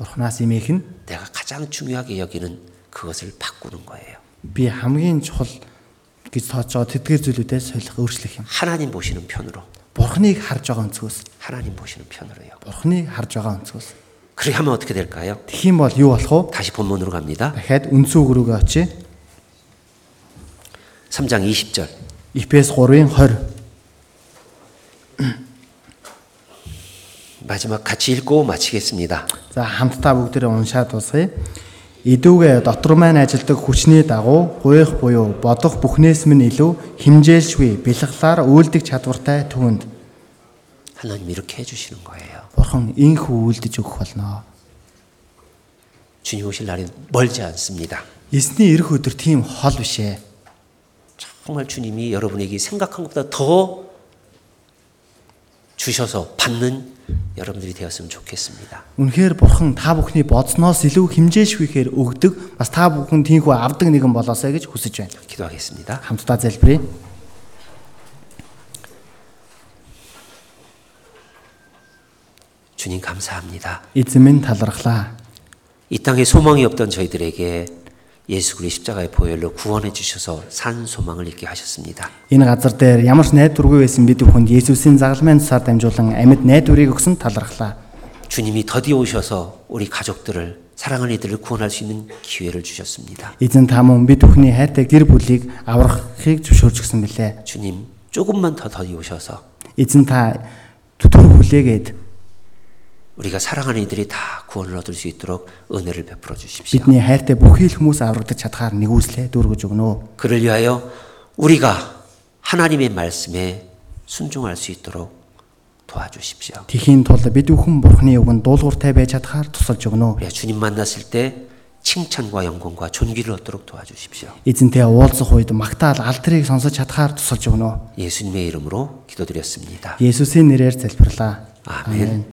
Бурхнаас имээх нь
내가 가장 중요하게 여기는 그것을 바꾸는 거예요.
би хамгийн чухал гэж тооцож байгаа тэдгээр зүйлүүдээ солих өөрчлөх юм.
하나님 보시는 편으로
Бурхныг харж байгаа өнцгөөс,
하나님 보시는 편으로요.
бурхныг харж байгаа өнцгөөс.
그렇게 하면 어떻게 될까요?
Тэгхийн бол юу болох вэ?
다시 본문으로 갑니다.
Дахиад үнцүү гөрөөгөө очие.
3장 20절.
Эфес 3-ын 20.
마지막 같이 읽고 마치겠습니다.
За хамтдаа бүгдээрээ уншаад дуусгая. Идүүгээ дотор маань ажилдаг хүчний дагуу гуйх буюу бодох бүхнээс минь илүү химжээлшгүй бэлгэлээр үйлдэх чадвартай түүнд
하나님 이렇게 해주시는 거예요.
бурхан инхүү үйлдэж өгөх болно.
주님 오실 날이 멀지 않습니다.
Эзний ирэх өдөр тийм хол бишээ.
정말 주님이 여러분에게 생각한 것보다 더 주셔서 받는 여러분들이 되었으면 좋겠습니다.
Үнэхээр бурхан та бүхний бодсноос илүү химжээлшгүйхээр өгдөг бас та бүхэн тийхүү авдаг нэгэн болоосай гэж хүсэж байна.
기도하겠습니다.
Хамтдаа залбирая.
주님 감사합니다.
Эзэн минь талархлаа.
이 땅에 소망이 없던 저희들에게 예수 그리스도 십자가의 보혈로 구원해 주셔서 산 소망을 있게 하셨습니다.
Энэ газар дээр ямар ч найдваргүй байсан бид бүхэнд Есүсийн загалмайн цусаар дамжуулан амьд найдварыг өгсөн талархлаа.
주님이 더디어 오셔서 우리 가족들을 사랑하는 이들을 구원할 수 있는 기회를 주셨습니다.
Эзэн та мөн бид бүхний хайртай гэр бүлийг аврахыг зөвшөөрч гсэн билээ.
주님 조금만 더 더디어 오셔서
Эзэн та төтөр хүлээгээд
우리가 사랑하는 이들이 다 구원을 얻을 수 있도록 은혜를 베풀어 주십시오.
бидний хайртай бүхий л хүмүүс аврагдаж чадхаар нэгүслээ дүүргэж өгнө.
그를 위하여 우리가 하나님의 말씀에 순종할 수 있도록 도와주십시오.
Тэхийн тулд бид бүхэн Бурхны үгэнд дуулууртай байж чадхаар тусалж өгнө.
우리가 주님 만났을 때 칭찬과 영광과 존귀를 얻도록 도와주십시오.
Эзэнтэй уулзах үед магтаал алдрыг сонсож чадхаар тусалж өгнө.
예수님의 이름으로 기도드렸습니다.
Есүсийн нэрээр залбирлаа.
아멘.